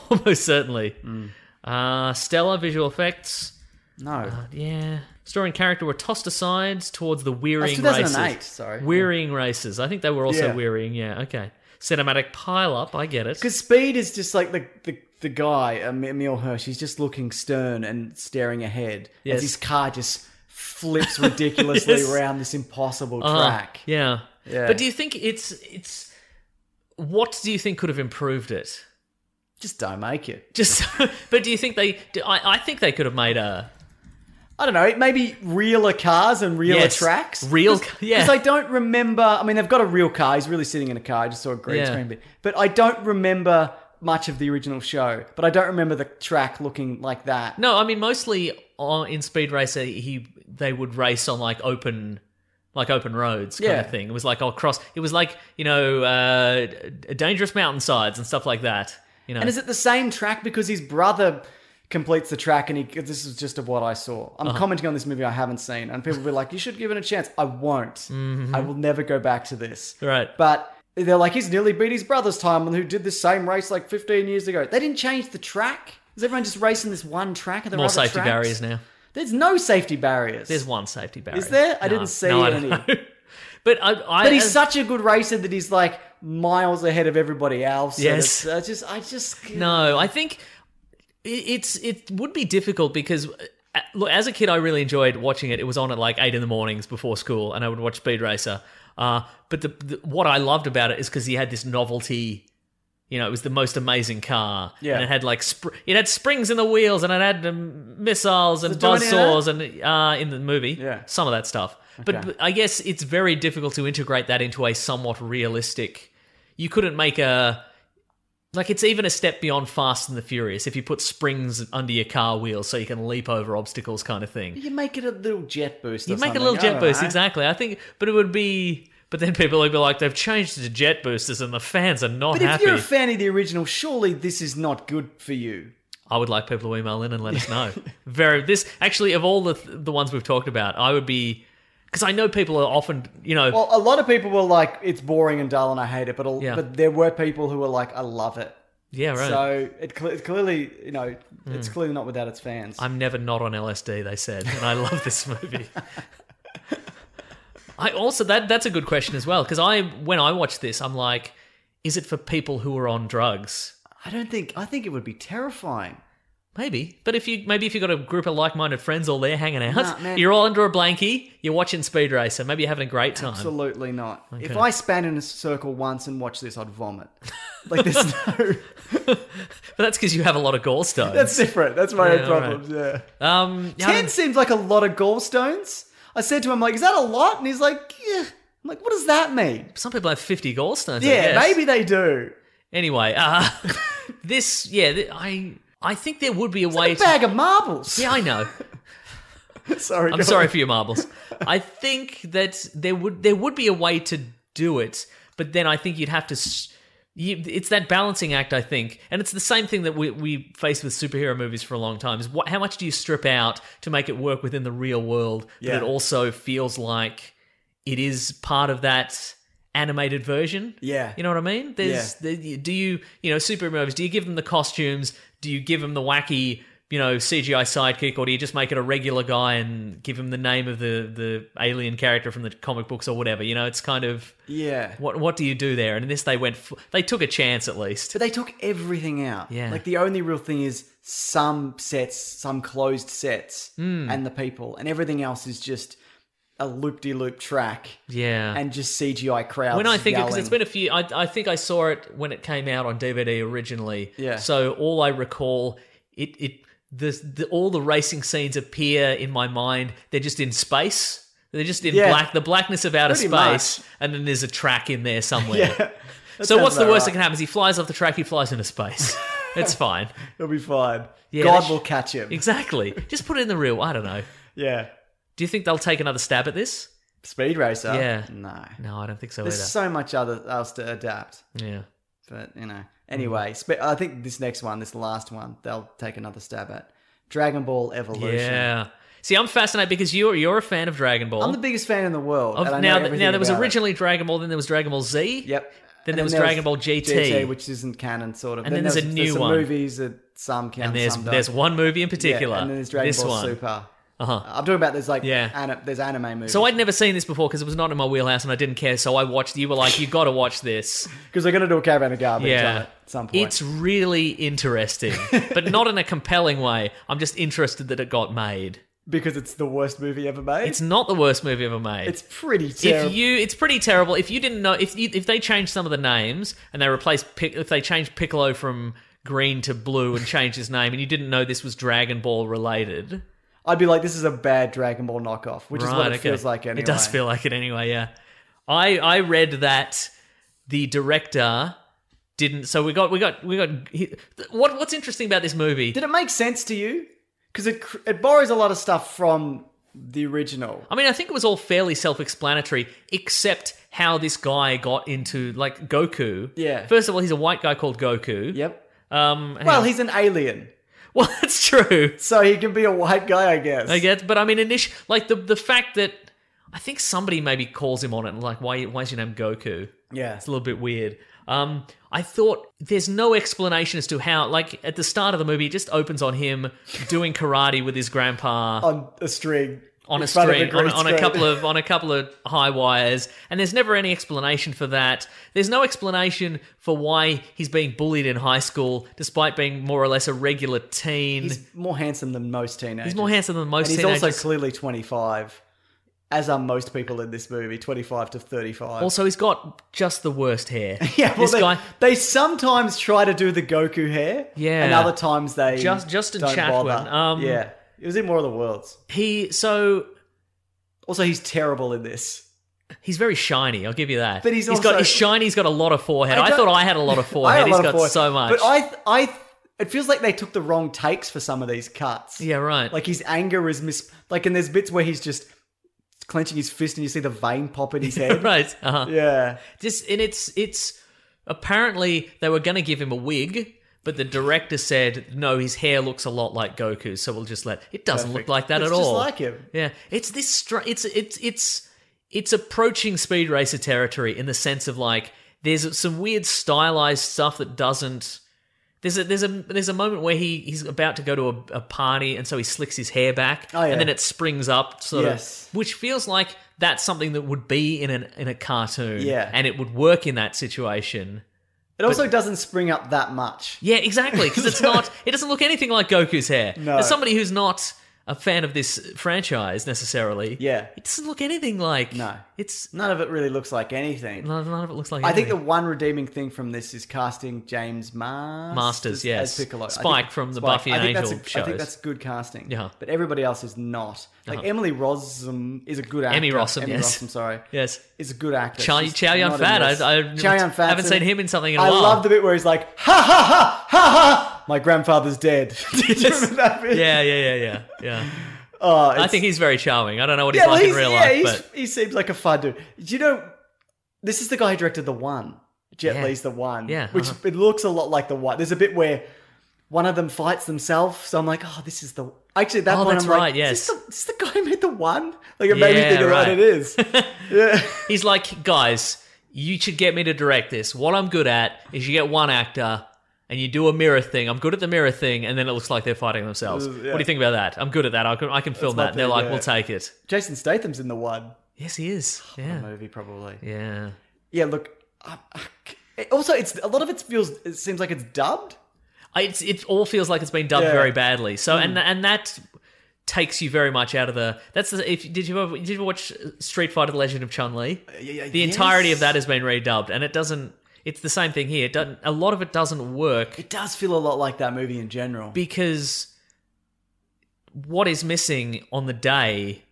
Almost certainly.
Mm.
Uh, Stellar visual effects.
No,
Uh, yeah. Story and character were tossed aside towards the
That's
wearying
2008.
races.
Sorry,
Wearying races. I think they were also
Yeah.
wearying. Yeah. Okay. Cinematic pile up. I get it.
Because Speed is just like the, the, the guy, um, Emil Hirsch, he's just looking stern and staring ahead
Yes.
as his car just flips ridiculously
Yes.
around this impossible
Uh,
track.
yeah.
Yeah.
But do you think it's it's what do you think could have improved it?
Just don't make it.
Just. but do you think they? Do, I I think they could have made a.
I don't know, maybe realer cars and realer
Yes.
tracks.
Real ca- yeah.
Because I don't remember, I mean, they've got a real car, he's really sitting in a car, I just saw a green
Yeah.
screen bit. But I don't remember much of the original show, but I don't remember the track looking like that.
No, I mean mostly on, in Speed Racer, he they would race on like open, like open roads kind
Yeah.
of thing. It was like oh cross. It was like you know uh, d- dangerous mountainsides and stuff like that. You know,
And is it the same track because his brother completes the track, and he. This is just of what I saw. I'm
Uh-huh.
commenting on this movie I haven't seen, and people will be like, "You should give it a chance." I won't. I will never go back to this.
Mm-hmm. Right.
But they're like, he's nearly beat his brother's time, who did the same race like 15 years ago. They didn't change the track. Is everyone just racing this one track? Are there
More
other
safety
tracks?
barriers now.
There's no safety barriers.
There's one safety barrier.
Is there? I didn't see
I
any.
don't know. but I, I
But he's such a good racer that he's like miles ahead of everybody else. and
Yes.
it's- I just, I just
No, I think it- it's it would be difficult because uh, look, as a kid, I really enjoyed watching it. It was on at like eight in the mornings before school, and I would watch Speed Racer. Uh, but the, the what I loved about it is because he had this novelty. You know, it was the most amazing car,
Yeah.
and it had like spr- it had springs in the wheels, and it had um, missiles and
Does it do any of that?
buzzsaws, and uh, in the movie,
Yeah.
some of that stuff. But, but I guess it's very difficult to integrate that into a somewhat realistic. You couldn't make a like it's even a step beyond Fast and the Furious if you put springs under your car wheels so you can leap over obstacles, kind of thing.
You make it a little jet boost. or
You make a
something.
little
I
jet
don't
boost,
know.
exactly. I think, but it would be. But then people would be like, they've changed it to jet boosters, and the fans are not
But if
happy.
you're a fan of the original, surely this is not good for you.
I would like people to email in and let us know. Very this actually of all the the ones we've talked about, I would be because I know people are often you know
Well, a lot of people were like, "It's boring and dull, and I hate it." But a,
Yeah. Oh,
but there were people who were like, "I love it."
yeah right.
So it, cle it clearly, you know, it's clearly not without its fans.
Hmm. I'm never not on LSD, they said, and I love this movie. I also that that's a good question as well because I when I watch this, I'm like, is it for people who are on drugs?
I don't think. I think it would be terrifying.
Maybe, but if you maybe if you've got a group of like-minded friends all there hanging out,
Nah, man.
you're all under a blankie, you're watching Speed Racer, maybe you're having a great time.
Absolutely not. If
Okay.
I span in a circle once and watch this, I'd vomit. Like there's no.
But that's because you have a lot of gallstones.
That's different. That's my
Yeah,
own
all
problems. Yeah.
um, yeah, I
Ten
don't-
seems like a lot of gallstones. I said to him, like, is that a lot? And he's like, yeah. I'm like, what does that mean?
some people have fifty gallstones. I
Yeah,
guess.
maybe they do.
Anyway, uh, this yeah, th- I I think there would be a way
A bag of marbles.
to. Yeah, I know.
sorry.
I'm
go
sorry
on.
for your marbles. I think that there would there would be a way to do it, but then I think you'd have to. s- You, it's that balancing act, I think, and it's the same thing that we we face with superhero movies for a long time. Is what how much do you strip out to make it work within the real world, but
Yeah.
it also feels like it is part of that animated version.
Yeah.
you know what I mean. There's the, do you you know superhero movies? Do you give them the costumes? Do you give them the wacky you know CGI sidekick, or do you just make it a regular guy and give him the name of the the alien character from the comic books or whatever? You know, it's kind of
Yeah.
what what do you do there? And in this, they went f- they took a chance at least.
But they took everything out.
Yeah.
Like the only real thing is some sets, some closed sets,
Hmm.
and the people, and everything else is just a loop de loop track
Yeah.
and just CGI crowds.
when I think
yelling.
because it's been a few, I, I think I saw it when it came out on DVD originally.
Yeah.
So all I recall, it it the, the all the racing scenes appear in my mind. They're just in space. They're just in
Yeah.
black, the blackness of outer
Pretty
space, and then there's a track in there somewhere.
Yeah. That
So what's
sounds
the
about
worst that
right.
can happen? Is he flies off the track, he flies into space. it's fine.
It'll be fine.
Yeah,
God
they
will
sh-
catch him.
Exactly. Just put it in the real. I don't know.
yeah.
Do you think they'll take another stab at this?
Speed Racer.
Yeah.
No.
No, I don't think so
There's so much other else to adapt.
either. yeah.
But you know,
Hmm.
anyway, spe- I think this next one, this last one, they'll take another stab at Dragon Ball Evolution.
Yeah. See, I'm fascinated because you're you're a fan of Dragon Ball.
I'm the biggest fan in the world.
Of-
and I know
now,
everything
now there was
about it.
originally Dragon Ball, then there was Dragon Ball Z.
Yep.
Then
And
there was Dragon Ball GT.
which isn't canon, sort of.
And then there's a new
some
one.
movies that some count,
And there's
some don't.
there's one movie in
Yeah,
particular.
and then there's Dragon
this
Ball
one.
Super.
Uh-huh.
I'm talking about there's like
Yeah.
ani- there's anime movies.
So I'd never seen this before because it was not in my wheelhouse and I didn't care. So I watched. You were like, you got to watch this.
because they're gonna do a caravan of garbage on
yeah.
it at some point.
It's really interesting, but not in a compelling way. I'm just interested that it got made.
because it's the worst movie ever made.
It's not the worst movie ever made.
it's pretty terrible.
if you it's pretty terrible if you didn't know if you, if they changed some of the names and they replaced Pic- if they changed piccolo from green to blue and changed his name and you didn't know this was dragon ball related
I'd be like, this is a bad Dragon Ball knockoff, which is what it feels like anyway.
it does feel like it anyway yeah i i read that the director didn't so we got we got we got he, what what's interesting about this movie
Did it make sense to you? Because it cr- it borrows a lot of stuff from the original.
I mean, I think it was all fairly self-explanatory, except how this guy got into like Goku.
Yeah.
First of all, he's a white guy called Goku.
Yep.
Um, hang
Well,
on.
he's an alien.
Well, that's true.
So he can be a white guy, I guess.
I guess, but I mean, initial like the the fact that I think somebody maybe calls him on it, and like, why why is your name Goku?
Yeah.
It's a little bit weird. Um, I thought there's no explanation as to how. Like at the start of the movie, it just opens on him doing karate with his grandpa
On a
on
string. Oh, In
a
front of
string, on,
green
a- on a
screen.
couple of on a couple of high wires, and there's never any explanation for that. There's no explanation for why he's being bullied in high school, despite being more or less a regular teen. He's,
He's more handsome than most teenagers.
more handsome than most
And he's
teenagers.
also clearly 25, as are most people in this movie, 25 to 35.
Also, he's got just the worst hair.
yeah, well,
this
they,
guy
they sometimes try to do the Goku hair.
Yeah.
And other times they
Just- Justin
don't
Chatwin,
bother.
um,
yeah. It was in War of the Worlds.
he so
Also, he's terrible in this.
he's very shiny. I'll give you that.
But he's
he's
also-
got he's shiny. He's got a lot of forehead.
I
I,
don't-
thought I had a lot of
I
forehead.
had a
He's
lot
got
of forehead.
so much.
But I, I, it feels like they took the wrong takes for some of these cuts.
yeah, right.
Like his anger is mis. Like, and there's bits where he's just clenching his fist, and you see the vein pop in his head.
right. Uh-huh.
Yeah.
Just and it's it's apparently they were going to give him a wig, but the director said no. His hair looks a lot like Goku's, so we'll just let it doesn't look like that
It's
at
just
all.
like him.
Yeah, it's this. Str- it's it's it's it's approaching speed racer territory in the sense of like there's some weird stylized stuff that doesn't. There's a there's a there's a moment where he he's about to go to a, a party and so he slicks his hair back
Oh, yeah.
and then it springs up sort
Yes.
of which feels like that's something that would be in an in a cartoon
Yeah.
and it would work in that situation
It also doesn't spring up that much.
yeah, exactly. Because it's not. It doesn't look anything like Goku's hair.
No.
As somebody who's not a fan of this franchise necessarily,
Yeah.
it doesn't look anything like.
No.
it's
None of it really looks like anything.
none, none of it looks like.
I think the
anything.
one redeeming thing from this is casting James Masters,
Masters, yes.
as Piccolo. I think-
Spike from the Buffy and
I think that's
Angel
a- I think
shows.
that's good casting.
Yeah.
but everybody else is not. Like
Uh-huh.
Emily Rossum is a good actor.
Emmy Rossum,
Emmy
yes.
Rossum, sorry,
yes.
is a good actor.
Chow,
She's
Chow Yun
not in
Fat.
this.
I, I
Chow Yun Fat's
haven't
in
seen
it.
him in something in a
I
while.
love the bit where he's like, ha ha ha ha ha. My grandfather's dead. Do you remember that bit?
yeah, yeah, yeah, yeah, yeah.
Oh,
I
it's-
think he's very charming. I don't know what he's
yeah, well,
like
he's,
in real
yeah,
life,
he's-
but
he seems like a fun dude. Do you know, this is the guy who directed the one. Jet
Yeah.
Li's the one.
Yeah,
which
uh-huh.
it looks a lot like the one. There's a bit where one of them fights themselves, so I'm like, oh, this is the. Actually, at that
Oh,
point,
that's
I'm like,
right,
is this
yes.
the, is this the guy who made the one? Like, it made me
Yeah,
think of what
right.
it is. yeah.
he's like, guys, you should get me to direct this. What I'm good at is you get one actor and you do a mirror thing. I'm good at the mirror thing, and then it looks like they're fighting themselves.
Uh, yeah.
What do you think about that? I'm good at that. I can, I can film
my
that. And they're
thing,
like,
yeah.
we'll take it.
Jason Statham's in the one.
Yes, he is.
The
Yeah,
movie, probably.
yeah.
Yeah, look. I, I, it- also, it's a lot of it feels. It seems like it's dubbed.
I- It's, it all feels like it's been dubbed
Yeah. Hmm.
very badly. So and and that takes you very much out of the. That's the. If did you ever did you ever watch Street Fighter: The Legend of Chun Li?
Uh, yeah,
the
yes.
entirety of that has been redubbed, and it doesn't. It's the same thing here. It doesn't. A lot of it doesn't work.
It does feel a lot like that movie in general.
because what is missing on the day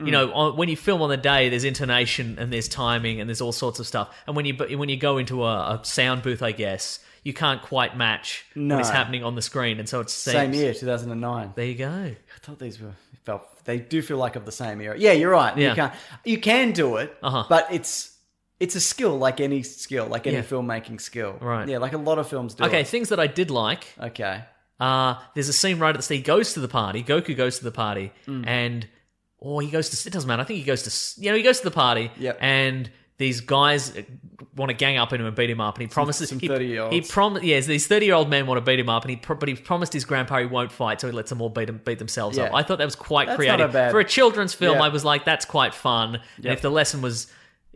Mm.
you know on, when you film on the day there's intonation and there's timing and there's all sorts of stuff and when you bu- when you go into a, a sound booth i guess you can't quite match
No.
what is happening on the screen and so it's seems,
Same year, 2009.
there you go
I thought these were felt they do feel like of the same era. Yeah, you're right. You
Yeah.
can you can do it,
Uh-huh.
but it's it's a skill like any skill, like any
Yeah.
filmmaking skill.
Right.
Yeah, like a lot of films do.
okay
It.
things that i did like
Okay.
uh, there's a scene right at the he goes to the party. Goku goes to the party,
Mm.
and or he goes to it doesn't matter. I think he goes to s- you know he goes to the party,
Yep.
and these guys want to gang up on him and beat him up, and he promises
some
he-
30-year-olds.
He promised yes, these thirty year old men want to beat him up, and he pro- but he promised his grandpa he won't fight, so he lets them all beat him, beat themselves up.
Yeah.
I thought that was quite
That's not
creative
a bad-
for a children's film.
Yeah.
I was like, that's quite fun. And if the lesson was.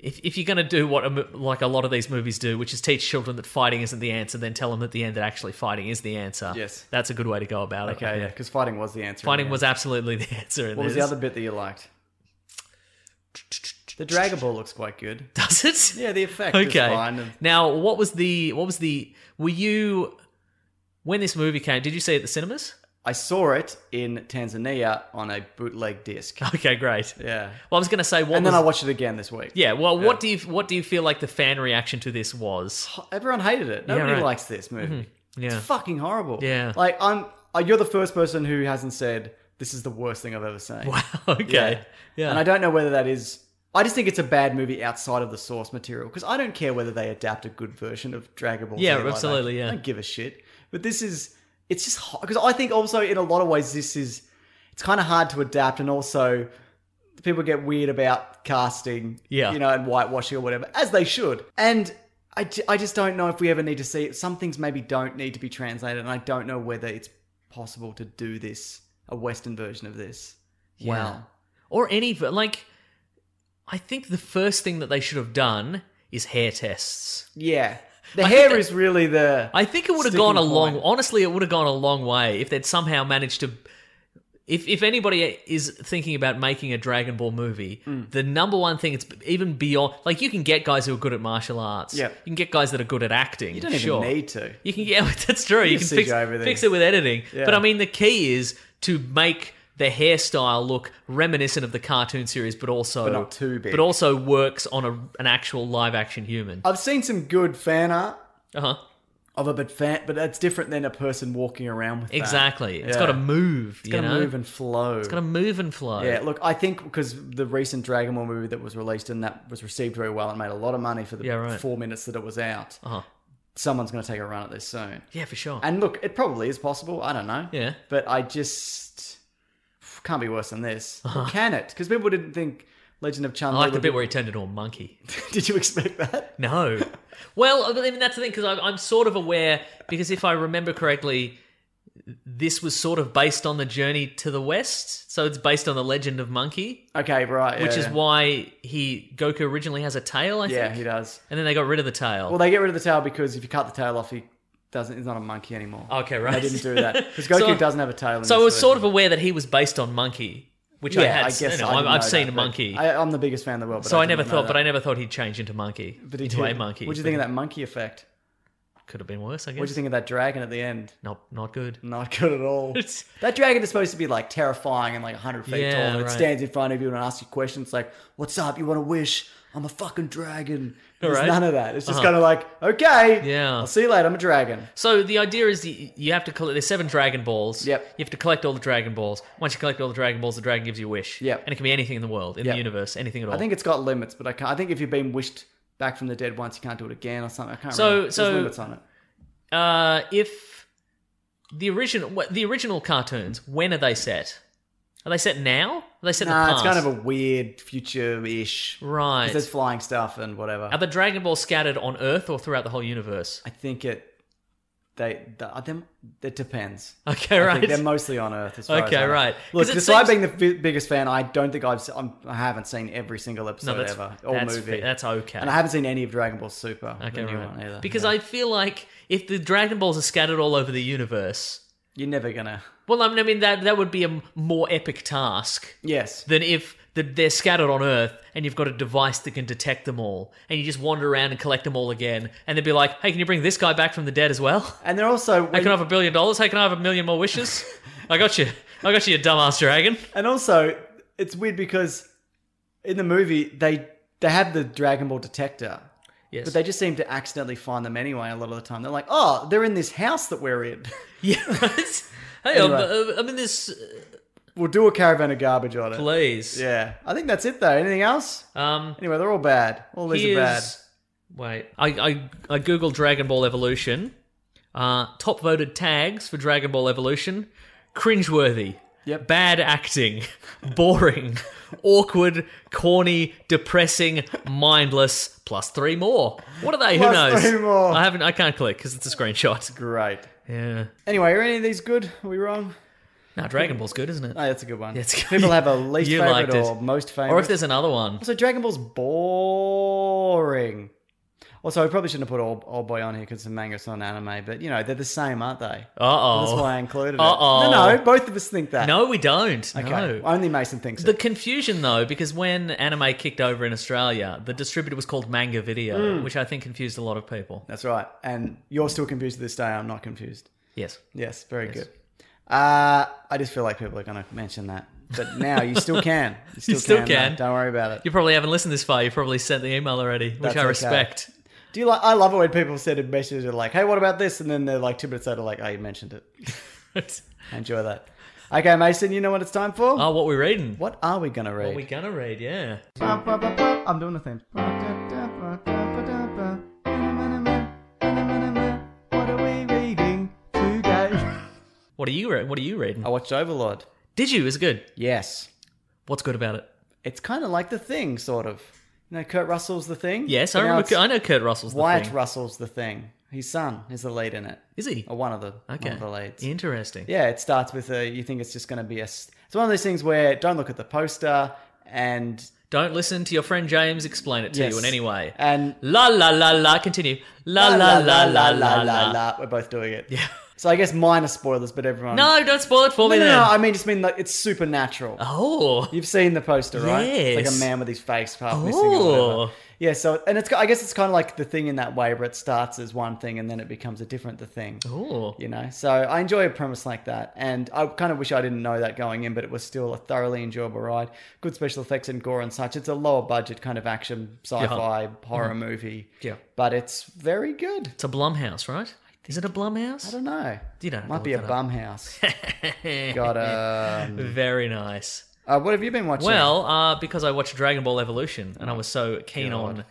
If, if you're going to do what a, mo- like a lot of these movies do, which is teach children that fighting isn't the answer, then tell them at the end that actually fighting is the answer.
Yes.
That's a good way to go about it.
Okay. Yeah, because fighting was the answer. in
Fighting
the
was
end.
absolutely the answer. In
What was the
this.
other bit that you liked? The Dragon Ball looks quite good.
Does it?
Yeah, the effect is
Okay.
fine. And-
Now, what was the? What was the? Were you when this movie came? Did you see it at the cinemas?
I saw it in Tanzania on a bootleg disc.
Okay, great.
Yeah.
Well, I was going to say what
And then
was-
I watched it again this week.
yeah. Well, what do you what do you feel like the fan reaction to this was?
Everyone hated it.
Yeah,
Nobody
right. Mm-hmm.
likes this movie.
Yeah.
It's fucking horrible.
Yeah.
Like I'm uh, you're the first person who hasn't said this is the worst thing I've ever seen.
Wow. Okay. Yeah.
And I don't know whether that is I just think it's a bad movie outside of the source material because I don't care whether they adapt a good version of Dragon Ball. Z
Yeah,
live action.
absolutely, yeah.
I don't give a shit. But this is it's just because I think also in a lot of ways this is it's kind of hard to adapt, and also people get weird about casting,
Yeah.
you know, and whitewashing or whatever, as they should. And I, ju- I just don't know if we ever need to see it. Some things maybe don't need to be translated, and I don't know whether it's possible to do this a Western version of this.
Yeah.
Wow.
or any but like I think the first thing that they should have done is hair tests.
Yeah. The
I think
hair
that-
is really the.
I think it would have
Sticking
gone a long.
point.
Honestly, it would have gone a long way if they'd somehow managed to. If if anybody is thinking about making a Dragon Ball movie,
Mm.
the number one thing it's even beyond. Like you can get guys who are good at martial arts.
Yeah.
you can get guys that are good at acting.
you don't even
sure.
need to.
You can yeah, that's true. You,
can
can
CGI
fix,
everything.
fix it with editing.
Yeah.
But I mean, the key is to make the hairstyle look reminiscent of the cartoon series, but also
But not too big. Uh,
But also works on a, an actual live action human.
I've seen some good fan art
Uh huh.
of it, but fan, but that's different than a person walking around with that.
Exactly. It's got
Yeah.
to move.
It's gonna move and flow.
It's got to move and flow.
Yeah, look, I think because the recent Dragon Ball movie that was released and that was received very well and made a lot of money for the
Yeah, right.
four minutes that it was out,
Uh-huh.
someone's going to take a run at this soon.
Yeah, for sure.
And look, it probably is possible. I don't know.
Yeah.
But I just can't be worse than this. Can it? Because people didn't think Legend of Chun.
Uh-huh. I like the bit where he turned into a monkey.
Did you expect that?
No. well, I mean, that's the thing, because I'm sort of aware, because if I remember correctly, this was sort of based on the journey to the West. So it's based on the legend of Monkey,
Okay, right.
which
yeah,
is
yeah.
why he Goku originally has a tail, I
Yeah,
think.
he does.
And then they got rid of the tail.
Well, they get rid of the tail because if you cut the tail off, he doesn't. He's not a monkey anymore.
okay, right.
They didn't do that because
So
Goku
I-
doesn't have a tail. In
So I
this
was sort
version.
of aware that he was based on Monkey, which I had. You know,
didn't
I have
know
seen
that,
a
but
monkey.
I, I'm the biggest fan in the world. But
so I,
didn't
never
know
thought,
that.
but I never thought he'd change into monkey.
But he
into
did.
a monkey.
What do you
but
think of that monkey effect?
Could have been worse, I guess.
What do you think of that dragon at the end?
Not not good.
Not good at all.
It's-
that dragon is supposed to be like terrifying and like 100 feet
Yeah,
tall. And It
right.
stands in front of you and asks you questions like, "What's up? You want a wish? I'm a fucking dragon." There's
Alright.
none of that. It's just
Uh-huh.
kind of like, "Okay,
Yeah.
I'll see you later. I'm a dragon."
So the idea is you, you have to collect. There's seven Dragon Balls.
Yep.
You have to collect all the Dragon Balls. Once you collect all the Dragon Balls, the dragon gives you a wish.
Yep.
And it can be anything in the world, in
Yep.
the universe, anything at all.
I think it's got limits, but I can't. I think if you've been wished back from the dead once, you can't do it again or something. I can't.
So-
remember. There's
so-
limits on it.
uh, if the original what, the original cartoons, when are they set? Are they set now? Are they set in
Nah,
the
it's
past?
kind of a weird future-ish.
right.
'Cause There's flying stuff and whatever.
Are the Dragon Balls scattered on Earth or throughout the whole universe?
I think it. They, the, I think it depends.
Okay,
I think
right.
they're mostly on Earth. As far as
Okay,
I know.
right.
Look,
'Cause it
despite
seems-
being the bi- biggest fan, I don't think I've s- I'm, I haven't seen every single episode
No, that's
ever or
that's,
movie.
fa- that's okay.
and I haven't seen any of Dragon Ball Super,
Okay,
the new
right.
one either.
Because
Yeah.
I feel like if the Dragon Balls are scattered all over the universe,
you're never gonna.
well, I mean, I mean that that would be a m- more epic task
Yes,
than if the, they're scattered on Earth and you've got a device that can detect them all, and you just wander around and collect them all again, and they'd be like, "Hey, can you bring this guy back from the dead as well?
and they're also
Hey, can I have a billion dollars? Hey, can I have a million more wishes? I got you, I got you, you dumbass dragon."
and also it's weird because in the movie they they have the Dragon Ball detector,
Yes,
but they just seem to accidentally find them anyway. A lot of the time, they're like, "Oh, they're in this house that we're in."
yeah. right? Hey, um, I'm, I'm in this. uh,
we'll do a caravan of garbage on it.
Please,
Yeah, I think that's it though. Anything else?
um,
Anyway, they're all bad. All these are bad.
Here's- Wait, I, I I googled Dragon Ball Evolution. Uh, top voted tags for Dragon Ball Evolution: cringeworthy,
Yep.
bad acting, boring, awkward, corny, depressing, mindless. Plus three more. What are they? Who
Plus
knows?
three more.
I haven't. I can't click because it's a screenshot.
Great.
Yeah.
Anyway, are any of these good? Are we wrong?
Now Dragon Ball's good, isn't it?
No, that's a good one.
It's good.
People have a least
You
favorite
liked it.
or most favorite.
or if there's another one.
also Dragon Ball's boring. Also, I probably shouldn't have put Old, old Boy on here because it's a manga, it's not an anime. But you know, they're the same, aren't they?
Uh oh.
That's why I included it.
Uh-oh.
No, no, both of us think that.
No, we don't.
okay.
No.
Only Mason thinks
The
it.
confusion, though, because when anime kicked over in Australia, the distributor was called Manga Video,
Hmm.
which I think confused a lot of people.
That's right. And you're still confused to this day. I'm not confused.
Yes.
Yes, very good. Uh, I just feel like people are going to mention that. But now you still can. You still,
still
can.
can.
mate. Don't worry about it.
You probably haven't listened this far. You probably sent the email already, which
That's
I
okay.
respect.
Do you like? I love it when people send a message and like, "Hey, what about this?" And then they're like two minutes later, like, "Oh, you mentioned it." I Enjoy that. Okay, Mason, you know what it's time for?
oh, what we reading?
What are we gonna read?
What we gonna read? Yeah.
I'm doing the thing.
What are we reading today?
What are you? Re- what are you reading?
I watched Overlord.
Did you? Is it good?
Yes.
What's good about it?
It's kind of like The Thing, sort of. You know, Kurt Russell's The Thing?
Yes,
But
I
now
remember.
it's
I know Kurt Russell's. The
Wyatt
thing.
Russell's The Thing. His son is the lead in it.
Is he?
Or one of the,
Okay.
one of the leads.
Interesting.
Oh. Yeah, it starts with a, you think it's just going to be a. s- It's one of those things where don't look at the poster and.
Don't listen to your friend James explain it to
Yes. Uh,
you in any way.
And
La la la la. Continue. La la la la la la.
We're both doing it.
Yeah.
So I guess minor spoilers, but everyone.
No, don't spoil it for
no,
me
no,
then.
no, I mean, just mean like it's supernatural.
oh,
You've seen the poster, right? It's like
Yes.
a man with his face half missing. Or
oh,
whatever. Yeah. So, and it's I guess it's kind of like the thing in that way, where it starts as one thing and then it becomes a different the thing.
oh.
You know. So I enjoy a premise like that, and I kind of wish I didn't know that going in, but it was still a thoroughly enjoyable ride. Good special effects and gore and such. It's a lower budget kind of action sci-fi horror movie.
Mm. Yeah.
But it's very good.
It's a Blumhouse, right? Is it a
I
Blumhouse?
don't know.
You don't have to
Might be a
look that up.
bum house. Got um,
Very nice.
uh, what have you been watching?
Well, uh, because I watched Dragon Ball Evolution and I was so keen on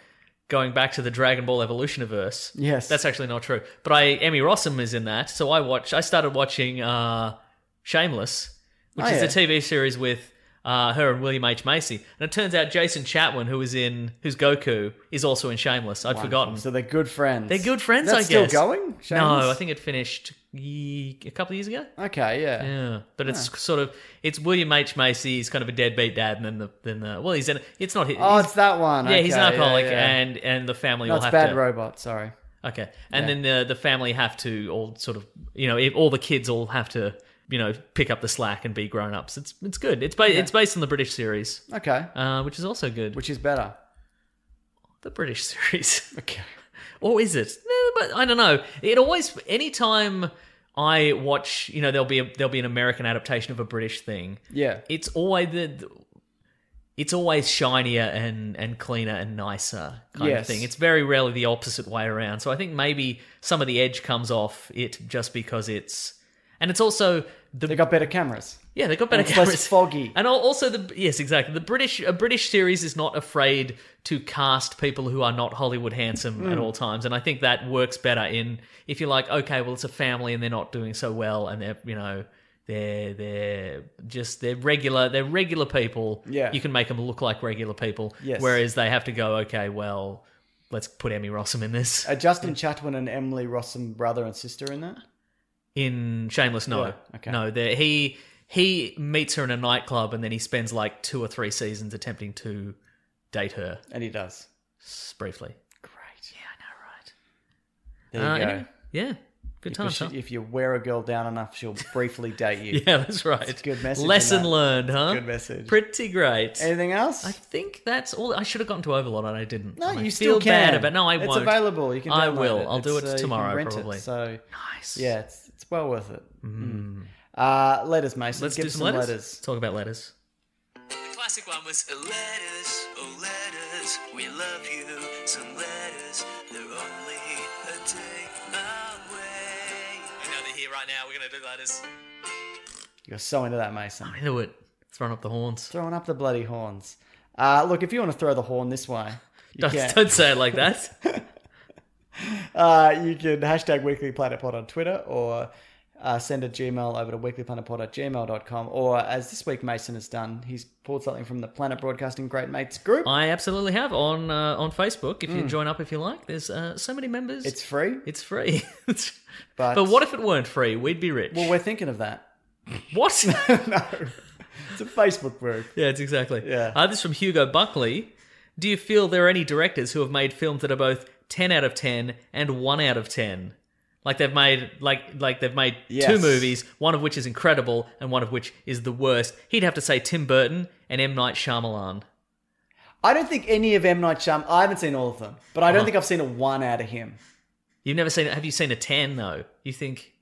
going back to the Dragon Ball Evolution verse.
Yes.
that's actually not true. But I Emmy Rossum is in that, so I watch. I started watching uh, Shameless, which
Oh,
is
yeah.
a TV series with uh, her and William H Macy, and it turns out Jason Chatwin, who is in who's Goku, is also in Shameless. I'd forgotten.
So they're good friends.
They're good friends,
That's
I
still
guess.
going? Shameless?
No, I think it finished ye- a couple of years ago.
Okay, yeah.
Yeah, but it's sort of it's William H Macy. He's kind of a deadbeat dad, and then the then the well, he's in it's not his.
Oh, it's that one.
yeah, he's an
Okay,
alcoholic,
yeah, yeah.
and and the family
no,
will
it's
have
Bad
to
Robot. Sorry.
okay, and then the the family have to all sort of you know if all the kids all have to you know pick up the slack and be grown ups. It's it's good. It's ba- it's based on the British series,
Okay,
uh, which is also good.
which is better?
the British series. Okay. Or is it? No, but I don't know. It always anytime I watch, you know, there'll be a, there'll be an American adaptation of a British thing.
Yeah.
It's always the, the- it's always shinier and and cleaner and nicer kind
Yes.
of thing. It's very rarely the opposite way around. So I think maybe some of the edge comes off it just because it's and it's also the
They got better cameras.
yeah, they got better
And it's less
cameras.
foggy.
and al- also the yes, exactly. The British a British series is not afraid to cast people who are not Hollywood handsome
Hmm.
at all times, and I think that works better in if you're like, okay, well, it's a family and they're not doing so well, and they're you know they're they're just they're regular they're regular people.
Yeah.
you can make them look like regular people.
Yes.
whereas they have to go, okay, well, let's put Emmy Rossum in this
Are Uh, Justin Chatwin and Emily Rossum brother and sister in that?
in Shameless. No,
Yeah, okay.
no, there he he meets her in a nightclub, and then he spends like two or three seasons attempting to date her
And he does.
s- briefly.
Great.
Yeah,
There you
I know, right?
go.
Uh, anyway, yeah, good
Because
times.
she-
Huh?
if you wear a girl down enough, she'll briefly date you.
Yeah, that's right.
a good message in
Lesson
that.
learned, huh?
Good message.
Pretty great.
Anything else?
I think that's all. I should have gotten to Overlord, and I didn't.
no,
I
you
feel
still can.
bad about. No, I
it's
won't.
It's available. You can.
I
download
will.
It.
I'll do
It's,
it
uh, you can
tomorrow,
rent it.
probably.
So
Nice.
yeah, it's, it's well worth it. Mm. Uh, letters, Mason.
Hmm. Let's
give
do
us
some letters. Talk about letters.
The classic one was uh, letters, oh letters, we love you. Some letters, they're only a day away. I know they're here right now. We're gonna do letters.
You're so into that, Mason.
I knew it. Throwing up the horns.
Throwing up the bloody horns. Uh, look, if you want to throw the horn this way, you
Don't,
can.
don't say it like that.
Uh, you can hashtag weeklyplanetpod on Twitter or uh, send a Gmail over to weeklyplanetpod at gmail.com. Or as this week Mason has done, he's pulled something from the Planet Broadcasting Great Mates group.
I absolutely have on uh, on Facebook. If you join up, if you like, there's uh, so many members.
Hmm. It's free.
it's free. It's-
But-
but, what if it weren't free? We'd be rich.
Well, we're thinking of that.
what?
no, it's a Facebook group.
yeah, it's exactly.
Yeah.
Uh, this is from Hugo Buckley. Do you feel there are any directors who have made films that are both ten out of ten and one out of ten? Like they've made like like they've made two
Yes.
movies, one of which is incredible and one of which is the worst. He'd have to say Tim Burton and M Night Shyamalan.
I don't think any of M. Night Shyam. I haven't seen all of them, but
Uh-huh.
I don't think I've seen a one out of him.
You've never seen? Have you seen a ten though? You think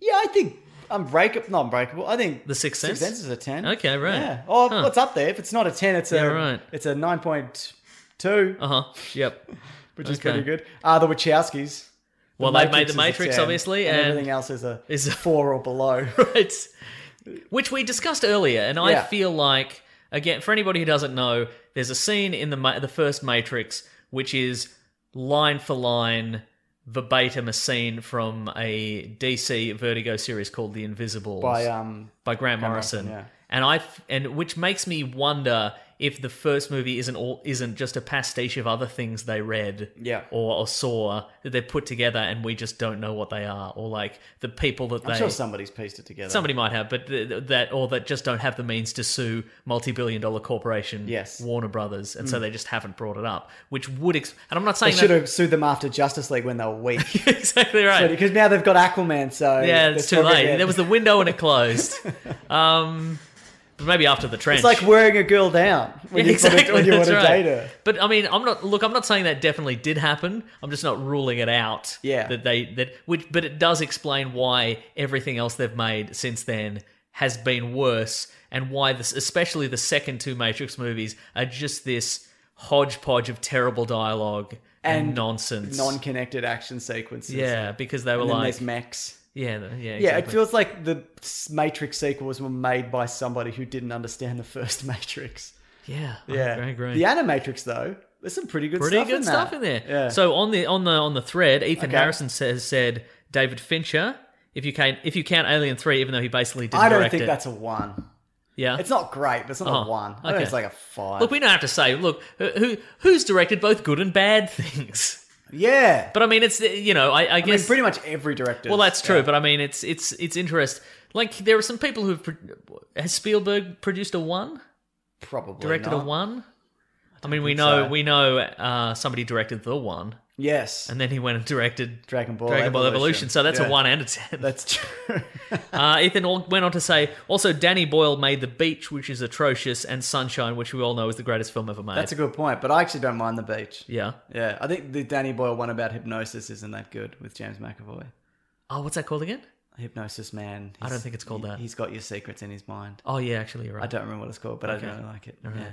Yeah, I think Unbreakable, not Unbreakable. I think
The Sixth Sense?
Sixth Sense is a ten.
Okay, right.
Yeah. Oh,
Huh.
what's up there? If it's not a ten, it's a
Yeah, right.
it's a nine point two,
Uh huh. Yep.
which is
okay.
pretty good. Uh, the Wachowskis.
Well, they made The
is a
Matrix,
10,
obviously,
and,
and-
everything else is a
is
is
a-
four or below.
right. Which we discussed earlier, and I
Yeah.
feel like again, for anybody who doesn't know, there's a scene in the Ma- the first Matrix which is line for line verbatim a scene from a DC Vertigo series called The Invisibles
by um
by Grant
Grant
Morrison.
Morrison,
And I f- and which makes me wonder if the first movie isn't all isn't just a pastiche of other things they read
Yeah.
or, or saw that they're put together and we just don't know what they are or like the people that
I'm
they
sure somebody's pieced it together.
somebody might have but th- th- that or that just don't have the means to sue multi-billion dollar corporation
Yes. Mm.
Warner Brothers and so they just haven't brought it up which would ex- and I'm not
They
saying
should
that-
have sued them after Justice League when they were weak.
exactly right
Because now they've got Aquaman, so
yeah,
they're
it's too
still gonna
late.
get-
There was the window and it closed. um, but maybe after the trench.
It's like wearing a girl down when
Yeah,
you wanna- when you want
that's
to
right.
date her.
But I mean, I'm not. Look, I'm not saying that definitely did happen. I'm just not ruling it out.
Yeah.
That they that which, but it does explain why everything else they've made since then has been worse, and why this, especially the second two Matrix movies, are just this hodgepodge of terrible dialogue and,
And
nonsense.
Non-connected action sequences.
yeah, because they were
and then
like,
there's Max.
yeah, th- yeah,
Yeah,
exactly.
it feels like the Matrix sequels were made by somebody who didn't understand the first Matrix.
yeah,
Yeah,
I agree.
The Animatrix though, there's some pretty good
pretty
stuff
good
in
stuff
that.
in there.
Yeah.
So on the on the on the thread, Ethan
Okay.
Harrison says said David Fincher. If you can if you count Alien Three, even though he basically didn't
I don't
direct
think
it.
that's a one.
yeah.
It's not great, but it's not
Oh,
a one. I
okay.
think it's like a five.
look, we don't have to say. Look, who- who who's directed both good and bad things?
yeah,
But I mean, it's you know, I, I
I mean,
guess
pretty much every director.
well that's true. But I mean, it's it's it's interest. Like there are some people who've pro- has Spielberg produced a one,
probably
directed
not.
a one. I, mean, we know we know uh, somebody directed the one,
Yes,
and then he went and directed
Dragon Ball
Dragon Ball Evolution. So that's
Yeah.
a one and a ten.
That's true.
Uh, Ethan al- went on to say, also Danny Boyle made The Beach, which is atrocious, and Sunshine, which we all know is the greatest film ever made.
that's a good point. But I actually don't mind the beach.
yeah.
Yeah, I think the Danny Boyle one about hypnosis isn't that good with James McAvoy.
Oh, what's that called again?
Hypnosis man.
I don't
he's-
think it's called
he-
that.
He's got your secrets in his mind.
Oh yeah, actually you're right.
I don't remember what it's called, but I don't really like it.
Alright.
Yeah.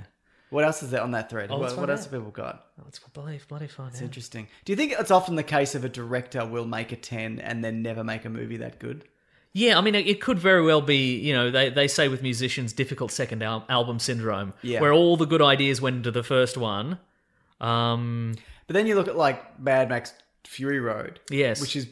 What else is there on that thread?
Oh, let's
what what
find
else
out.
have people got?
That's bloody bloody fun.
It's interesting. Do you think it's often the case of a director will make a ten and then never make a movie that good?
Yeah, I mean, it it could very well be, you know, they, they say with musicians, difficult second al- album syndrome,
Yeah.
where all the good ideas went into the first one. Um,
But then you look at like Mad Max Fury Road,
yes.
which is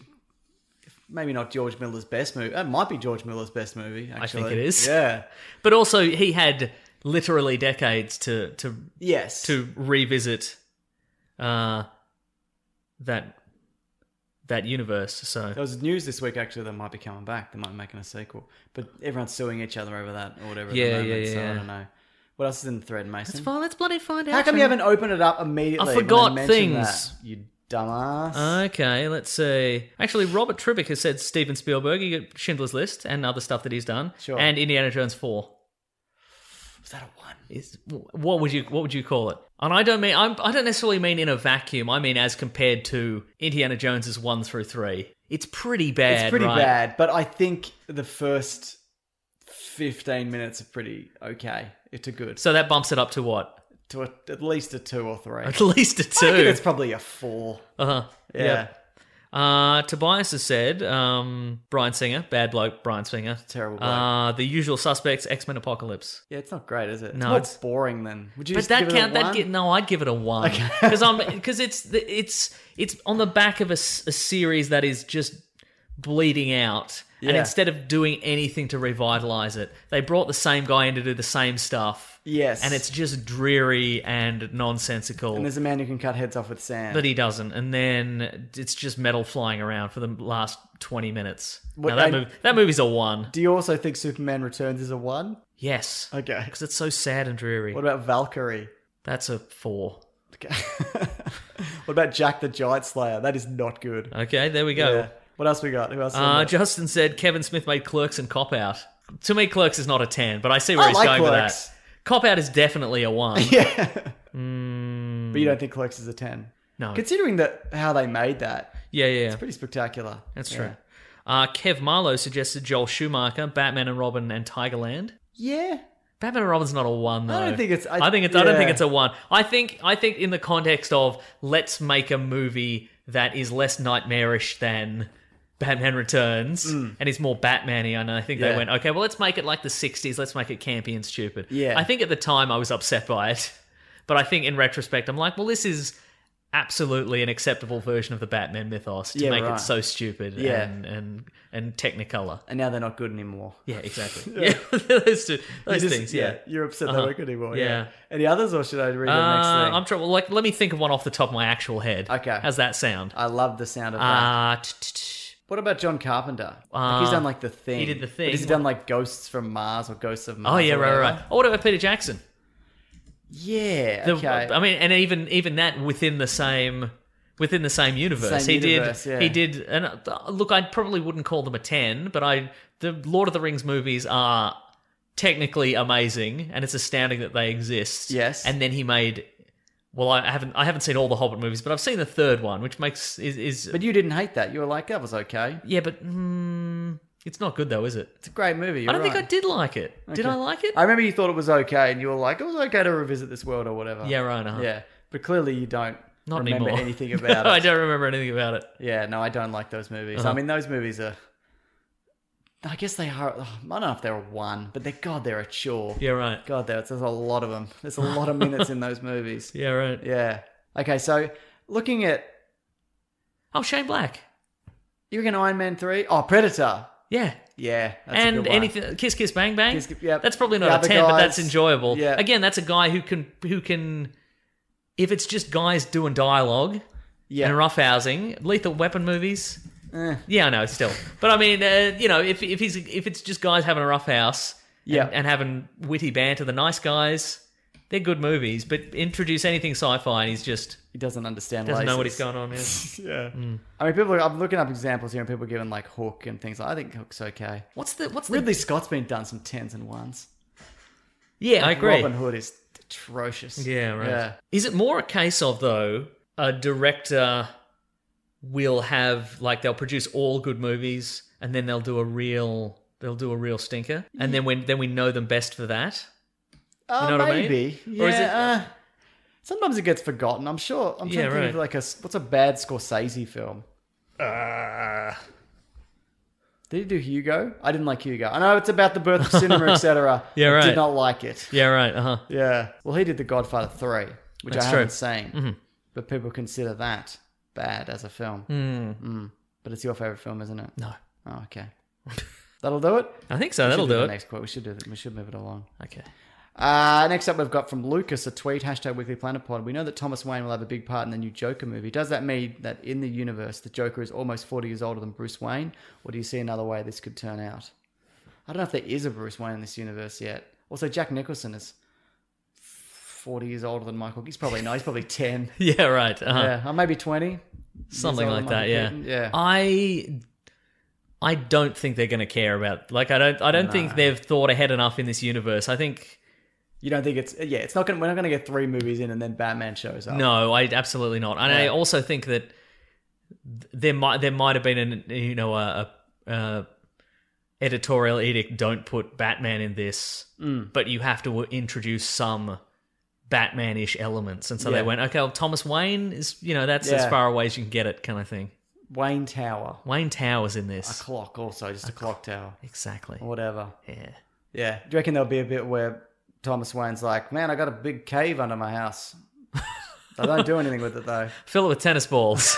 maybe not George Miller's best movie. That might be George Miller's best movie. Actually,
think it is.
Yeah.
But also, he had literally decades to, to
Yes.
to revisit uh that that universe so
There was news this week actually that might be coming back. They might be making a sequel, but everyone's suing each other over that or whatever.
Yeah,
at the moment,
yeah,
so
yeah.
I don't know. What else is in the thread, Mason?
let's, find, let's bloody find out
How come you haven't opened it up immediately?
I
when
forgot
mentioned
things.
that, you dumbass.
okay let's see actually robert Tribbick has said steven spielberg you get schindler's list and other stuff that he's done
Sure.
and indiana jones 4
was that a one?
is what would you what would you call it and i don't mean I'm, i don't necessarily mean in a vacuum i mean as compared to indiana jones's 1 through 3 it's pretty bad
it's pretty
right?
bad, but I think the first fifteen minutes are pretty okay. It's a good
so that bumps it up to what
to a, at least a two or three.
at least a two
I think it's probably a four.
uh-huh
Yeah.
Uh, Tobias has said, um, Brian Singer, bad bloke, Brian Singer.
Terrible bloke.
Uh, the usual suspects, X Men Apocalypse.
Yeah, it's not great, is it? It's
No,
more
it's-
boring then. Would you
But
just
that
give
count,
it a
that
one?
get no, I'd give it a one because I'm because it's the- it's it's on the back of a, s- a series that is just bleeding out, and
Yeah.
instead of doing anything to revitalize it, they brought the same guy in to do the same stuff.
Yes.
and it's just dreary and nonsensical.
And there's a man who can cut heads off with sand.
But he doesn't, and then it's just metal flying around for the last twenty minutes.
What-
now that
I-
movie, that movie's a one.
Do you also think Superman Returns is a one?
Yes, because
Okay.
it's so sad and dreary.
What about Valkyrie?
That's a four.
Okay. what about Jack the Giant Slayer? That is not good.
Okay, there we go.
Yeah. What else we got? Who else? is on
Uh,
there?
Justin said Kevin Smith made Clerks and Cop Out. To me, Clerks is not a ten, but I see where
I
he's
like
going
Clerks.
with that. Cop Out is definitely a one.
yeah. But you don't think Clerks is a ten?
Hmm. No.
Considering that how they made that,
yeah, yeah, yeah.
pretty spectacular.
That's
Yeah.
true. Uh, Kev Marlowe suggested Joel Schumacher, Batman and Robin, and Tigerland.
Yeah.
Batman and Robin's not a one though.
I don't think it's- I-
I, think it's. I don't think
yeah.
it's a one. I think. I think in the context of let's make a movie that is less nightmarish than Batman Returns and is more Batman-y. And I think they
Mm. Yeah.
went, okay, well, let's make it like the '60s. Let's make it campy and stupid.
Yeah.
I think at the time I was upset by it, but I think in retrospect I'm like, well, this is absolutely an acceptable version of the Batman mythos to
Yeah,
make
right.
it so stupid
Yeah.
and, and and technicolor.
and now they're not good anymore.
Yeah, exactly. yeah, those two, those
You just-
things. Yeah.
you're upset
Uh-huh.
they're not good anymore.
Yeah.
Any others, or should I read the next
Uh,
thing?
I'm trying. Well, like, let me think of one off the top of my actual head.
Okay. Uh,
how's that sound?
I love the sound of that.
Uh, t- t- t-
What about John Carpenter? like he's
Uh,
done like the thing.
did The
But
Thing.
He's done like Ghosts from Mars or Ghosts of Mars.
oh yeah,
or
right, right, right.
whatever.
Oh, what about Peter Jackson?
Yeah.
The-
okay.
I mean, and even even that within the same within the same universe.
Same
he
universe,
did
yeah.
he did. And uh, look, I probably wouldn't call them a ten, but I the Lord of the Rings movies are technically amazing, and it's astounding that they exist.
Yes.
and then he made. Well, I haven't I haven't seen all the Hobbit movies, but I've seen the third one, which makes is, is
but you didn't hate that. You were like, that was okay.
yeah, but mm, it's not good though, is it?
It's a great movie.
I don't
you're
think I
right.
did like it. Did
Okay.
I like it?
I remember you thought it was okay, and you were like, it was okay to revisit this world or whatever.
yeah, right. Uh-huh.
Yeah. But clearly, you don't
not
remember
anymore.
anything about
No,
it.
I don't remember anything about it.
Yeah, no, I don't like those movies. I
Uh-huh.
mean, those movies are. I guess they are. ugh, I don't know if they're a one, but they God, they're a chore.
Yeah, right.
God, there's, there's a lot of them. There's a lot of minutes in those movies.
Yeah, right.
Yeah. Okay, so looking at
Oh, Shane Black.
you reckon Iron Man three? Oh, Predator.
Yeah.
Yeah, that's a
and
good one.
anything Kiss Kiss Bang Bang.
Kiss- yep.
That's probably
The
not
other
a 10, but that's
guys.
enjoyable.
Yeah.
Again, that's a guy who can who can if it's just guys doing dialogue
Yeah.
and roughhousing, lethal weapon movies.
Eh.
Yeah, I know still. But I mean, uh, you know, if if he's if it's just guys having a rough house and,
Yeah.
and having witty banter, the nice guys, they're good movies, but introduce anything sci-fi and he's just
He doesn't understand.
doesn't know what he's
laces.
going on. Yeah.
Yeah. I mean, people. Are, I'm looking up examples here, and people are giving like Hook and things. Like, I think Hook's okay.
What's the what's
Ridley
the
Scott's been done some tens and ones.
Yeah, I agree.
Robin Hood is atrocious.
Yeah, right.
Yeah.
Is it more a case of though a director will have like they'll produce all good movies and then they'll do a real they'll do a real stinker and then when then we know them best for that.
Uh,
know what I mean?
maybe. Yeah,
Or is it-
uh, sometimes it gets forgotten. I'm sure. I'm trying
Yeah,
to think
right.
of like a what's a bad Scorsese film.
Uh,
Did he do Hugo? I didn't like Hugo. I know it's about the birth of cinema, etc.
Yeah,
I Did
right.
not like it.
Yeah, right. Uh
uh-huh.
huh.
Yeah. Well, he did The Godfather Three, which
That's
I
true. Mm-hmm.
haven't seen, but people consider that bad as a film. Mm. But it's your favorite film, isn't it?
Hmm. No,
Oh, okay. That'll do it.
I think so. That'll
Should
do
the
it.
Next quote. We should do. that. We should move it along.
Okay.
Uh, next up, we've got from Lucas a tweet hashtag Weekly Planet Pod. We know that Thomas Wayne will have a big part in the new Joker movie. Does that mean that in the universe, the Joker is almost 40 years older than Bruce Wayne? Or do you see another way this could turn out? I don't know if there is a Bruce Wayne in this universe yet. Also, Jack Nicholson is 40 years older than Michael. He's probably no, he's probably 10.
Yeah, right. Uh-huh.
Yeah, or maybe 20.
Something
older
like
Michael
that. Yeah.
Keaton, yeah.
I. I don't think they're going to care about like I don't I don't think they've thought ahead enough in this universe. I think
You don't think it's yeah? It's not gonna. We're not gonna get three movies in and then Batman shows up.
No, I absolutely not. And I also think that th- there might there might have been an you know a, a, a editorial edict don't put Batman in this,
Mm.
but you have to w- introduce some Batman-ish elements. And so
Yeah.
they went, okay, well, Thomas Wayne is you know that's as
Yeah.
far away as you can get it kind of thing.
Wayne Tower,
Wayne Towers in
a
this.
clock also, just a clock tower,
Exactly.
or whatever.
Yeah.
Yeah. Do you reckon there'll be a bit where Thomas Wayne's like, man, I got a big cave under my house? I don't do anything with it though.
Fill it with tennis balls.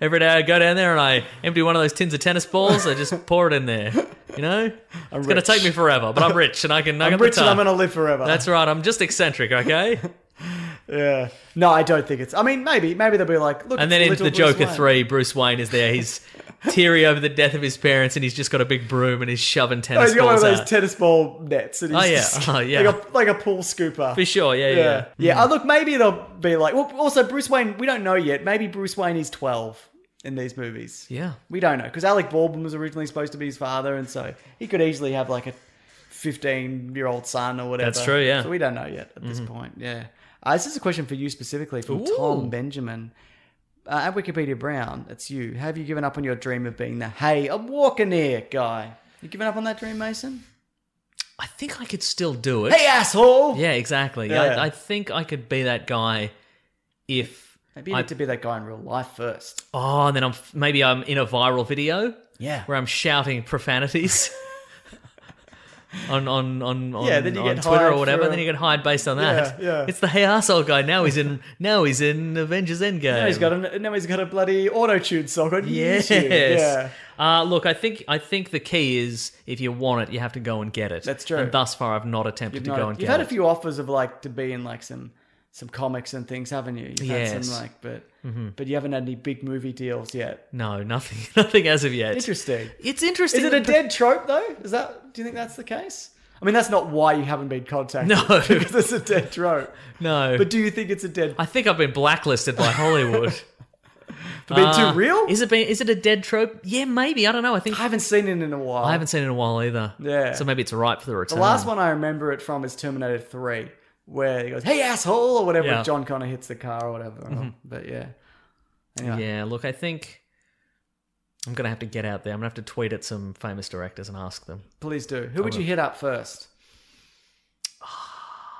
Every day I go down there and I empty one of those tins of tennis balls. I just pour it in there. You know, it's going to
rich.
take me forever, but I'm rich and I can. I
I'm
got the
rich and I'm
time.
going to live forever.
That's right. I'm just eccentric, okay?
yeah. No, I don't think it's. I mean, maybe, maybe they'll be like, look.
And
it's
then into
little
the
Bruce
Joker
Wayne.
three, Bruce Wayne is there. He's teary over the death of his parents, and he's just got a big broom and he's shoving
Oh,
tennis
he's got one of
balls
those
out.
tennis ball nets. And he's
Oh, yeah.
just-
Oh, yeah.
Like a, like a pool scooper.
For sure, yeah, yeah.
Yeah.
yeah. Mm.
Yeah. Oh, look, maybe they'll be like. Well, also Bruce Wayne. We don't know yet. Maybe Bruce Wayne is twelve in these movies.
Yeah.
We don't know because Alec Baldwin was originally supposed to be his father, and so he could easily have like a fifteen-year-old son or whatever.
That's true, yeah. Mm-hmm.
So we don't know yet at this point. Yeah. Uh, this is a question for you specifically from
Ooh.
Tom Benjamin. Uh, at Wikipedia Brown, it's you. Have you given up on your dream of being the hey, I'm walking here guy? You given up on that dream, Mason?
I think I could still do it.
Hey, asshole!
Yeah, exactly.
Yeah.
I, I think I could be that guy if.
Maybe you
I-
need to be that guy in real life first.
Oh, and then I'm maybe I'm in a viral video
Yeah.
where I'm shouting profanities. on on on on,
Yeah, then you
on
get
Twitter
hired
or whatever.
for-
Then you get hired based on that.
Yeah, yeah.
It's the hey asshole guy. Now he's in now he's in Avengers Endgame.
Now he's got a now he's got a bloody auto tune song on
Yes.
YouTube. Yeah.
Uh, look, I think I think the key is if you want it, you have to go and get it.
That's true.
And thus far, I've not attempted
You've,
to
not-
go and
you've
get
had
it.
a few offers of like to be in like some some comics and things, haven't you? You've had
Yes. Mm-hmm.
some like but but you haven't had any big movie deals yet.
No, nothing, nothing as of yet.
Interesting.
It's interesting.
Is it a
that-
dead trope though? Is that do you think that's the case? I mean that's not why you haven't been contacted.
No.
Because it's a dead trope.
No,
But do you think it's a dead
I think I've been blacklisted by Hollywood.
for being
Uh,
too real?
Is it? Been, is it a dead trope? Yeah, maybe. I don't know. I think
I haven't seen it in a while.
I haven't seen it in a while either.
Yeah.
So maybe it's ripe for the
The
return.
last one I remember it from is Terminator 3, where he goes, hey, asshole, or whatever.
Yeah. Mm-hmm.
John Connor hits the car or whatever. But yeah. Anyway.
Yeah. Look, I think I'm gonna have to get out there. I'm gonna have to tweet at some famous directors and ask them
Please do. Who would you hit up first?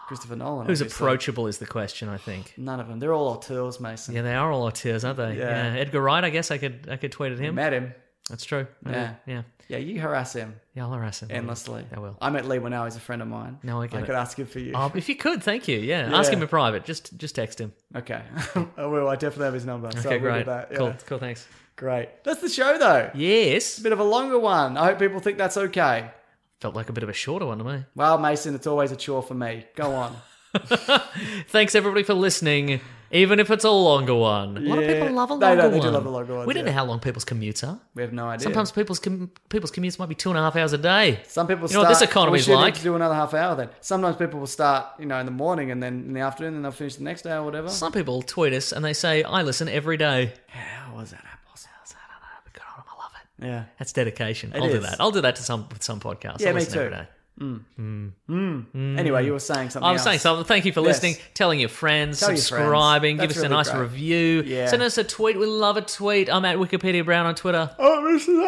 Christopher Nolan.
who's
obviously.
approachable is the question. I think.
None of them. They're all auteurs, Mason.
Yeah, they are all auteurs, aren't they?
Yeah.
Edgar Wright. I guess I could. I could tweet at him.
Met him.
That's true. I
Yeah.
will. Yeah.
Yeah, you harass him
Yeah. I'll harass him.
endlessly.
I will.
I met Lee when I was a friend of mine.
No, I get
I
it.
could ask him for you.
Oh, if you could, thank you. Yeah. Ask
Yeah.
him in private. Just just text him.
Okay. I will. I definitely have his number. so
Okay,
I'll
great.
That. Yeah.
Cool. Cool. Thanks.
Great. That's the show, though.
Yes.
Bit of a longer one. I hope people think that's okay.
Felt like a bit of a shorter one to me.
Well, Mason, it's always a chore for me. Go on.
Thanks everybody for listening, even if it's a longer one. A lot of
Yeah.
people love a
They
longer
do-
one.
they do love the longer ones,
We don't
yeah.
know how long people's commutes are.
We have no idea.
Sometimes people's com- people's commutes might be two and a half hours a day.
some people
You know what this
start-
economy's
we should need
like?
to do another half hour. Then sometimes people will start, you know, in the morning and then in the afternoon, and they'll finish the next hour, whatever.
Some people tweet us and they say, "I listen every day."
How was that possible?
God, I love it.
Yeah.
That's dedication. I'll do
is.
that. I'll do that to some with some podcasts.
Yeah,
I'll
me
listen every
too.
day.
Anyway, you were saying something.
I was
else.
saying something. Thank you for
Yes.
listening, telling your friends,
Tell your friends.
subscribing, give us
That's
a
really
nice
great.
review,
Yeah.
send us a tweet. We love a tweet. I'm at Wikipedia Brown on Twitter.
Oh, Mrs.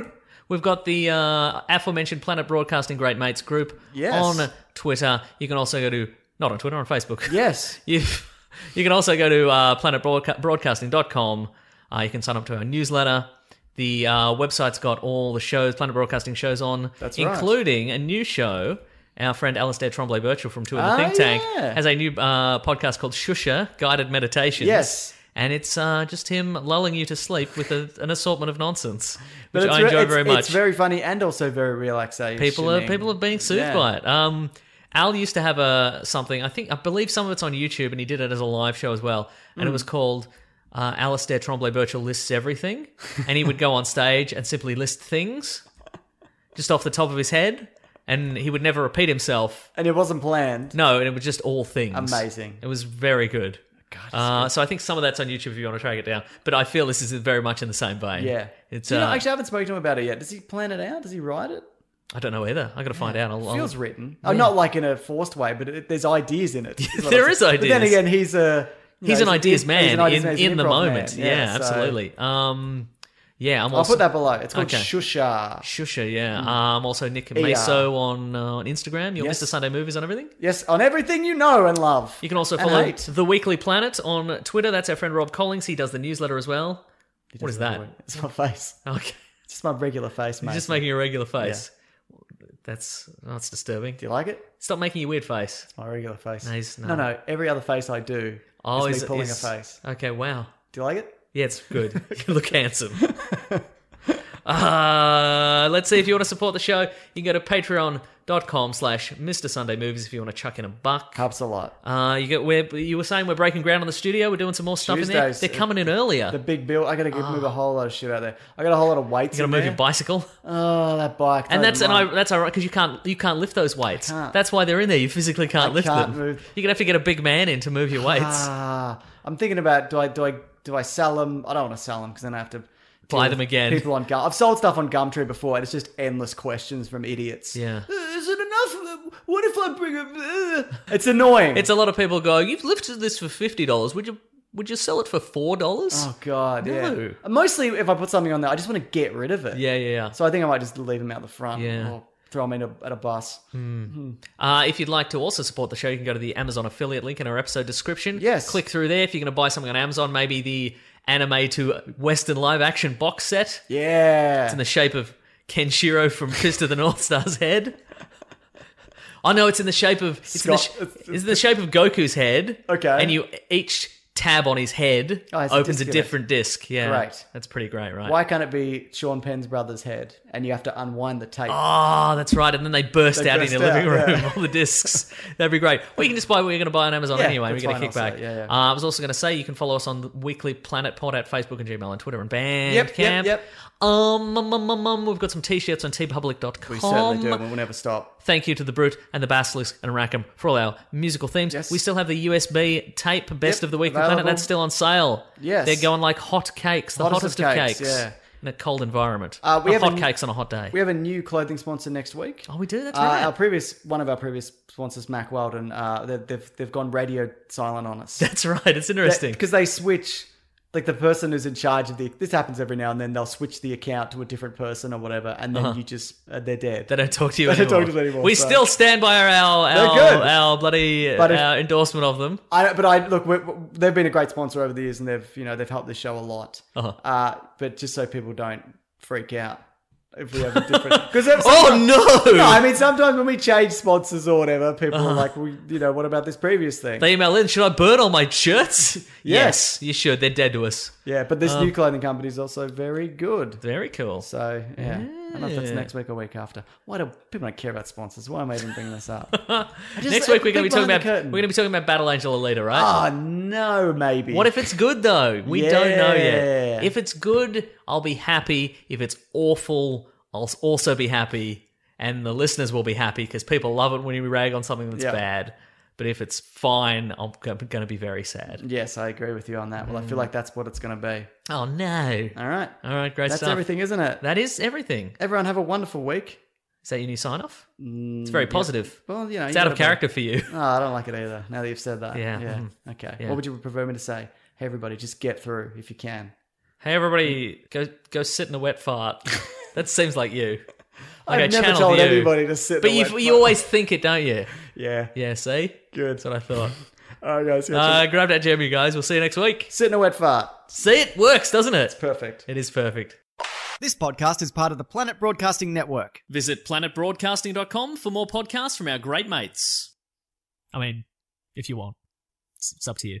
Henry.
We've got the uh, aforementioned Planet Broadcasting Great Mates group
Yes.
on Twitter. You can also go to not on Twitter on Facebook.
Yes.
You, you can also go to uh, planetbroadcasting.com. Uh, you can sign up to our newsletter. The uh, website's got all the shows, Planet Broadcasting shows on,
That's right.
including a new show. Our friend Alistair Tremblay Birchall from Two of the
Ah,
Think Tank
yeah.
has a new uh, podcast called Shusha Guided Meditations.
Yes.
And it's uh, just him lulling you to sleep with a, an assortment of nonsense,
But
which
it's
I
re-
enjoy
it's-
very much
It's very funny and also very relaxation.
people are people are being soothed
Yeah.
by it. Um, Al used to have a something. I think I believe some of it's on YouTube, and he did it as a live show as well. And it
Hmm.
was called uh, Alistair Tremblay Birchall lists everything, and he would go on stage and simply list things just off the top of his head, and he would never repeat himself.
And it wasn't planned.
No, and it was just all things.
Amazing.
It was very good. uh, so I think some of that's on YouTube if you want to track it down. But I feel this is very much in the same vein.
Yeah.
it's.
Do you know,
uh,
actually, I haven't spoken to him about it yet. Does he plan it out? Does he write it?
I don't know either. I got to find out. I'll,
It feels
I'll,
written. Oh, not like in a forced way, but it, there's ideas in it. what
there
I'm
is
saying. But then
ideas.
again, he's a you
he's an
know,
ideas
he's-
man
he's an ideas
in,
man, he's an
in the
improv
moment.
man.
Yeah,
so-
absolutely. Um, yeah, I'm
I'll
also
put that below. It's called
Okay.
Shusha.
Shusha. Yeah, um, also Nick
ER.
Meso on uh, on Instagram. You'll miss
Yes.
the Sunday movies on everything.
Yes, on everything you know and love.
You can also
And
follow
hate.
the Weekly Planet on Twitter. That's our friend Rob Collings. He does the newsletter as well. What is that? Oh.
It's my face.
Okay,
It's just my regular face, mate.
You're just making a regular face. That's oh, that's disturbing.
Do you like it?
Stop making your weird face.
My regular face.
No, he's- no.
no, Every other face I do
Oh,
is
is-
me pulling
is-
a face.
Okay, wow.
Do you like it?
Yeah, it's good. you look handsome. Uh, let's see if you want to support the show. You can go to patreon.com slash Mr. Sunday Movies if you want to chuck in a buck.
Helps a lot.
Uh, you get where you were saying we're breaking ground on the studio. We're doing some more stuff in there.
Tuesdays.
They're coming in earlier.
The big bill. I gotta give, move a whole lot of shit out there. I got a whole lot of weights.
ah. you got to
in
move
there.
your bicycle,
Oh, that bike.
and
load of
that's and I,
mine.
that's all right because you can't you can't lift those weights.
can't.
That's why they're in there. You physically can't lift
can't
them.
move.
You're gonna have to get a big man in to move your weights.
Ah, I'm thinking about do I do I do I sell them? I don't want to sell them because then I have to
Buy
deal
them
with
again.
People on Gum. I've sold stuff on Gumtree before, and it's just endless questions from idiots.
Yeah.
Uh, Is it enough? Uh, What if I bring a? uh?" It's annoying.
It's a lot of people going. You've lifted this for fifty dollars. Would you would you sell it for four dollars?
oh god. Yeah.
No.
Mostly, if I put something on there, I just want to get rid of it.
Yeah, yeah, yeah.
So I think I might just leave them out the front.
Yeah.
Or throw them in a, at a bus.
Uh, if you'd like to also support the show, you can go to the Amazon affiliate link in our episode description.
Yes.
Click through there if you're going to buy something on Amazon, maybe the anime to Western live action box set
Yeah.
in the shape of Kenshiro from Fist of the North Star's head. Oh no, it's in the shape of it's, in, the
Scott-
sh- it's in the shape of Goku's head.
Okay.
and you each tab on his head
Oh, it's a
opens a,
disc in it.
different disc. Yeah,
Great.
That's pretty great, right?
Why can't it be Sean Penn's brother's head? And you have to unwind the tape.
Oh, that's right. And then they burst
They
out
burst
in your living
out,
room,
yeah.
all the discs. That'd be great. Or you can just buy what you're going to buy on Amazon
Yeah,
anyway. We
that's
get a
fine also,
kickback.
yeah, yeah.
Uh, I was also going to say you can follow us on the Weekly Planet Pod at Facebook and Gmail and Twitter and Bandcamp.
Yep, yep, yep.
Um, um, um, um, um, we've got some t-shirts on tpublic.com.
we certainly do, and we'll never stop.
Thank you to The Brute and The Basilisk and Rackham for all our musical themes.
Yes.
We still have the USB tape Best
Yep,
of the Weekly Planet.
available.
That's still on sale.
Yes.
They're going like hot cakes, the hottest,
Hottest of
of
cakes,
cakes.
yeah.
In a cold environment.
Uh, we
Not
have a
hot
n-
cakes on a hot day.
We have a new clothing sponsor next week.
oh, we do? That's
Uh,
right.
our previous one of our previous sponsors, Mac Weldon, uh, they've, they've they've gone radio silent on us.
That's right. It's interesting.
because they switch like the person who's in charge of the this happens every now and then they'll switch the account to a different person or whatever and
Uh-huh.
then you just uh, they're dead
they don't talk to you
They don't
anymore.
talk to us anymore,
we
so-
still stand by our our, our,
They're good.
our bloody
But if-
our endorsement of them.
I don't, but I look we they've been a great sponsor over the years and they've you know they've helped the show a lot
Uh-huh.
uh, but just so people don't freak out if we have a different because
Oh no! Uh-huh.
no, I mean sometimes when we change sponsors or whatever people are like we you know what about this previous thing
they email in. Should I burn all my shirts?
Yes.
you should. They're dead to us.
yeah but this
Um,
new clothing company is also very good
Very cool.
So yeah, I don't know if that's
Yeah.
next week or week after. Why do people don't care about sponsors? Why am I even bringing this up?
Next week we're going to be
think
talking about
behind the
we're
curtain.
going to be talking about Battle Angel Alita, right?
Ah no, maybe.
What if it's good though? We don't know
Yeah.
yet. If it's good, I'll be happy. If it's awful, I'll s- also be happy, and the listeners will be happy because people love it when you rag on something that's
Yeah.
bad. But if it's fine, I'm going to be very sad.
Yes, I agree with you on that. Well, I feel like that's what it's going to be.
Oh no!
All right,
Mm. All right, great
that's
stuff.
everything, isn't it?
That is everything.
Everyone have a wonderful week.
Is that your new sign off? It's very positive.
Well, Mm, you know,
It's
you
out of
gotta be-
character for you.
Oh, I don't like it either. Now that you've said that,
Yeah,
yeah.
mhm.
Okay.
Yeah.
What would you prefer me to say? Hey, everybody, just get through if you can.
Hey everybody, go go sit in a wet fart. that seems like you.
I've
I
never
channeled
told
you.
anybody to sit. in
But
the
you
wet
you
part.
always think it, don't you?
yeah,
Yeah, see?
good.
That's what I thought.
All right, guys,
Uh, grab that jam, you guys. We'll see you next week.
sit in a wet fart.
See, it works, doesn't it?
Perfect.
It is perfect.
This podcast is part of the Planet Broadcasting Network.
Visit planetbroadcasting.com for more podcasts from our great mates. I mean, if you want, it's, it's up to you.